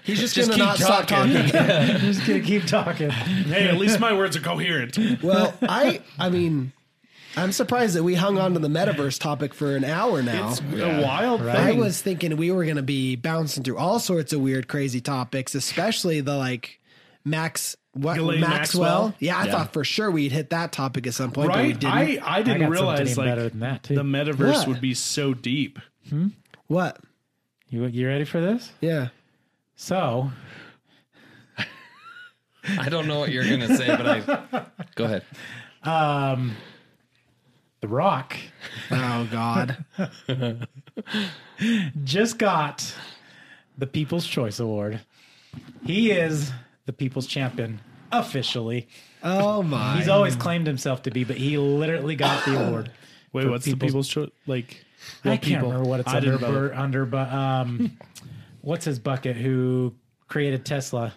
[SPEAKER 4] He's
[SPEAKER 2] Just
[SPEAKER 4] just, going to
[SPEAKER 2] keep
[SPEAKER 4] not stop
[SPEAKER 2] talking.
[SPEAKER 4] talking.
[SPEAKER 5] Just gonna keep talking.
[SPEAKER 3] hey, at least my words are coherent.
[SPEAKER 4] Well, I I mean, I'm surprised that we hung on to the metaverse topic for an hour now.
[SPEAKER 3] It's a wild
[SPEAKER 4] I
[SPEAKER 3] thing.
[SPEAKER 4] was thinking we were going to be bouncing through all sorts of weird, crazy topics, especially the like Max what
[SPEAKER 3] Ghislaine
[SPEAKER 4] Maxwell.
[SPEAKER 3] Maxwell?
[SPEAKER 4] Yeah, I thought for sure we'd hit that topic at some point, but we
[SPEAKER 3] right?
[SPEAKER 4] didn't.
[SPEAKER 3] I, I
[SPEAKER 5] I
[SPEAKER 3] didn't
[SPEAKER 5] got
[SPEAKER 3] realize
[SPEAKER 5] something
[SPEAKER 3] like
[SPEAKER 5] better than that too.
[SPEAKER 3] the metaverse
[SPEAKER 4] What?
[SPEAKER 3] would be so deep.
[SPEAKER 4] what?
[SPEAKER 5] you, you ready for this?
[SPEAKER 4] Yeah.
[SPEAKER 5] So
[SPEAKER 2] I don't know what you're gonna say, but I go ahead.
[SPEAKER 5] The Rock
[SPEAKER 4] Oh God.
[SPEAKER 5] just got the People's Choice Award. He is the People's Champion officially.
[SPEAKER 4] Oh my.
[SPEAKER 5] He's always claimed himself to be, but he literally got the award.
[SPEAKER 3] Wait,
[SPEAKER 5] for
[SPEAKER 3] what's the people's choice? Like,
[SPEAKER 5] I
[SPEAKER 3] what
[SPEAKER 5] can't remember what it's
[SPEAKER 3] I
[SPEAKER 5] under,
[SPEAKER 3] didn't vote.
[SPEAKER 5] bur, under, but um, what's his bucket? Who created Tesla?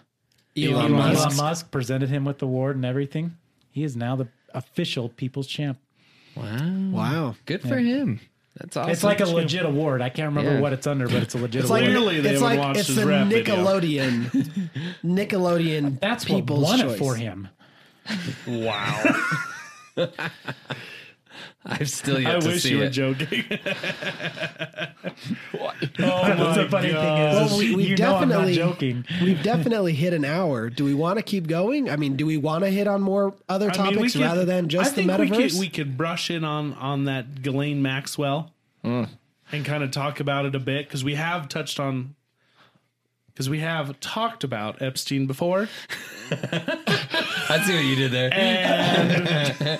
[SPEAKER 4] Elon, Musk.
[SPEAKER 5] Elon Musk presented him with the award and everything. He is now the official People's Champ.
[SPEAKER 2] Wow,
[SPEAKER 4] Wow.
[SPEAKER 2] good for him. That's awesome.
[SPEAKER 5] It's like a legit award. I can't remember
[SPEAKER 2] Yeah.
[SPEAKER 5] what it's under, but it's a legit
[SPEAKER 4] It's like,
[SPEAKER 5] award.
[SPEAKER 3] Clearly they
[SPEAKER 4] it's
[SPEAKER 3] haven't
[SPEAKER 4] like
[SPEAKER 3] watched
[SPEAKER 4] it's
[SPEAKER 3] his
[SPEAKER 4] the
[SPEAKER 3] rap video.
[SPEAKER 4] Nickelodeon, Nickelodeon.
[SPEAKER 5] That's what
[SPEAKER 4] people's
[SPEAKER 5] won
[SPEAKER 4] choice.
[SPEAKER 5] it for him.
[SPEAKER 3] Wow.
[SPEAKER 2] I've still yet
[SPEAKER 3] I
[SPEAKER 2] to
[SPEAKER 3] wish
[SPEAKER 2] see
[SPEAKER 3] you were
[SPEAKER 2] it.
[SPEAKER 3] joking. Oh
[SPEAKER 5] That's the funny thing is,
[SPEAKER 4] Well, we- we
[SPEAKER 5] you know I'm not
[SPEAKER 4] definitely-
[SPEAKER 5] joking.
[SPEAKER 4] We've definitely hit an hour. Do we want to keep going? I mean, do we want to hit on more other
[SPEAKER 3] I mean, we
[SPEAKER 4] topics
[SPEAKER 3] could-
[SPEAKER 4] rather than
[SPEAKER 3] I
[SPEAKER 4] just the
[SPEAKER 3] think
[SPEAKER 4] metaverse?
[SPEAKER 3] We could, we could brush in on on that Ghislaine Maxwell and kind of talk about it a bit because we have touched on because we have talked about Epstein before.
[SPEAKER 2] I see what you did there.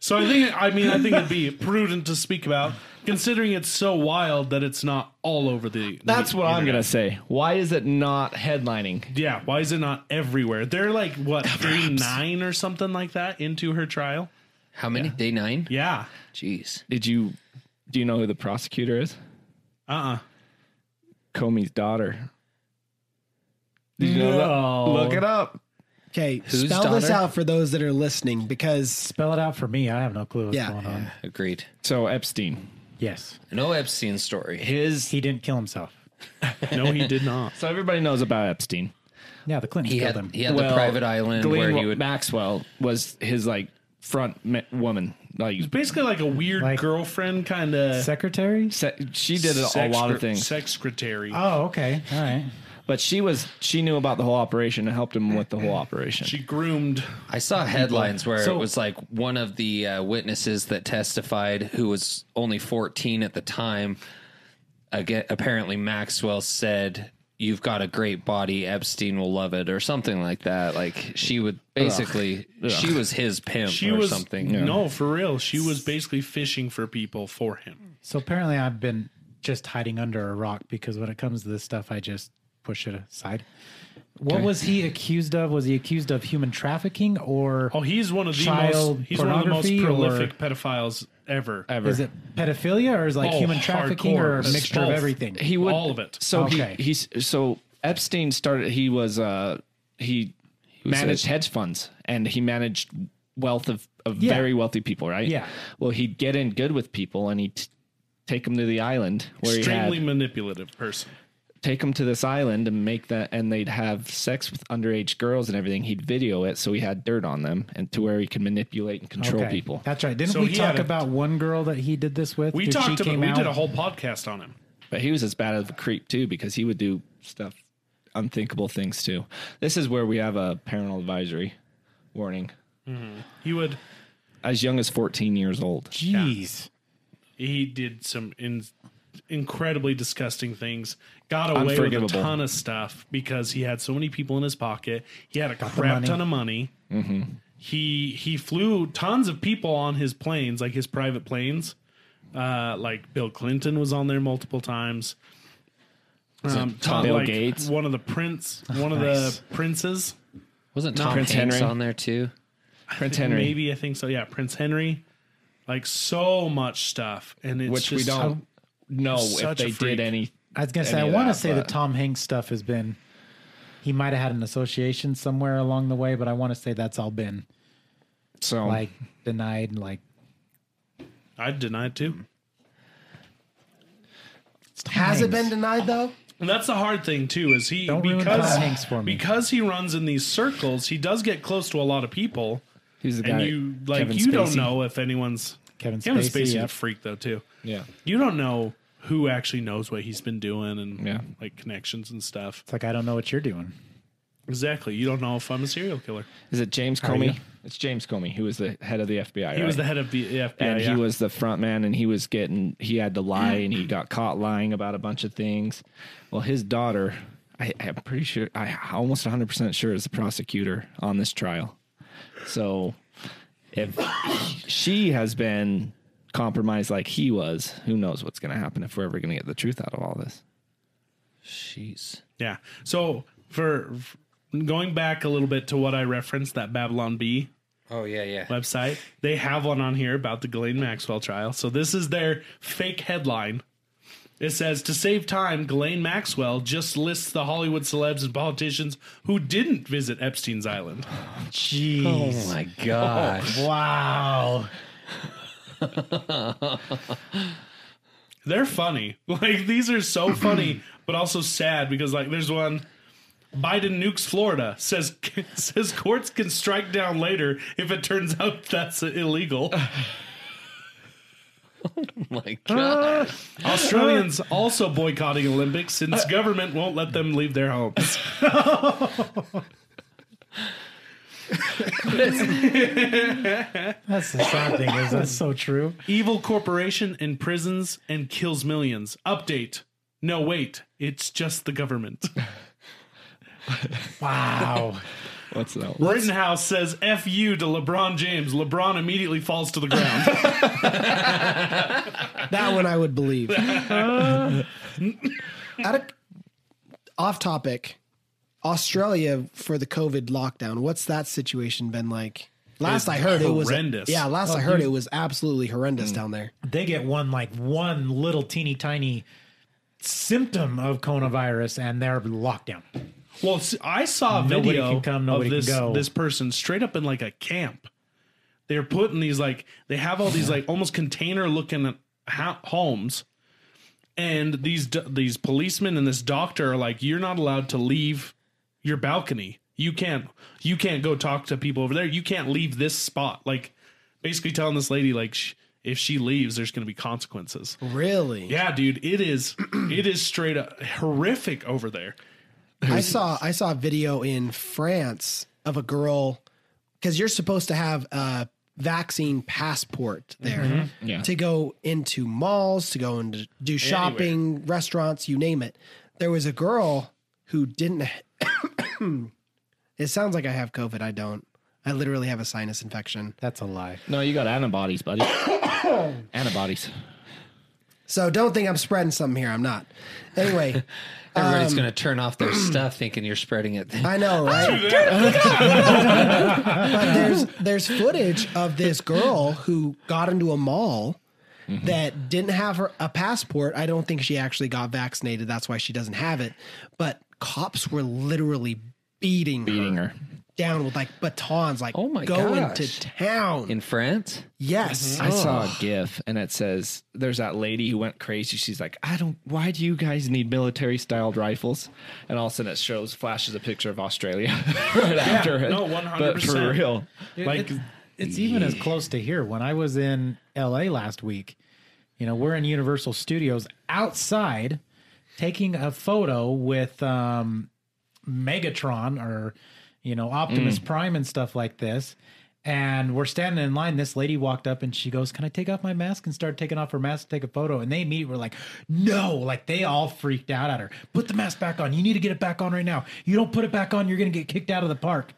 [SPEAKER 3] So I think I mean I think it'd be prudent to speak about considering it's so wild that it's not all over the.
[SPEAKER 1] That's
[SPEAKER 3] the
[SPEAKER 1] what I'm gonna
[SPEAKER 3] internet.
[SPEAKER 1] say. Why is it not headlining?
[SPEAKER 3] Yeah, why is it not everywhere? They're like what day nine or something like that into her trial.
[SPEAKER 2] How many? Day nine?
[SPEAKER 3] Yeah.
[SPEAKER 2] Jeez.
[SPEAKER 1] Did you do you know who the prosecutor is?
[SPEAKER 3] Uh. uh
[SPEAKER 1] Comey's daughter. Did you know that? Look it up.
[SPEAKER 4] okay,
[SPEAKER 2] Whose
[SPEAKER 4] spell this
[SPEAKER 2] daughter?
[SPEAKER 4] out for those that are listening because
[SPEAKER 5] Spell it out for me. I have no clue what's
[SPEAKER 4] Yeah.
[SPEAKER 5] going on.
[SPEAKER 2] Agreed.
[SPEAKER 1] So Epstein.
[SPEAKER 5] Yes,
[SPEAKER 2] No Epstein story.
[SPEAKER 1] His
[SPEAKER 5] he didn't kill himself.
[SPEAKER 3] No, he did not.
[SPEAKER 1] so everybody knows about Epstein.
[SPEAKER 5] Yeah, the Clintons
[SPEAKER 2] He
[SPEAKER 5] killed
[SPEAKER 2] had
[SPEAKER 5] him.
[SPEAKER 2] he had the private island
[SPEAKER 1] Ghislaine
[SPEAKER 2] where
[SPEAKER 1] Wa-
[SPEAKER 2] he would.
[SPEAKER 1] Maxwell was his like front ma- woman. Like
[SPEAKER 3] Basically, like a weird
[SPEAKER 5] Like-
[SPEAKER 3] girlfriend kind of.
[SPEAKER 5] Secretary.
[SPEAKER 1] se- she did a, a
[SPEAKER 3] Sex-
[SPEAKER 1] lot of things,
[SPEAKER 3] Secretary.
[SPEAKER 5] Oh, okay. All right.
[SPEAKER 1] but she was she knew about the whole operation and helped him with the whole operation.
[SPEAKER 3] she groomed.
[SPEAKER 2] I saw headlines where
[SPEAKER 3] So-
[SPEAKER 2] it was like one of the uh, witnesses that testified, who was only 14 at the time. Again, apparently Maxwell said, "You've got a great body. Epstein will love it," or something like that. Like she would basically, she was his pimp
[SPEAKER 3] She
[SPEAKER 2] or
[SPEAKER 3] was
[SPEAKER 2] something.
[SPEAKER 3] No, for real. She was basically fishing for people for him.
[SPEAKER 5] So apparently, I've been just hiding under a rock because when it comes to this stuff, I just push it aside. What was he accused of? Was he accused of human trafficking or
[SPEAKER 3] Oh, he's one of the
[SPEAKER 5] Child
[SPEAKER 3] most. He's one of the most
[SPEAKER 5] pornography or-
[SPEAKER 3] prolific pedophiles ever.
[SPEAKER 1] ever.
[SPEAKER 5] is it pedophilia or is it like
[SPEAKER 3] Oh,
[SPEAKER 5] human trafficking or a
[SPEAKER 3] hardcore.
[SPEAKER 5] mixture of
[SPEAKER 3] Both.
[SPEAKER 5] everything?
[SPEAKER 1] he would
[SPEAKER 3] all of it.
[SPEAKER 1] So
[SPEAKER 5] Okay.
[SPEAKER 1] he he's so Epstein started. He was uh he, managed hedge funds and he managed wealth of, of
[SPEAKER 5] Yeah.
[SPEAKER 1] very wealthy people, right?
[SPEAKER 5] Yeah.
[SPEAKER 1] Well, he'd get in good with people and he t- take him to the island where
[SPEAKER 3] Extremely
[SPEAKER 1] he had
[SPEAKER 3] manipulative person.
[SPEAKER 1] take him to this island and make that and they'd have sex with underage girls and everything. He'd video it so he had dirt on them and to where he can manipulate and control
[SPEAKER 5] Okay.
[SPEAKER 1] people.
[SPEAKER 5] That's right. Didn't
[SPEAKER 3] So
[SPEAKER 5] we
[SPEAKER 3] he
[SPEAKER 5] talk
[SPEAKER 3] had a-
[SPEAKER 5] about one girl that he did this with?
[SPEAKER 3] We
[SPEAKER 5] If she
[SPEAKER 3] talked about.
[SPEAKER 5] came
[SPEAKER 3] We
[SPEAKER 5] out?
[SPEAKER 3] did a whole podcast on him.
[SPEAKER 1] But he was as bad of a creep too because he would do stuff unthinkable things too. This is where we have a parental advisory warning.
[SPEAKER 3] He would.
[SPEAKER 1] As young as 14 years old.
[SPEAKER 5] Jeez.
[SPEAKER 3] He did some in, incredibly disgusting things. Got away with a
[SPEAKER 1] Unforgivable.
[SPEAKER 3] ton of stuff because he had so many people in his pocket. He had a crap
[SPEAKER 5] money.
[SPEAKER 3] ton of money.
[SPEAKER 1] Mm-hmm.
[SPEAKER 3] He he flew tons of people on his planes, like his private planes. Uh, like Bill Clinton was on there multiple times. Um, Tom,
[SPEAKER 1] Bill Gates?
[SPEAKER 3] one of the prince, one of
[SPEAKER 5] Nice.
[SPEAKER 3] the princes.
[SPEAKER 2] Wasn't Tom
[SPEAKER 1] Prince
[SPEAKER 2] Hanks
[SPEAKER 1] Henry.
[SPEAKER 2] on there too?
[SPEAKER 1] Prince Henry,
[SPEAKER 3] Maybe I think so. Yeah, Prince Henry. Like so much stuff, and it's
[SPEAKER 1] which we
[SPEAKER 3] just-
[SPEAKER 1] don't know if
[SPEAKER 3] such a
[SPEAKER 1] they
[SPEAKER 3] freak.
[SPEAKER 1] did any.
[SPEAKER 5] I was gonna say I
[SPEAKER 1] Any of
[SPEAKER 5] want to
[SPEAKER 1] that,
[SPEAKER 5] say that
[SPEAKER 1] but-
[SPEAKER 5] Tom Hanks stuff has been. He might have had an association somewhere along the way, but I want to say that's all been
[SPEAKER 3] Oh.
[SPEAKER 1] So
[SPEAKER 5] like denied. and, Like
[SPEAKER 3] I deny it too.
[SPEAKER 4] Has it been denied though?
[SPEAKER 3] And that's the hard thing too, is he
[SPEAKER 5] Don't ruin
[SPEAKER 3] because
[SPEAKER 5] Tom Hanks for me.
[SPEAKER 3] because he runs in these circles, he does get close to a lot of people,
[SPEAKER 1] he's the guy.
[SPEAKER 3] and you like
[SPEAKER 1] Kevin
[SPEAKER 3] you don't
[SPEAKER 1] Spacey.
[SPEAKER 3] know if anyone's
[SPEAKER 5] Kevin
[SPEAKER 3] Kevin
[SPEAKER 5] Spacey,
[SPEAKER 3] Spacey's a
[SPEAKER 5] yep.
[SPEAKER 3] freak though too.
[SPEAKER 1] Yeah.
[SPEAKER 3] You don't know who actually knows what he's been doing and
[SPEAKER 1] Yeah.
[SPEAKER 3] like connections and stuff.
[SPEAKER 5] it's like I don't know what you're doing.
[SPEAKER 3] Exactly, you don't know if I'm a serial killer.
[SPEAKER 1] Is it James Comey? It's James Comey, who was the head of the FBI.
[SPEAKER 3] He was the head of the FBI,
[SPEAKER 1] and
[SPEAKER 3] yeah.
[SPEAKER 1] he was the front man, and he was getting he had to lie, and he got caught lying about a bunch of things. Well, his daughter, I, I'm pretty sure, I almost 100 percent sure, is the prosecutor on this trial. So, if she has been compromised like he was, who knows what's going to happen if we're ever going to get the truth out of all this?
[SPEAKER 2] Jeez.
[SPEAKER 3] Yeah. So for, f going back a little bit to what I referenced, that Babylon B
[SPEAKER 2] Oh yeah, yeah.
[SPEAKER 3] website, they have one on here about the Ghislaine Maxwell trial. So this is their fake headline. It says to save time, Ghislaine Maxwell just lists the Hollywood celebs and politicians who didn't visit Epstein's island.
[SPEAKER 5] Jeez.
[SPEAKER 2] Oh my gosh.
[SPEAKER 5] Wow.
[SPEAKER 3] They're funny. Like these are so funny, but also sad because like there's one Biden nukes Florida says says courts can strike down later if it turns out that's illegal.
[SPEAKER 2] Oh my gosh.
[SPEAKER 3] Australians also boycotting Olympics since government won't let them leave their homes.
[SPEAKER 5] That's the sad thing is that's so true.
[SPEAKER 3] Evil corporation imprisons and kills millions. Update. No, wait. It's just the government.
[SPEAKER 5] Wow.
[SPEAKER 1] What's that?
[SPEAKER 3] Rittenhouse says F you to LeBron James. LeBron immediately falls to the ground.
[SPEAKER 4] That one I would believe. Out of, off topic, Australia for the COVID lockdown. What's that situation been like? Last I heard, it
[SPEAKER 3] horrendous.
[SPEAKER 4] was yeah. Last
[SPEAKER 2] Oh,
[SPEAKER 4] I heard, it was absolutely horrendous
[SPEAKER 2] Mm.
[SPEAKER 4] down there.
[SPEAKER 5] they get one like one little teeny tiny symptom of coronavirus and they're locked down.
[SPEAKER 3] well, s- I saw a
[SPEAKER 5] Nobody
[SPEAKER 3] video
[SPEAKER 5] can come,
[SPEAKER 3] of
[SPEAKER 5] nobody can
[SPEAKER 3] this
[SPEAKER 5] go.
[SPEAKER 3] this person straight up in like a camp. They're putting these like they have all these like almost container looking ho- homes, and these d- these policemen and this doctor are like, you're not allowed to leave your balcony. You can't you can't go talk to people over there. You can't leave this spot. Like basically telling this lady like sh- if she leaves, there's going to be consequences.
[SPEAKER 4] Really?
[SPEAKER 3] Yeah, dude, it is it is straight up horrific over there.
[SPEAKER 4] I saw I saw a video in France of a girl because you're supposed to have a vaccine passport there
[SPEAKER 1] Yeah.
[SPEAKER 4] to go into malls, to go and do shopping, restaurants, you name it. There was a girl who didn't. it sounds like I have COVID. I don't. I literally have a sinus infection.
[SPEAKER 5] That's a lie.
[SPEAKER 1] No, you got antibodies, buddy. antibodies.
[SPEAKER 4] So don't think I'm spreading something here. I'm not. Anyway,
[SPEAKER 2] Everybody's gonna turn off their stuff thinking you're spreading it.
[SPEAKER 4] I know, right? but there's there's footage of this girl who got into a mall
[SPEAKER 2] Mm-hmm.
[SPEAKER 4] that didn't have her a passport. I don't think she actually got vaccinated. That's why she doesn't have it. But cops were literally beating,
[SPEAKER 1] Beating
[SPEAKER 4] her.
[SPEAKER 1] her.
[SPEAKER 4] down with like batons, like
[SPEAKER 2] Oh my
[SPEAKER 4] going
[SPEAKER 2] gosh.
[SPEAKER 4] to town.
[SPEAKER 2] in France.
[SPEAKER 4] yes.
[SPEAKER 1] I saw a GIF and it says there's that lady who went crazy. She's like, I don't. Why do you guys need military styled rifles? And all of a sudden it shows flashes a picture of Australia right after it.
[SPEAKER 3] no,
[SPEAKER 1] But
[SPEAKER 3] 100%.
[SPEAKER 1] for real,
[SPEAKER 5] like it's, it's even as close to here. When I was in LA last week, you know, we're in Universal Studios outside taking a photo with um Megatron or you know Optimus Prime and stuff like this. And we're standing in line. This lady walked up and she goes, "Can I take off my mask?" and started taking off her mask to take a photo. And they meet. We're like, "No!" Like they all freaked out at her. Put the mask back on. You need to get it back on right now. You don't put it back on, you're gonna get kicked out of the park.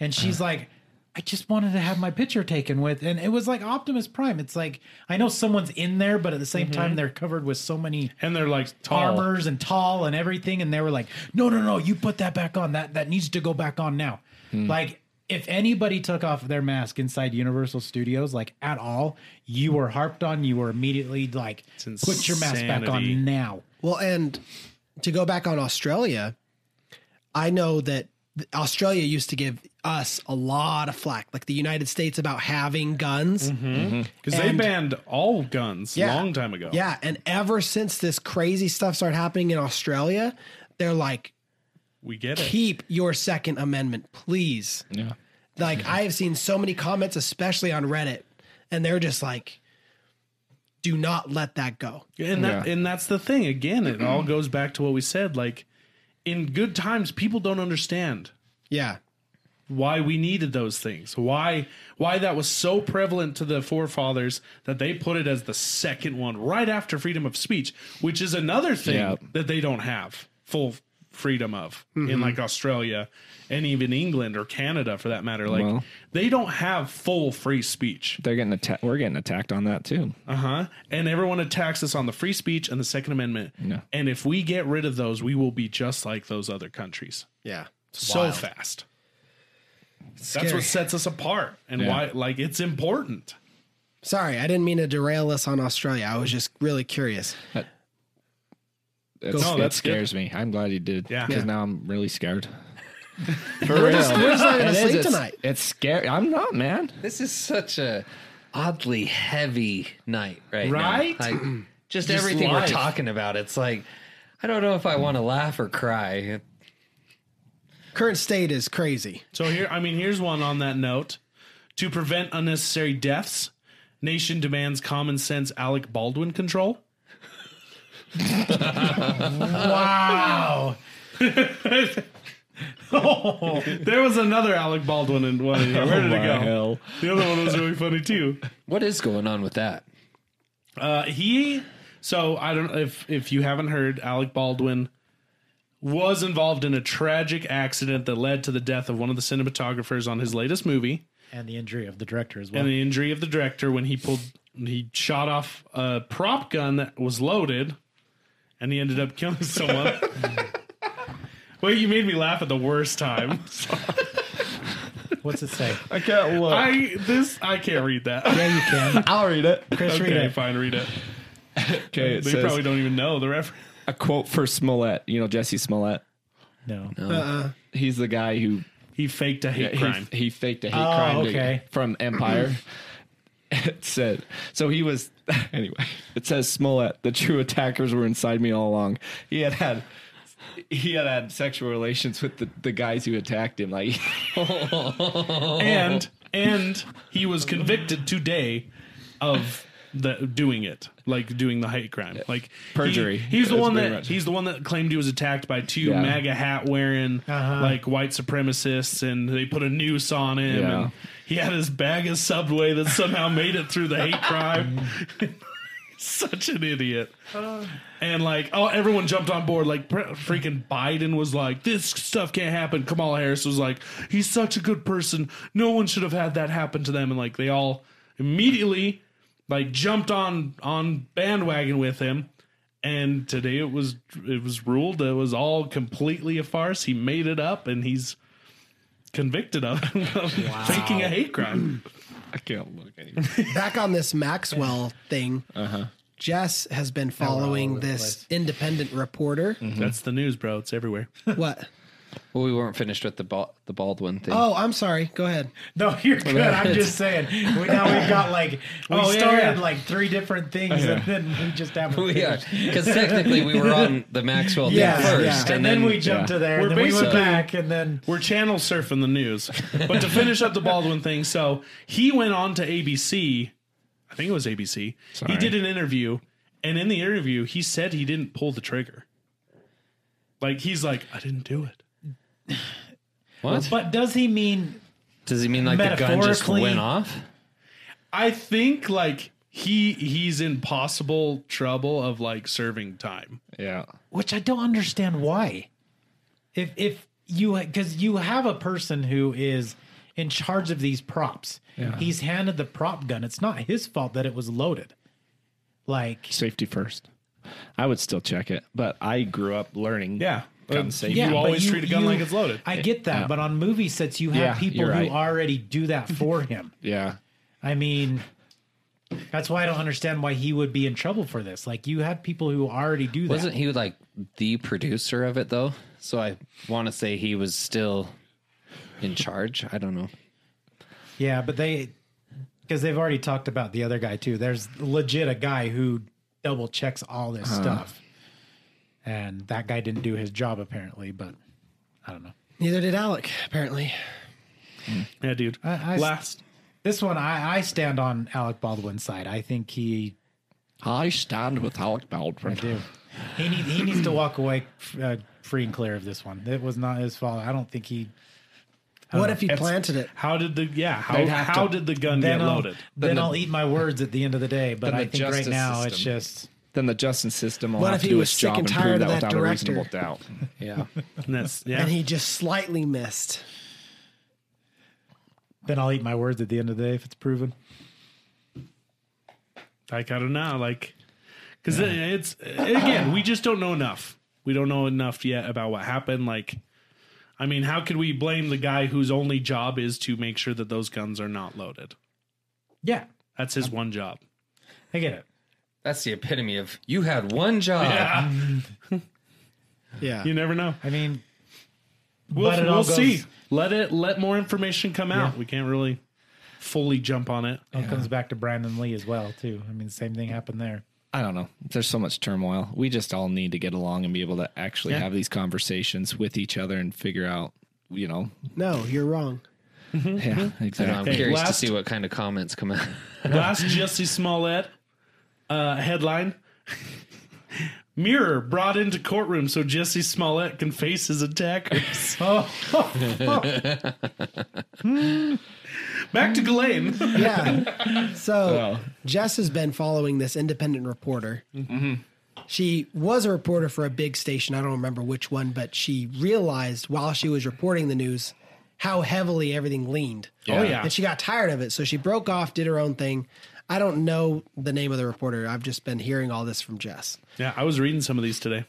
[SPEAKER 5] And she's like, I just wanted to have my picture taken with, and it was like Optimus Prime. It's like I know someone's in there, but at the same time, they're covered with so many
[SPEAKER 3] and they're like tall.
[SPEAKER 5] armors and tall and everything, and they were like, "No, no, no! You put that back on. That that needs to go back on now." Like, if anybody took off their mask inside Universal Studios, like at all, you were harped on. You were immediately like, "Put your mask back
[SPEAKER 3] insanity.
[SPEAKER 5] on now."
[SPEAKER 4] Well, and to go back on Australia, I know that th- Australia used to give us a lot of flack, like the United States about having guns.
[SPEAKER 3] Because they
[SPEAKER 4] And-
[SPEAKER 3] banned all guns
[SPEAKER 4] Yeah.
[SPEAKER 3] a Mm-hmm. long time ago.
[SPEAKER 4] Yeah, and ever since this crazy stuff started happening in Australia, they're like,
[SPEAKER 3] We get it.
[SPEAKER 4] keep your Second Amendment, please. Yeah. Like
[SPEAKER 3] Mm-hmm.
[SPEAKER 4] I have seen so many comments, especially on Reddit, and they're just like, do not let that go.
[SPEAKER 3] And that and that's the thing. Again, it all goes back to what we said. Like in good times, people don't understand
[SPEAKER 4] Yeah.
[SPEAKER 3] why we needed those things. Why why that was so prevalent to the forefathers that they put it as the second one right after freedom of speech, which is another thing
[SPEAKER 1] Yeah.
[SPEAKER 3] that they don't have full freedom of in
[SPEAKER 4] Mm-hmm.
[SPEAKER 3] like Australia and even England or Canada for that matter. Like
[SPEAKER 1] Well-
[SPEAKER 3] they don't have full free speech.
[SPEAKER 1] they're getting attacked. We're getting attacked on that too.
[SPEAKER 3] Uh huh. And everyone attacks us on the free speech and the Second Amendment.
[SPEAKER 1] No.
[SPEAKER 3] And if we get rid of those, we will be just like those other countries.
[SPEAKER 4] Yeah.
[SPEAKER 3] So fast. That's
[SPEAKER 4] Scary.
[SPEAKER 3] what sets us apart and why, like, it's important.
[SPEAKER 4] Sorry, I didn't mean to derail us on Australia. I was just really curious.
[SPEAKER 1] It's,
[SPEAKER 3] No,
[SPEAKER 1] that
[SPEAKER 3] that's
[SPEAKER 1] scares me. I'm glad you did.
[SPEAKER 3] Yeah.
[SPEAKER 1] Because
[SPEAKER 3] Yeah.
[SPEAKER 1] now I'm really scared. For real.
[SPEAKER 4] We're just not
[SPEAKER 1] It
[SPEAKER 4] gonna
[SPEAKER 1] is,
[SPEAKER 4] sleep
[SPEAKER 1] it's-
[SPEAKER 4] tonight.
[SPEAKER 1] It's scary. I'm not, man.
[SPEAKER 2] This is such a oddly heavy night right now.
[SPEAKER 3] Right?
[SPEAKER 2] Like just, everything
[SPEAKER 3] life.
[SPEAKER 2] we're talking about. It's like I don't know if I want to laugh or cry.
[SPEAKER 4] Current state is crazy.
[SPEAKER 3] So, here, I mean, here's one on that note to prevent unnecessary deaths, nation demands common sense Alec Baldwin control.
[SPEAKER 5] Wow.
[SPEAKER 3] There was another Alec Baldwin in one in here. Where did it go?
[SPEAKER 1] hell.
[SPEAKER 3] The other one was really funny, too.
[SPEAKER 2] What is going on with that?
[SPEAKER 3] Uh, he so I don't if if you haven't heard Alec Baldwin was involved in a tragic accident that led to the death of one of the cinematographers on his latest movie
[SPEAKER 5] And the injury of the director as well.
[SPEAKER 3] and the injury of the director when he pulled he shot off a prop gun that was loaded and he ended up killing someone. Wait, you made me laugh at the worst time.
[SPEAKER 5] What's it say?
[SPEAKER 1] I can't look.
[SPEAKER 3] I this I can't read that.
[SPEAKER 5] Yeah, you can.
[SPEAKER 1] I'll read it.
[SPEAKER 5] Chris, read
[SPEAKER 3] Okay,
[SPEAKER 5] it.
[SPEAKER 3] fine, read it.
[SPEAKER 1] Okay, it
[SPEAKER 3] They
[SPEAKER 1] says,
[SPEAKER 3] probably don't even know the reference.
[SPEAKER 1] a quote for Smollett. You know Jesse Smollett.
[SPEAKER 5] No.
[SPEAKER 1] He's the guy who
[SPEAKER 3] He faked a hate
[SPEAKER 1] he,
[SPEAKER 3] crime.
[SPEAKER 1] he faked a hate
[SPEAKER 4] Oh,
[SPEAKER 1] crime to-
[SPEAKER 5] okay.
[SPEAKER 1] from Empire. it said so he was anyway. It says Smollett. The true attackers were inside me all along. He had had. He had had sexual relations with the, the guys who attacked him. Like,
[SPEAKER 3] and and he was convicted today of the doing it like doing the hate crime like
[SPEAKER 1] Perjury.
[SPEAKER 3] he- he's the
[SPEAKER 1] It's
[SPEAKER 3] one
[SPEAKER 1] pretty
[SPEAKER 3] that
[SPEAKER 1] much-
[SPEAKER 3] he's the one that claimed he was attacked by two
[SPEAKER 1] Yeah.
[SPEAKER 3] MAGA hat wearing like white supremacists and they put a noose on him
[SPEAKER 1] Yeah.
[SPEAKER 3] and he had his bag of Subway that somehow made it through the hate crime. Such an idiot. And like, oh, everyone jumped on board. Like, pre- freaking Biden was like, "This stuff can't happen." Kamala Harris was like, "He's such a good person. No one should have had that happen to them." And like, they all immediately like jumped on on bandwagon with him. And today it was it was ruled that it was all completely a farce. He made it up, and he's convicted of, of faking a hate crime.
[SPEAKER 1] I can't look anymore.
[SPEAKER 4] Back on this Maxwell thing. Jess has been following this independent reporter.
[SPEAKER 3] Mm-hmm. That's the news, bro. It's everywhere.
[SPEAKER 4] What?
[SPEAKER 2] Well, we weren't finished with the bal- the Baldwin thing.
[SPEAKER 4] Oh, I'm sorry. Go ahead.
[SPEAKER 5] No, you're good. I'm just saying. We, now we've got like we
[SPEAKER 3] Oh, yeah,
[SPEAKER 5] started
[SPEAKER 3] yeah.
[SPEAKER 5] like three different things, and then we just haven't.
[SPEAKER 2] we are
[SPEAKER 5] finished.
[SPEAKER 2] because technically we were on the Maxwell thing
[SPEAKER 5] Yeah,
[SPEAKER 2] first,
[SPEAKER 5] yeah. And, then, we jumped
[SPEAKER 1] yeah.
[SPEAKER 5] to there.
[SPEAKER 3] We're
[SPEAKER 5] and then we went
[SPEAKER 3] basically-
[SPEAKER 5] back, and then
[SPEAKER 3] We're channel surfing the news. But to finish up the Baldwin thing, so he went on to ABC. I think it was ABC. He did an interview, and in the interview, he said he didn't pull the trigger. Like he's like, I didn't do it.
[SPEAKER 2] what
[SPEAKER 5] But does he mean?
[SPEAKER 2] does he mean? Like the gun just
[SPEAKER 5] Metaphorically-
[SPEAKER 2] went off?
[SPEAKER 3] I think like he he's in possible trouble of like serving time.
[SPEAKER 1] Yeah.
[SPEAKER 5] Which I don't understand why. If if you because you have a person who is in charge of these props, he's handed the prop gun. It's not his fault that it was loaded. Like
[SPEAKER 1] Safety first. I would still check it, but I grew up learning. Gun safety.
[SPEAKER 3] You
[SPEAKER 5] but
[SPEAKER 3] always treat a gun like it's loaded.
[SPEAKER 5] I get that, but on movie sets, you have
[SPEAKER 1] Yeah,
[SPEAKER 5] people who
[SPEAKER 1] you're right.
[SPEAKER 5] already do that for him.
[SPEAKER 1] Yeah.
[SPEAKER 5] I mean, that's why I don't understand why he would be in trouble for this. Like, you had people who already do that.
[SPEAKER 2] Wasn't he like the producer of it though? So I want to say he was still in charge. I don't know.
[SPEAKER 5] Yeah, but they because they've already talked about the other guy too. There's legit a guy who double checks all this stuff, and that guy didn't do his job apparently. But I don't know.
[SPEAKER 4] Neither did Alec, apparently.
[SPEAKER 3] Yeah, dude.
[SPEAKER 5] I- I-
[SPEAKER 3] Last.
[SPEAKER 5] This one, I, I stand on Alec Baldwin's side. I think he
[SPEAKER 1] I stand with Alec Baldwin.
[SPEAKER 5] do. He need, he needs to walk away uh, free and clear of this one. It was not his fault. I don't think he.
[SPEAKER 4] What if he planted it?
[SPEAKER 3] How did the yeah? How
[SPEAKER 1] They'd have
[SPEAKER 3] how
[SPEAKER 1] to-
[SPEAKER 3] did the gun
[SPEAKER 5] Then
[SPEAKER 3] get
[SPEAKER 5] I'll,
[SPEAKER 3] loaded?
[SPEAKER 5] then
[SPEAKER 2] the-
[SPEAKER 5] I'll eat my words at the end of the day. But
[SPEAKER 1] Then
[SPEAKER 5] I
[SPEAKER 1] the
[SPEAKER 5] think right
[SPEAKER 1] justice
[SPEAKER 5] now it's
[SPEAKER 1] system.
[SPEAKER 5] just
[SPEAKER 1] Then the justice system will
[SPEAKER 4] What
[SPEAKER 1] have
[SPEAKER 4] if
[SPEAKER 1] to
[SPEAKER 4] he
[SPEAKER 1] do
[SPEAKER 4] was
[SPEAKER 1] its
[SPEAKER 4] sick
[SPEAKER 1] job
[SPEAKER 4] and
[SPEAKER 1] and
[SPEAKER 4] tired
[SPEAKER 1] prove
[SPEAKER 4] of
[SPEAKER 1] that
[SPEAKER 4] that
[SPEAKER 1] without a
[SPEAKER 4] director?
[SPEAKER 1] reasonable doubt. Yeah.
[SPEAKER 3] And that's yeah.
[SPEAKER 4] And he just slightly missed.
[SPEAKER 5] then I'll eat my words at the end of the day if it's proven.
[SPEAKER 3] like I don't know, like because it's again, we just don't know enough. We don't know enough yet about what happened. Like, I mean, how could we blame the guy whose only job is to make sure that those guns are not loaded?
[SPEAKER 5] Yeah,
[SPEAKER 3] That's his one job.
[SPEAKER 5] I get it.
[SPEAKER 2] That's the epitome of you had one job.
[SPEAKER 4] Yeah.
[SPEAKER 3] You never know.
[SPEAKER 5] I mean,
[SPEAKER 3] We'll,
[SPEAKER 5] But it
[SPEAKER 3] we'll
[SPEAKER 5] all goes-
[SPEAKER 3] see. Let it. Let more information come out. We can't really fully jump on it.
[SPEAKER 5] It comes back to Brandon Lee as well, too. I mean, the same thing happened there.
[SPEAKER 1] I don't know. There's so much turmoil. We just all need to get along and be able to actually have these conversations with each other and figure out, you know.
[SPEAKER 4] No, you're wrong.
[SPEAKER 1] Yeah,
[SPEAKER 2] I don't know, I'm
[SPEAKER 1] exactly.
[SPEAKER 2] curious
[SPEAKER 3] last-
[SPEAKER 2] to see what kind of comments come out.
[SPEAKER 3] Last Jesse Smollett uh, headline. Mirror brought into courtroom so Jesse Smollett can face his attackers.
[SPEAKER 5] Oh,
[SPEAKER 3] Back to Ghislaine.
[SPEAKER 4] Yeah. So Jess has been following this independent reporter.
[SPEAKER 3] Mm-hmm.
[SPEAKER 4] She was a reporter for a big station. I don't remember which one, but she realized while she was reporting the news how heavily everything leaned.
[SPEAKER 3] Oh, yeah.
[SPEAKER 4] And she got tired of it. So she broke off, did her own thing. I don't know the name of the reporter. I've just been hearing all this from Jess.
[SPEAKER 3] Yeah, I was reading some of these today.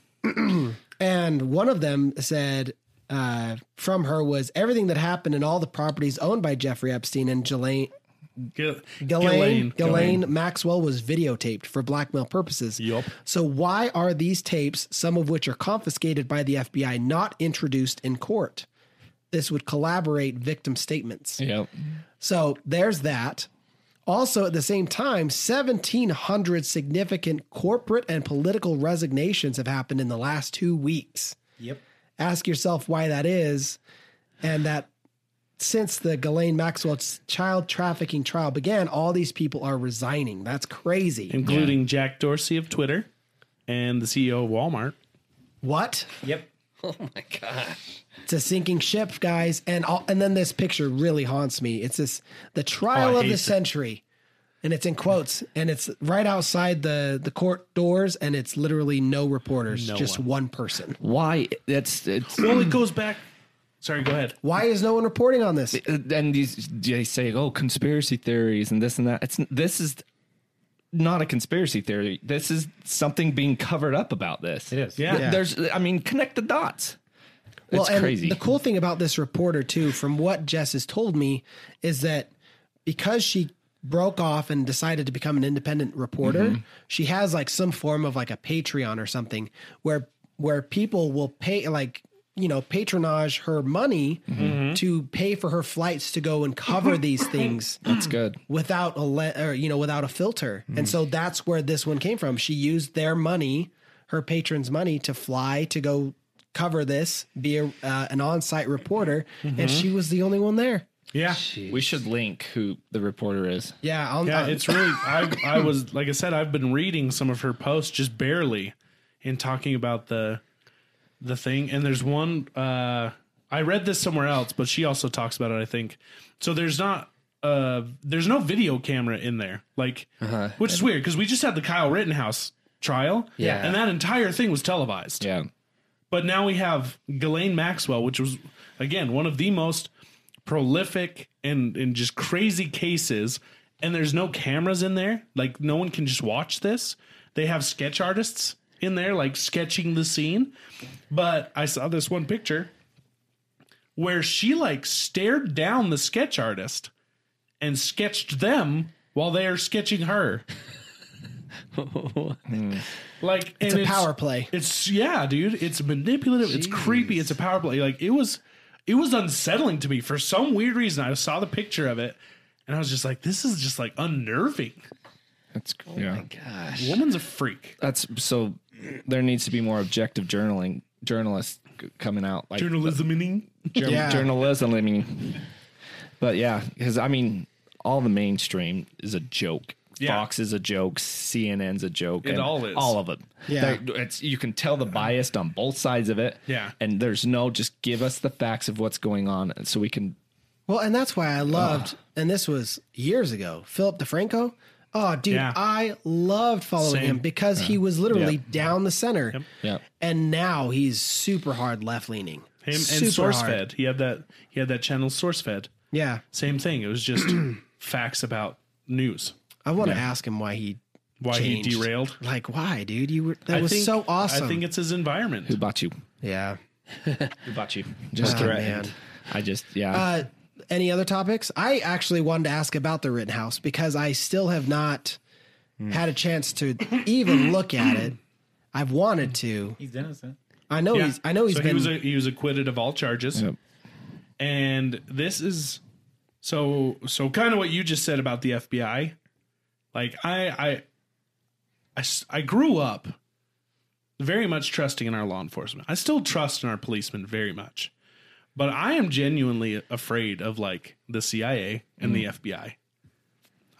[SPEAKER 4] And one of them said uh, from her was everything that happened in all the properties owned by Jeffrey Epstein and Ghislaine,
[SPEAKER 3] Gil-
[SPEAKER 4] Ghislaine,
[SPEAKER 3] Ghislaine.
[SPEAKER 4] Ghislaine Maxwell was videotaped for blackmail purposes.
[SPEAKER 3] Yup.
[SPEAKER 4] So why are these tapes, some of which are confiscated by the FBI, not introduced in court? This would collaborate victim statements.
[SPEAKER 1] Yep.
[SPEAKER 4] So there's that. Also, at the same time, 1,700 significant corporate and political resignations have happened in the last two weeks.
[SPEAKER 5] yep.
[SPEAKER 4] Ask yourself why that is, and that since the Ghislaine Maxwell s- child trafficking trial began, all these people are resigning. That's crazy.
[SPEAKER 3] Including Jack Dorsey of Twitter and the CEO of Walmart.
[SPEAKER 4] What?
[SPEAKER 5] Yep.
[SPEAKER 4] It's a sinking ship, guys. And all, and then this picture really haunts me. It's this the trial
[SPEAKER 3] Oh, I
[SPEAKER 4] of
[SPEAKER 3] hate
[SPEAKER 4] the
[SPEAKER 3] that.
[SPEAKER 4] century, and it's in quotes, and it's right outside the the court doors, and it's literally no reporters, just one. person.
[SPEAKER 1] Why? That's it's.
[SPEAKER 3] Well, it goes back. Sorry, go ahead.
[SPEAKER 4] Why is no one reporting on this?
[SPEAKER 1] And these they say, oh, conspiracy theories and this and that. It's this is not a conspiracy theory. This is something being covered up about this. It
[SPEAKER 5] is.
[SPEAKER 3] Yeah.
[SPEAKER 1] There's. I mean, connect the dots. It's
[SPEAKER 4] and
[SPEAKER 1] crazy.
[SPEAKER 4] The cool thing about this reporter, too, from what Jess has told me, is that because she broke off and decided to become an independent reporter,
[SPEAKER 1] Mm-hmm.
[SPEAKER 4] she has like some form of like a Patreon or something where where people will pay like you know, patronage her money
[SPEAKER 1] Mm-hmm.
[SPEAKER 4] to pay for her flights to go and cover these things
[SPEAKER 1] It's good.
[SPEAKER 4] without a le- or, you know without a filter and so that's where this one came from she used their money her patrons money to fly to go cover this be a, uh, an on-site reporter
[SPEAKER 3] Mm-hmm.
[SPEAKER 4] and she was the only one there
[SPEAKER 3] Yeah.
[SPEAKER 1] We should link who the reporter is.
[SPEAKER 4] yeah, I'll,
[SPEAKER 3] Yeah,
[SPEAKER 4] I'll-
[SPEAKER 3] it's really. I I was like I said, I've been reading some of her posts just barely, and talking about the the thing. And there's one. Uh, I read this somewhere else, but she also talks about it. I think so. There's not. Uh, there's no video camera in there, like, which is weird because we just had the Kyle Rittenhouse trial,
[SPEAKER 2] Yeah.
[SPEAKER 3] and that entire thing was televised.
[SPEAKER 1] Yeah.
[SPEAKER 3] But now we have Ghislaine Maxwell, which was again one of the most prolific and and just crazy cases. And there's no cameras in there. Like no one can just watch this. They have sketch artists in there, like sketching the scene. But I saw this one picture where she like stared down the sketch artist and sketched them while they are sketching her. like
[SPEAKER 4] it's
[SPEAKER 3] and
[SPEAKER 4] a power play
[SPEAKER 3] it's yeah, dude. It's manipulative. It's creepy. It's a power play. Like it was, it was unsettling to me for some weird reason. I saw the picture of it, and I was just like, this is just like unnerving.
[SPEAKER 1] That's yeah.
[SPEAKER 2] Gosh.
[SPEAKER 3] Woman's a freak.
[SPEAKER 1] That's so. There needs to be more objective journaling journalists c- coming out like
[SPEAKER 3] Journalism meaning.
[SPEAKER 1] jour-
[SPEAKER 4] Yeah.
[SPEAKER 1] journalism. I mean, but yeah, because I mean, all the mainstream is a joke.
[SPEAKER 3] Yeah.
[SPEAKER 1] Fox is a joke. CNN's a joke.
[SPEAKER 3] It all is.
[SPEAKER 1] All of it.
[SPEAKER 4] Yeah.
[SPEAKER 1] They're- it's you can tell the bias on both sides of it.
[SPEAKER 3] Yeah.
[SPEAKER 1] and there's no just give us the facts of what's going on, so we can.
[SPEAKER 4] well and that's why i loved and this was years ago philip defranco oh dude
[SPEAKER 3] Yeah.
[SPEAKER 4] i loved following
[SPEAKER 3] Same.
[SPEAKER 4] him because he was literally
[SPEAKER 1] Yeah.
[SPEAKER 4] down the center
[SPEAKER 1] Yeah,
[SPEAKER 4] and now he's super hard left leaning
[SPEAKER 3] Him and SourceFed. He had that. He had that channel SourceFed.
[SPEAKER 4] yeah
[SPEAKER 3] Same thing. It was just facts about news.
[SPEAKER 4] I want to ask him why he
[SPEAKER 3] Why he
[SPEAKER 4] changed.
[SPEAKER 3] derailed.
[SPEAKER 4] Like why, dude? You were that
[SPEAKER 3] I
[SPEAKER 4] was
[SPEAKER 3] think-
[SPEAKER 4] so awesome.
[SPEAKER 3] I think it's his environment.
[SPEAKER 1] who bought you?
[SPEAKER 4] yeah.
[SPEAKER 1] Who bought you? Just
[SPEAKER 4] Oh,
[SPEAKER 1] threatened.
[SPEAKER 4] man.
[SPEAKER 1] I just yeah.
[SPEAKER 4] Uh, any other topics? I actually wanted to ask about the Rittenhouse because I still have not
[SPEAKER 3] Hmm.
[SPEAKER 4] had a chance to even look at it. I've wanted to.
[SPEAKER 5] He's innocent.
[SPEAKER 4] I know
[SPEAKER 3] Yeah.
[SPEAKER 4] he's. I know he's
[SPEAKER 3] so
[SPEAKER 4] been.
[SPEAKER 3] he was he was acquitted of all charges,
[SPEAKER 1] Yep.
[SPEAKER 3] and this is so so kind of what you just said about the FBI. Like I I I s- I grew up very much trusting in our law enforcement. I still trust in our policemen very much, but I am genuinely afraid of like the CIA and the FBI.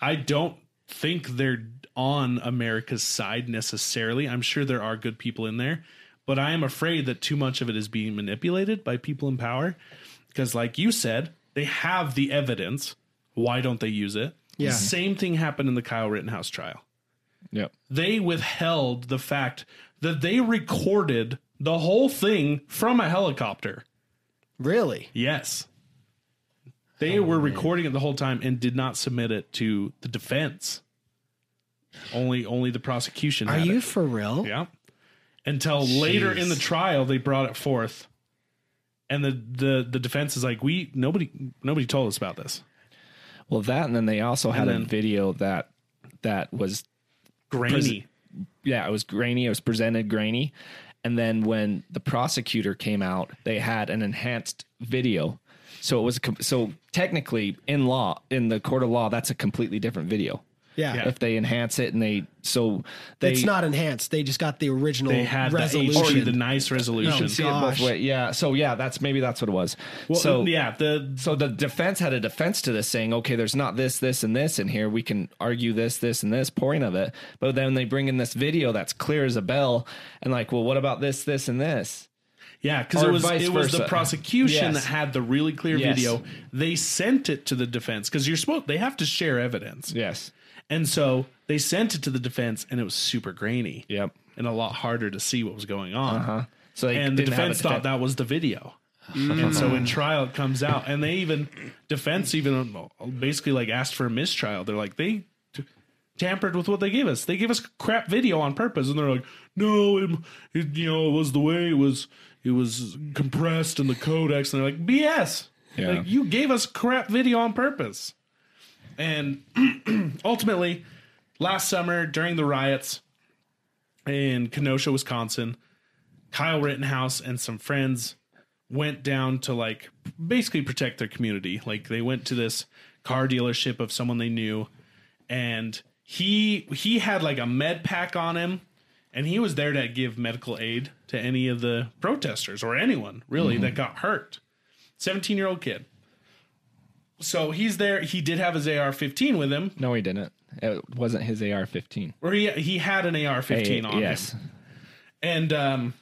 [SPEAKER 3] I don't think they're on America's side necessarily. I'm sure there are good people in there, but I am afraid that too much of it is being manipulated by people in power. Because, like you said, they have the evidence. Why don't they use it?
[SPEAKER 4] Yeah.
[SPEAKER 3] The same thing happened in the Kyle Rittenhouse trial.
[SPEAKER 1] yep.
[SPEAKER 3] They withheld the fact that they recorded the whole thing from a helicopter.
[SPEAKER 4] Really?
[SPEAKER 3] Yes. They were recording it the whole time and did not submit it to the defense. Only only the prosecution.
[SPEAKER 4] Are
[SPEAKER 3] had
[SPEAKER 4] you
[SPEAKER 3] it.
[SPEAKER 4] for real?
[SPEAKER 3] Yeah. Until later in the trial they brought it forth. And the, the the defense is like, we nobody nobody told us about this.
[SPEAKER 1] Well, that and then they also had a
[SPEAKER 3] then-
[SPEAKER 1] video that that was
[SPEAKER 3] Grainy.
[SPEAKER 1] yeah, it was grainy. It was presented grainy. And then when the prosecutor came out, they had an enhanced video. So it was a com- so technically in law in the court of law that's a completely different video.
[SPEAKER 4] Yeah.
[SPEAKER 1] If they enhance it and they so they
[SPEAKER 4] It's not enhanced. They just got the original
[SPEAKER 3] They had the HD,
[SPEAKER 4] resolution.
[SPEAKER 3] the nice resolution.
[SPEAKER 1] see it both
[SPEAKER 4] gosh.
[SPEAKER 1] ways. Yeah. So yeah, that's maybe that's what it was.
[SPEAKER 3] well,
[SPEAKER 1] so
[SPEAKER 3] yeah, the
[SPEAKER 1] so the defense had a defense to this saying okay there's not this this and this in here we can argue this this and this point of it but then they bring in this video that's clear as a bell and like well what about this this and this
[SPEAKER 3] Yeah, because
[SPEAKER 1] Or
[SPEAKER 3] it was
[SPEAKER 1] vice
[SPEAKER 3] it was the
[SPEAKER 1] versa. Yes.
[SPEAKER 3] prosecution that had the really clear
[SPEAKER 1] Yes.
[SPEAKER 3] video. They sent it to the defense because you're supposed they have to share evidence,
[SPEAKER 1] yes
[SPEAKER 3] and so they sent it to the defense, and it was super grainy.
[SPEAKER 1] Yep.
[SPEAKER 3] and a lot harder to see what was going on.
[SPEAKER 1] so they
[SPEAKER 3] And the
[SPEAKER 1] didn't have a
[SPEAKER 3] defense thought
[SPEAKER 1] defen-
[SPEAKER 3] that was the video, and so in trial it comes out, and they even defense even basically like asked for a mistrial. They're like they t- tampered with what they gave us. They gave us crap video on purpose, and they're like, no, it, it, you know, it was the way it was. It was compressed in the codex, and they're like, BS.
[SPEAKER 1] Yeah.
[SPEAKER 3] Like, you gave us crap video on purpose. And ultimately, last summer during the riots in Kenosha, Wisconsin, Kyle Rittenhouse and some friends went down to like basically protect their community. Like they went to this car dealership of someone they knew and he he had like a med pack on him and he was there to give medical aid to any of the protesters or anyone really that got hurt. 17 year old kid. So he's there. He did have his AR 15 with him,
[SPEAKER 1] No, he didn't. It wasn't his AR-15.
[SPEAKER 3] or he, he had an AR 15
[SPEAKER 1] Hey,
[SPEAKER 3] on him
[SPEAKER 1] yes,
[SPEAKER 3] and um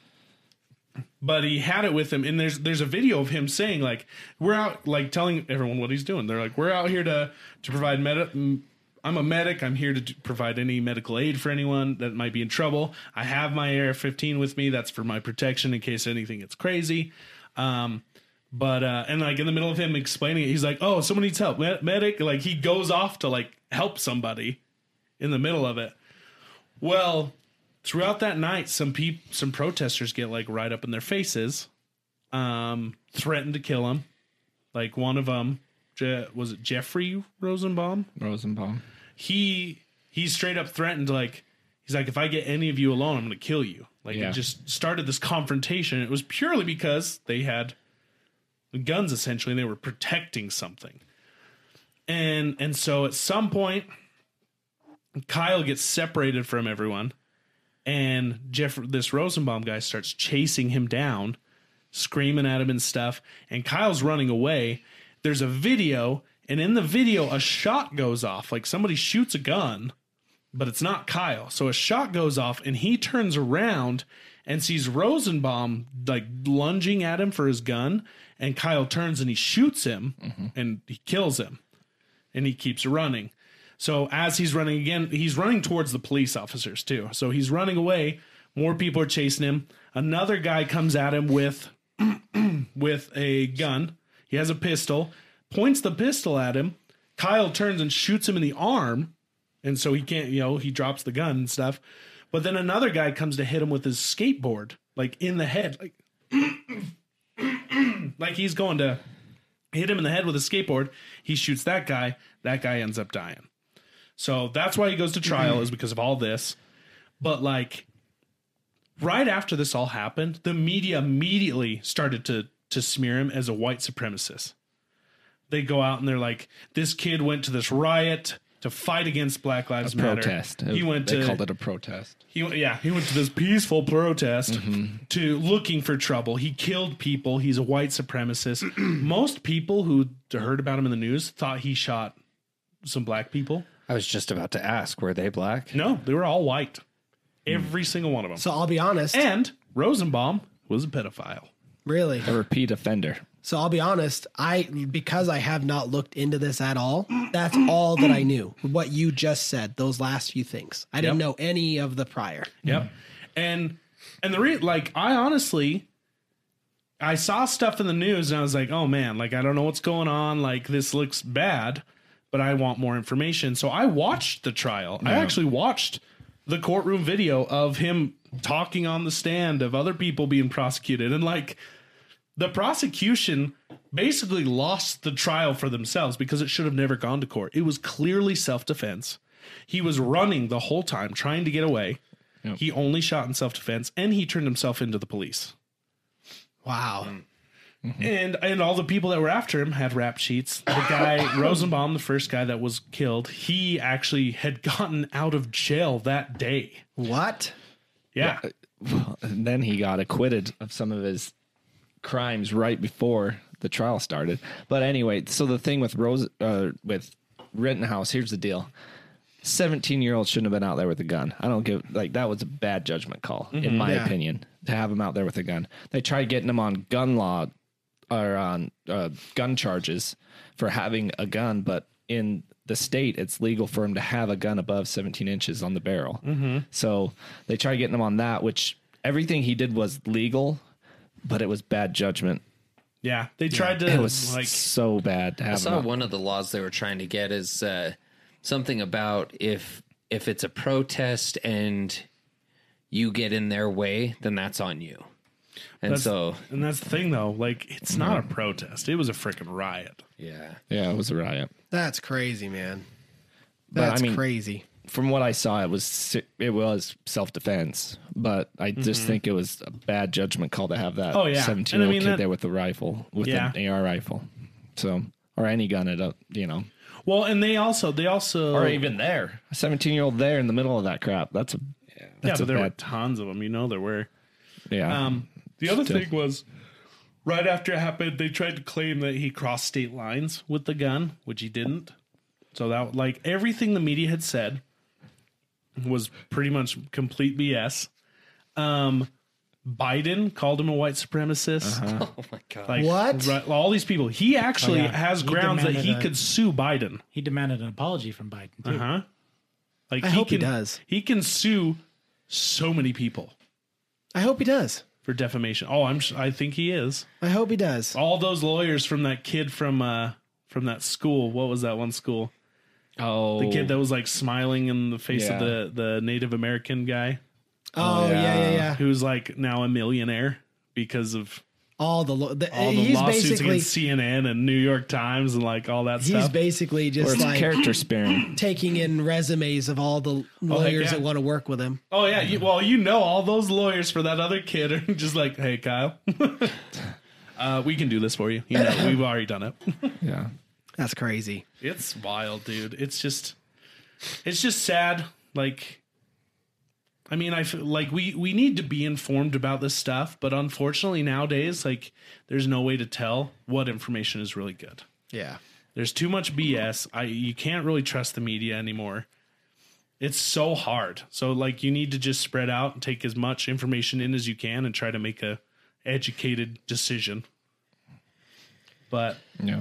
[SPEAKER 3] but he had it with him and there's there's a video of him saying like we're out like telling everyone what he's doing they're like we're out here to to provide med m- i'm a medic i'm here to d- provide any medical aid for anyone that might be in trouble i have my air 15 with me that's for my protection in case anything gets crazy um but uh and like in the middle of him explaining it he's like oh someone needs help Med- medic like he goes off to like help somebody in the middle of it well throughout that night, some peop- some protesters get like right up in their faces, um, threatened to kill him. Like one of them, Je- was it Jeffrey Rosenbaum?
[SPEAKER 1] Rosenbaum.
[SPEAKER 3] He he straight up threatened like he's like if I get any of you alone, I'm gonna kill you. Like
[SPEAKER 1] Yeah.
[SPEAKER 3] it just started this confrontation. It was purely because they had guns essentially, and they were protecting something. And and so at some point, Kyle gets separated from everyone and Jeff, this Rosenbaum guy starts chasing him down, screaming at him and stuff. And Kyle's running away. There's a video, and in the video, a shot goes off. Like somebody shoots a gun, but it's not Kyle. So a shot goes off, and he turns around and sees Rosenbaum like lunging at him for his gun. And Kyle turns and he shoots him and he kills him. And he keeps running. So as he's running again, he's running towards the police officers too. So he's running away. More people are chasing him. Another guy comes at him with with a gun. He has a pistol. Points the pistol at him. Kyle turns and shoots him in the arm, and so he can't. You know, he drops the gun and stuff. But then another guy comes to hit him with his skateboard, like in the head, like like he's going to hit him in the head with a skateboard. He shoots that guy. That guy ends up dying. So that's why he goes to trial is because of all this. But like right after this all happened, the media immediately started to to smear him as a white supremacist. They go out and they're like, this kid went to this riot to fight against Black Lives Matter.
[SPEAKER 1] Protest. Oh,
[SPEAKER 3] He went
[SPEAKER 1] they
[SPEAKER 3] to
[SPEAKER 1] called it a protest.
[SPEAKER 3] he went, yeah, he went to this peaceful protest to looking for trouble. He killed people. He's a white supremacist. Most people who heard about him in the news thought he shot some black people.
[SPEAKER 2] I was just about to ask, were they black?
[SPEAKER 3] No, they were all white. Every single one of them.
[SPEAKER 4] So I'll be honest.
[SPEAKER 3] and Rosenbaum was a pedophile.
[SPEAKER 4] Really.
[SPEAKER 1] A repeat offender.
[SPEAKER 4] So I'll be honest, I because I have not looked into this at all, that's all that I knew. What you just said, those last few things. I didn't
[SPEAKER 3] Yep.
[SPEAKER 4] know any of the prior.
[SPEAKER 3] Yep. And and the re- like I honestly I saw stuff in the news and I was like, "Oh man, like I don't know what's going on, like this looks bad, but I want more information." So I watched the trial. I actually watched the courtroom video of him talking on the stand of other people being prosecuted and like the prosecution basically lost the trial for themselves because it should have never gone to court. It was clearly self-defense. He was running the whole time trying to get away. He only shot in self defense and he turned himself into the police.
[SPEAKER 4] Wow.
[SPEAKER 1] Mm-hmm.
[SPEAKER 3] And and all the people that were after him had rap sheets. The guy Rosenbaum, the first guy that was killed, he actually had gotten out of jail that day.
[SPEAKER 4] What?
[SPEAKER 3] Yeah.
[SPEAKER 1] And then he got acquitted of some of his crimes right before the trial started. But anyway, so the thing with Rose uh, with Rittenhouse, here's the deal. 17 year old shouldn't have been out there with a gun. I don't give like that was a bad judgment call
[SPEAKER 3] Mm-hmm.
[SPEAKER 1] in my opinion to have him out there with a gun. They tried getting him on gun law or on uh, gun charges for having a gun, but in the state it's legal for him to have a gun above 17 inches on the barrel.
[SPEAKER 3] Mm-hmm.
[SPEAKER 1] So they tried getting him on that, which everything he did was legal, but it was bad judgment.
[SPEAKER 3] Yeah. They tried to
[SPEAKER 1] It was
[SPEAKER 3] like
[SPEAKER 1] so bad to
[SPEAKER 2] I
[SPEAKER 1] have him
[SPEAKER 2] saw
[SPEAKER 1] out.
[SPEAKER 2] one of the laws they were trying to get is uh, something about if if it's a protest and you get in their way, then that's on you. And
[SPEAKER 3] That's-
[SPEAKER 2] so,
[SPEAKER 3] and that's the thing though, like it's not
[SPEAKER 1] Mm-hmm.
[SPEAKER 3] a protest. It was a freaking riot.
[SPEAKER 2] yeah,
[SPEAKER 1] Yeah, it was a riot.
[SPEAKER 4] That's crazy, man.
[SPEAKER 1] But, I
[SPEAKER 4] That's
[SPEAKER 1] mean-
[SPEAKER 4] crazy.
[SPEAKER 1] from what I saw, it was si- it was self defense, but I just think it was a bad judgment call to have that
[SPEAKER 3] Mm-hmm. Oh, yeah. And I
[SPEAKER 1] seventeen year old
[SPEAKER 3] mean,
[SPEAKER 1] kid
[SPEAKER 3] that-
[SPEAKER 1] there with a rifle with an
[SPEAKER 3] Yeah.
[SPEAKER 1] AR rifle, so or any gun at a you know
[SPEAKER 3] Well, and they also they also
[SPEAKER 1] or even there a seventeen year old there in the middle of that crap. That's a
[SPEAKER 3] yeah,
[SPEAKER 1] that's
[SPEAKER 3] but
[SPEAKER 1] a
[SPEAKER 3] there were
[SPEAKER 1] bad
[SPEAKER 3] tons of them. You know there were.
[SPEAKER 1] yeah.
[SPEAKER 3] Um, the other
[SPEAKER 1] Still.
[SPEAKER 3] thing was, right after it happened, they tried to claim that he crossed state lines with the gun, which he didn't. So that, like, everything the media had said was pretty much complete BS. Um, Biden called him a white supremacist. Oh my god!
[SPEAKER 4] What?
[SPEAKER 3] all these people. He actually
[SPEAKER 5] Uh-huh. Oh, yeah.
[SPEAKER 3] has
[SPEAKER 5] He
[SPEAKER 3] grounds that he
[SPEAKER 5] demanded a-
[SPEAKER 3] could sue Biden.
[SPEAKER 5] He demanded an apology from Biden. Too.
[SPEAKER 3] Huh? Like
[SPEAKER 4] I
[SPEAKER 3] he
[SPEAKER 4] hope he
[SPEAKER 3] can,
[SPEAKER 4] does.
[SPEAKER 3] He can sue so many people
[SPEAKER 4] I hope he does.
[SPEAKER 3] for defamation. Oh, I'm. s- I think he is.
[SPEAKER 4] I hope he does.
[SPEAKER 3] all those lawyers from that kid from uh from that school what was that one school
[SPEAKER 1] oh,
[SPEAKER 3] the kid that was like smiling in the face
[SPEAKER 1] Yeah.
[SPEAKER 3] of the the native american guy
[SPEAKER 4] Oh, yeah, yeah, yeah.
[SPEAKER 3] who's like now a millionaire because of
[SPEAKER 4] All the, lo- the
[SPEAKER 3] all the
[SPEAKER 4] he's
[SPEAKER 3] lawsuits
[SPEAKER 4] basically
[SPEAKER 3] against cnn and new york times and like all that
[SPEAKER 4] he's
[SPEAKER 3] stuff
[SPEAKER 4] basically
[SPEAKER 1] or
[SPEAKER 4] just
[SPEAKER 1] it's
[SPEAKER 4] like
[SPEAKER 1] character sparing.
[SPEAKER 4] taking in resumes of all the lawyers
[SPEAKER 3] yeah.
[SPEAKER 4] that want to work with him.
[SPEAKER 3] oh yeah you, well you know all those lawyers for that other kid are just like hey kyle uh we can do this for you you know we've already done it
[SPEAKER 1] Yeah,
[SPEAKER 4] That's crazy.
[SPEAKER 3] It's wild, dude. It's just, it's just sad. Like, I mean, I feel like we we need to be informed about this stuff, but unfortunately nowadays, like, there's no way to tell what information is really good.
[SPEAKER 4] Yeah.
[SPEAKER 3] There's too much BS. I you can't really trust the media anymore. It's so hard. So like, you need to just spread out and take as much information in as you can and try to make a educated decision. But
[SPEAKER 1] yeah.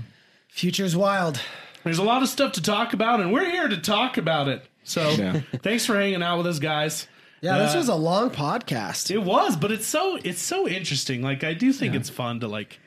[SPEAKER 4] Future's wild.
[SPEAKER 3] there's a lot of stuff to talk about, and we're here to talk about it. So
[SPEAKER 1] Yeah.
[SPEAKER 3] thanks for hanging out with us, guys.
[SPEAKER 4] Yeah, this
[SPEAKER 3] Uh,
[SPEAKER 4] was a long podcast.
[SPEAKER 3] It was, but it's so it's so interesting. Like I do think it's fun to like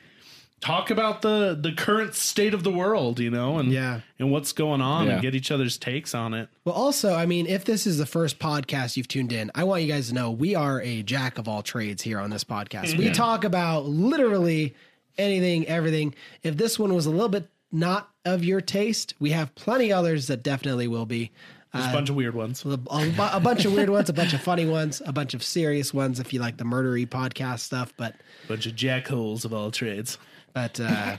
[SPEAKER 3] talk about the the current state of the world, you know, and
[SPEAKER 4] Yeah.
[SPEAKER 3] and what's going on,
[SPEAKER 1] Yeah.
[SPEAKER 3] and get each other's takes on it.
[SPEAKER 4] Well, also, I mean, if this is the first podcast you've tuned in, I want you guys to know we are a jack of all trades here on this podcast. We talk about literally anything, everything. If this one was a little bit not of your taste, we have plenty others that definitely will be.
[SPEAKER 3] There's a bunch of weird ones.
[SPEAKER 4] a, a bu- a bunch of weird ones, a bunch of funny ones, a bunch of serious ones if you like the murdery podcast stuff. But
[SPEAKER 3] bunch of jackholes of all trades.
[SPEAKER 4] but uh,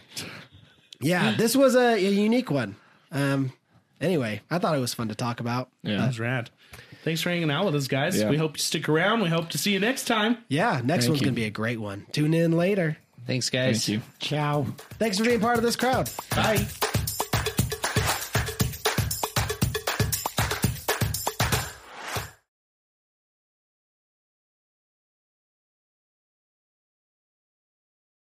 [SPEAKER 4] yeah, this was a, a unique one. Um, anyway, I thought it was fun to talk about.
[SPEAKER 3] That was rad. Thanks for hanging out with us, guys.
[SPEAKER 1] Yeah.
[SPEAKER 3] We hope you stick around. We hope to see you next time.
[SPEAKER 4] Yeah, next one's gonna be a great one. Tune in later.
[SPEAKER 2] Thanks, guys.
[SPEAKER 1] Thank you.
[SPEAKER 5] Ciao.
[SPEAKER 4] Thanks for being part of this crowd.
[SPEAKER 3] Bye.